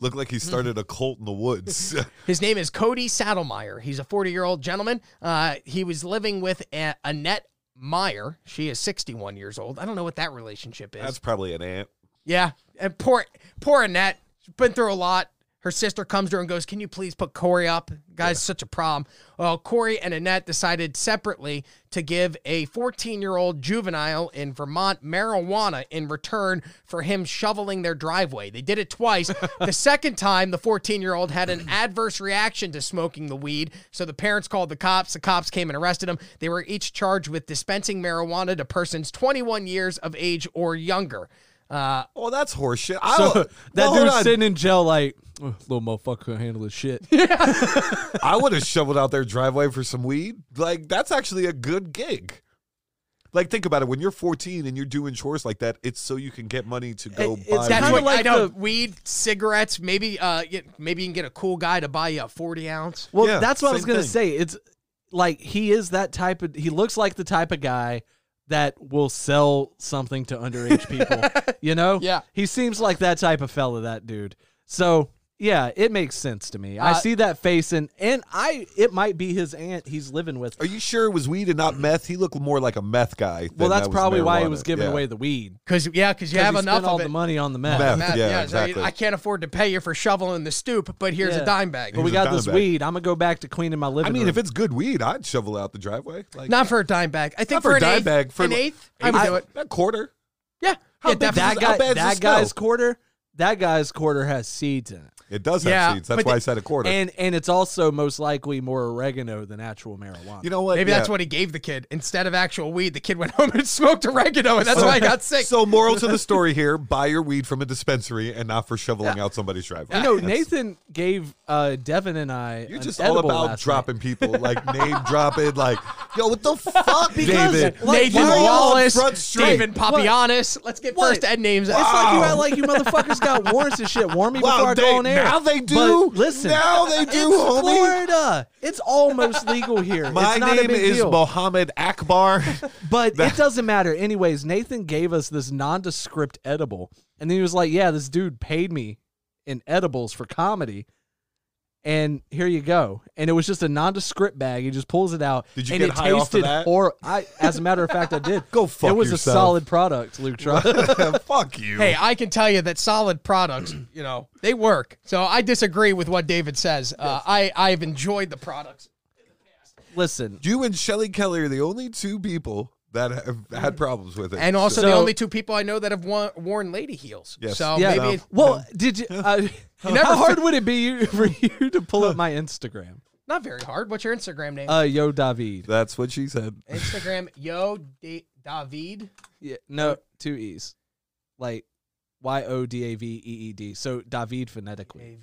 Looked like he
Hmm.
started a cult in the woods.
His name is Cody Saddlemeyer. He's a 40 year old gentleman. Uh, he was living with A- Annette Meyer. She is 61 years old. I don't know what that relationship is.
That's probably an ant.
yeah. And poor, poor Annette. She's been through a lot. Her sister comes to her and goes, Can you please put Corey up? Guys, such a problem. Well, Corey and Annette decided separately to give a 14 year old juvenile in Vermont marijuana in return for him shoveling their driveway. They did it twice. the second time, the 14 year old had an adverse reaction to smoking the weed. So the parents called the cops. The cops came and arrested him. They were each charged with dispensing marijuana to persons 21 years of age or younger. Uh,
Oh, that's horseshit. I
So
wa-
that
well, hold
dude's
on.
sitting in jail like, "Oh, little motherfucker couldn't handle this shit.
I would have shoveled out their driveway for some weed. Like that's actually a good gig. Like think about it. When you're 14 and you're doing chores like that, it's so you can get money to go
It- it's
buy.
That's
Kinda
what
weed.
like
I know.
the-
weed, cigarettes, maybe. Uh, y- maybe you can get a cool guy to buy you a forty ounce.
Well,
Yeah,
that's what I was
same
gonna
thing.
say. It's like he is that type of. He looks like the type of guy that will sell something to underage people. you know?
Yeah.
He seems like that type of fella. That dude. So Yeah, it makes sense to me. I
Uh,
see that face, and and I it might be his aunt he's living with.
Are you sure it was weed and not meth? He looked more like a meth guy. than
Well, that's
that was
probably why he
marijuana.
was giving
Yeah.
away the weed.
Because yeah, because you
'Cause
have
he
enough
spent all
of it.
the money on the meth.
Meth.
Matt,
Yeah,
yeah, so I-
exactly.
I can't afford to pay you for shoveling the stoop, but here's
Yeah.
a dime bag.
But we
a
got this
dime bag.
weed. I'm gonna go back to cleaning my living
I mean,
room.
if it's good weed, I'd shovel out the driveway. Like
Not for a dime bag. I think
Not for a
an
dime
eighth,
bag, for
an
like-
eighth, I would do it.
a quarter.
Yeah,
How
yeah,
big is
definitely.
that
how
guy,
bad's the
that
smell?
guy's quarter, that guy's quarter has seeds in it,
It does have
Yeah,
seeds. That's
but
why I
the-
said a quarter.
and and it's also most likely more oregano than actual marijuana.
you know what?
Maybe
Yeah.
that's what he gave the kid instead of actual weed. The kid went home and smoked oregano, and that's why I got sick.
So, moral to the story here: buy your weed from a dispensary and not for shoveling out somebody's driveway.
You know, Nathan gave uh, Devin and I.
You're
an
just all
edible
about
last
dropping people, like name dropping, like, yo, what the fuck,
Because,
David?
like,
Nathan
why are y'all on
Wallace,
Front Street?
David Papianis. Let's get
What?
first ed names.
Night. It's like you act like you motherfuckers got warrants and shit. Warn me before
Wow,
I
they,
go on air.
now they do.
But listen,
now they do,
it's
homie.
Florida. It's almost legal here.
My
it's not a
name
big
is
deal.
Mohammed Akbar.
But it doesn't matter. Anyways, Nathan gave us this nondescript edible, and then he was like, "Yeah, this dude paid me in edibles for comedy." And here you go. And it was just a nondescript bag. He just pulls it out.
Did you
and
get
it
high off of
tasted
that?
hor- I, as a matter of fact, I did.
Go fuck
It was
yourself.
a solid product, Luke. Trump.
fuck you.
Hey, I can tell you that solid products, you know, they work. So I disagree with what David says. Uh, I I've enjoyed the products.
Listen,
you and Shelly Kelly are the only two people that have had problems with it.
And also
So-
the
So-
only two people I know that have worn, worn lady heels.
Yes.
So
Yeah.
maybe
No.
well, did you? Uh,
never
how hard
fi-
would it be you- for you to pull up my Instagram?
not very hard. What's your Instagram name?
Uh, yo, David.
that's what she said.
Instagram yo da- David.
Yeah, no, two e's, like Y O D A V E E D. So David
E
phonetically.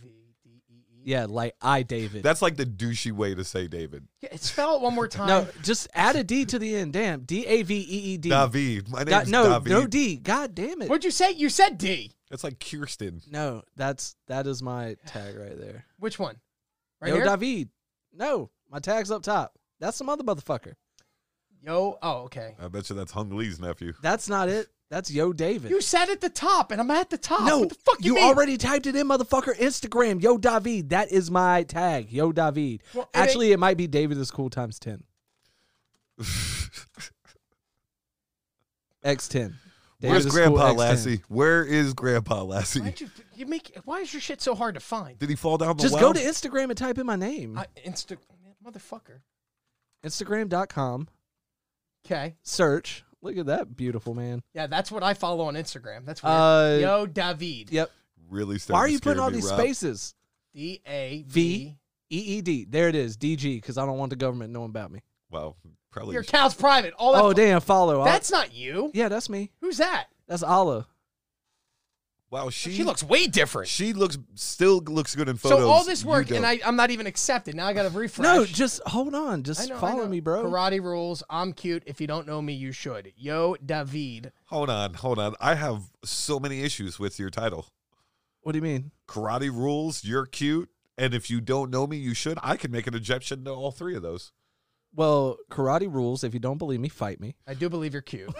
Yeah, like I David.
That's like the douchey way to say David.
Yeah, it's- spell it one more time.
no, just add a D to the end. Damn, D A V E E D.
David. My
God-
name's
No,
David.
no D. God damn it.
What'd you say? You said D.
That's like Kirsten.
No, that's that is my tag right there.
Which one? Right
yo,
here.
David. No, my tag's up top. That's some other motherfucker.
yo. Oh, okay.
I bet you that's Hung Lee's nephew.
That's not it. That's Yo David.
You said at the top, and I'm at the top.
No,
what the fuck Uh, you, mean?
already typed it in, motherfucker. Instagram, yo David. That is my tag, yo David.
Well, it ain't-
Actually, it might be David is cool times ten. X ten.
Where's Grandpa Lassie? Where is Grandpa Lassie?
Why'd you, you make? Why is your shit so hard to find?
Did he fall down the
Just go
well?
to Instagram and type in my name.
I, Insta, motherfucker.
Instagram.com.
Okay.
Search. Look at that beautiful man.
Yeah, that's what I follow on Instagram. That's weird.
Uh,
Yo, David.
Yep.
really starting
Why are
to
you putting
scare
all
me,
these
Rob.
spaces?
D A
V E E D. There it is. D G. Because I don't want the government knowing about me.
Well, probably.
Your
you
account's private. All that.
Oh
fu-
damn. Follow. I'll-
That's not you.
yeah. That's me.
Who's that?
That's Allah.
should- wow, she,
She looks way different.
She looks still looks good in photos.
so all this
You
work, and
don't.
I, I'm not even accepted. Now I got to refresh.
No, just hold on.
I
Just
know, I
follow
know.
me, bro.
Karate rules. I'm cute. If you don't know me, you should. Yo, David.
hold on, hold on. I have so many issues with your title.
What do you mean?
Karate rules. You're cute, and if you don't know me, you should. I can make an objection to all three of those.
Well, karate rules. If you don't believe me, fight me.
I do believe you're cute.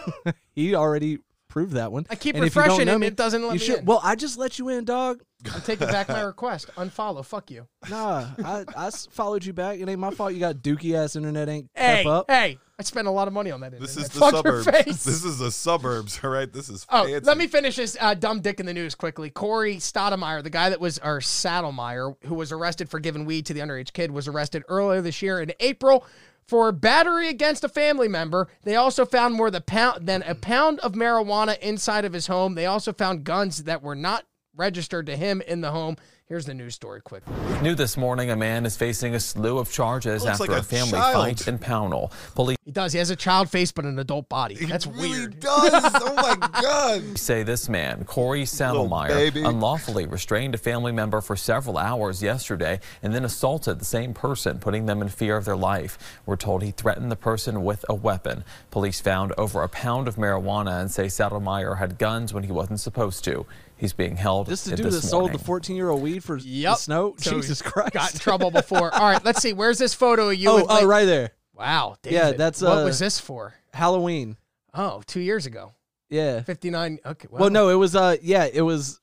He already proved that one.
I keep
if you don't
refreshing
know
him, it doesn't let
you
me
should-
in.
Well, I just let you in, dog.
I'm taking back my request. Unfollow. Fuck you.
Nah, I, I s- followed you back. It ain't my fault. You got dookie ass internet. Ain't
Hey,
kept up.
hey. I spent a lot of money on that.
This is
internet.
the
Fuck your
suburbs.
face.
This is the suburbs. All right. This is.
Oh,
fancy.
let me finish this uh, dumb dick in the news quickly. Corey Stoudemire, the guy that was, or Saddlemeyer, who was arrested for giving weed to the underage kid, was arrested earlier this year in April for battery against a family member. They also found more than a pound, than a pound of marijuana inside of his home. They also found guns that were not registered to him in the home. Here's the news story quickly.
New this morning, a man is facing a slew of charges
Looks
after a,
like a
family
child.
fight in Pownell. Police
He does. He has a child face, but an adult body.
He
That's
really
weird.
does. Oh my god.
say this man, Corey
Little
Saddlemeyer,
baby.
unlawfully restrained a family member for several hours yesterday and then assaulted the same person, putting them in fear of their life. We're told he threatened the person with a weapon. Police found over a pound of marijuana and say Saddlemeyer had guns when he wasn't supposed to. He's being held
This is the
in
dude that
this
sold the
morning.
14 year old weed for the
Yep.
snow.
So
Jesus
he
Christ.
Got in trouble before. All right, let's see. Where's this photo of you?
oh,
with,
oh,
like-
right there.
Wow, David.
Yeah, that's,
what
uh,
was this for?
Halloween.
Oh, two years ago.
Yeah.
59. Okay.
Well, no, it was. Uh, yeah, it was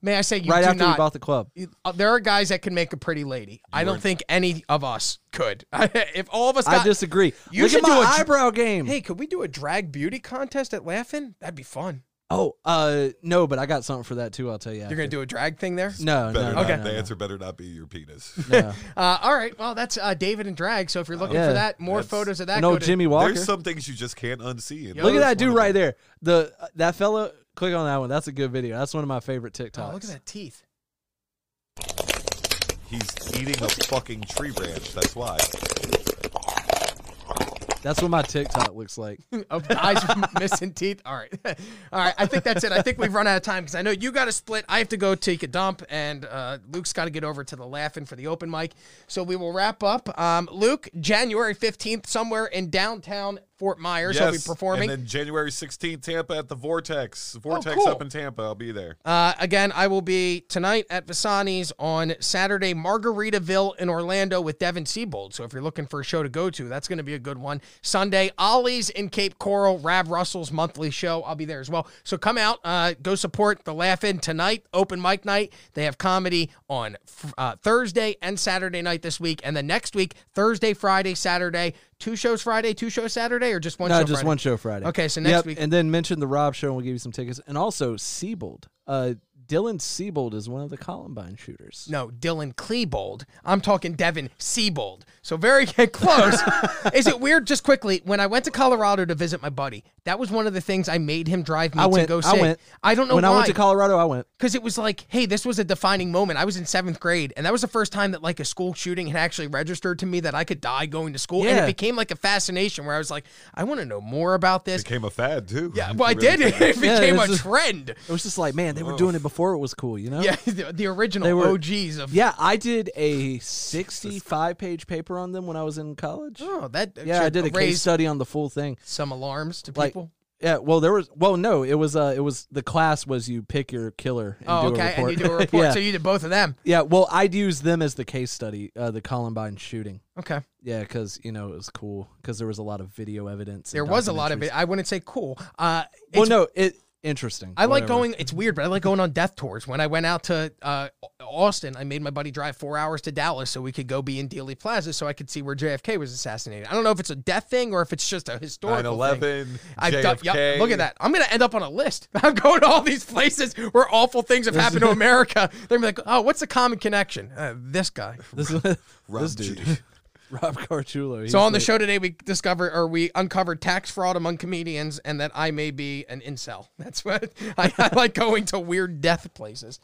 may I say, you
right
do
after
not.
we bought the club.
You- uh, there are guys that can make a pretty lady. I don't think any of us could. if all of us, got,
I disagree.
You
Look
should
at my
do a dr-
eyebrow game.
Hey, could we do a drag beauty contest at Laughing? That'd be fun.
Oh, uh, no, but I got something for that too. I'll tell you.
You're gonna do a drag thing there.
no, no,
Better
no,
not,
okay.
the answer better not be your penis.
Uh, all right. Well, that's uh, David and drag. So if you're looking
Yeah.
for that, more
That's-
photos of that.
An
go
old
to-
Jimmy Walker.
There's some things you just can't unsee.
Look at that dude right there. The uh, that fella. Click on that one. That's a good video. That's one of my favorite TikToks.
Oh, look at that teeth.
He's eating a fucking tree branch. That's why.
That's what my TikTok looks like.
of guys with missing teeth. All right, all right. I think that's it. I think we've run out of time because I know you got to split. I have to go take a dump, and uh, Luke's got to get over to the laughing for the open mic. So we will wrap up. Um, Luke, January fifteenth, somewhere in downtown Fort Myers, I'll be performing. Oh,
And then January 16th, Tampa at the Vortex. Vortex
cool.
up in Tampa. I'll be there.
Uh, again, I will be tonight at Visani's on Saturday, Margaritaville in Orlando with Devin Siebold. So if you're looking for a show to go to, that's going to be a good one. Sunday, Ollie's in Cape Coral, Rab Russell's monthly show. I'll be there as well. So come out, uh, go support the Laugh In tonight, open mic night. They have comedy on uh, Thursday and Saturday night this week. And then next week, Thursday, Friday, Saturday. Two shows Friday, two shows Saturday, or just one
no,
show
just
Friday?
one show Friday.
Okay, so next
Yep,
week-
and then mention the Rob show, and we'll give you some tickets. And also Siebold. Uh, Dylan Siebold is one of the Columbine shooters.
No, Dylan Klebold. I'm talking Devin Siebold. So very close. Is it weird? Just quickly, when I went to Colorado to visit my buddy, that was one of the things I made him drive me
I went.
to go see.
I went.
I don't know
When
why.
I went to Colorado, I went.
because it was like, hey, this was a defining moment. I was in seventh grade, and that was the first time that like a school shooting had actually registered to me that I could die going to school, and it
Yeah.
became like a fascination where I was like, I want to know more about this.
Became a fad, too.
Yeah, well, I did. It became
this
a
is-
trend.
It was just like, man, they were doing it before it was cool, you know?
Yeah, the, the original
They were-
OGs of
Yeah, I did a 65 page paper on them when I was in college.
oh that
yeah, I
should
did a case
raise
study on the full thing.
some alarms to
Like,
people.
yeah, well, there was, well, no, it was, uh, it was the class was you pick your killer and
Oh,
do a
okay. And
report.
you do a report.
yeah.
So you did both of them.
yeah, well, I'd use them as the case study, uh, the Columbine shooting.
Okay.
Yeah, because, you know, it was cool because there was a lot of video evidence. and
There was a lot of
documentaries.
it. I wouldn't say cool. Uh, it's-
Well, no, it, interesting.
I like
whatever.
going. It's weird, but I like going on death tours. When I went out to uh, Austin, I made my buddy drive four hours to Dallas so we could go be in Dealey Plaza so I could see where JFK was assassinated. I don't know if it's a death thing or if it's just a historical
9/11,
thing. I've
JFK.
done. Yep, look at that. I'm gonna end up on a list. I'm going to all these places where awful things have happened to America. They're gonna be like, oh, what's the common connection? Uh, this guy.
This, is-
Rob
this
G.
dude, Rob Carchulo. he's
So on the
like-
show today, we discovered or we uncovered tax fraud among comedians, and that I may be an incel. That's what I, I like going to weird death places.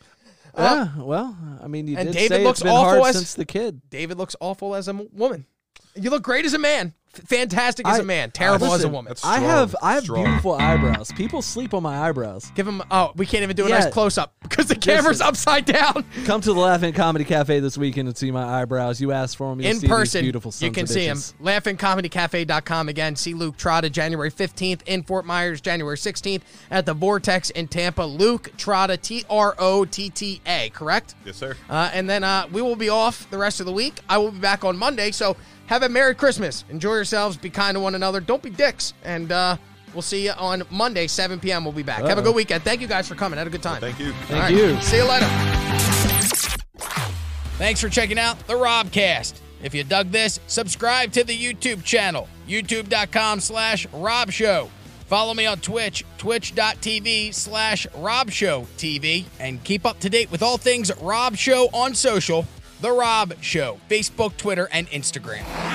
Yeah, "Ah, well, I mean, you
and
did
David
say
looks
it's been
awful
hard
as-
since the kid.
David looks awful as a m- woman. You look great as a man, F- fantastic as
I-
a man, terrible as a
Listen,
woman.
That's
I
strong,
have I have
strong.
beautiful eyebrows. People sleep on my eyebrows.
Give him. Oh, we can't even do a
Yeah.
nice close up because the camera's
Listen.
upside down.
Come to the Laughing Comedy Cafe this weekend and see my eyebrows. You asked for them
in person.
Beautiful,
you
sons
can
of
see him.
bitches.
LaughingComedyCafe.com again. See Luke Trotta January 15th in Fort Myers, January 16th at the Vortex in Tampa. Luke Trotta, T R O T T A, correct?
Yes, sir.
Uh, and then uh, we will be off the rest of the week. I will be back on Monday. So have a Merry Christmas. Enjoy yourselves. Be kind to one another. Don't be dicks. And uh, we'll see you on Monday, 7 p.m. We'll be back. Have a good weekend. Thank you guys for coming. Had a good time.
Thank you.
All
Thank you.
See you later.
Thanks for checking out the Robcast. If you dug this, subscribe to the YouTube channel, youtube.com slash Rob Show. Follow me on Twitch, twitch.tv slash Rob Show TV, and keep up to date with all things Rob Show on social, The Rob Show, Facebook, Twitter, and Instagram.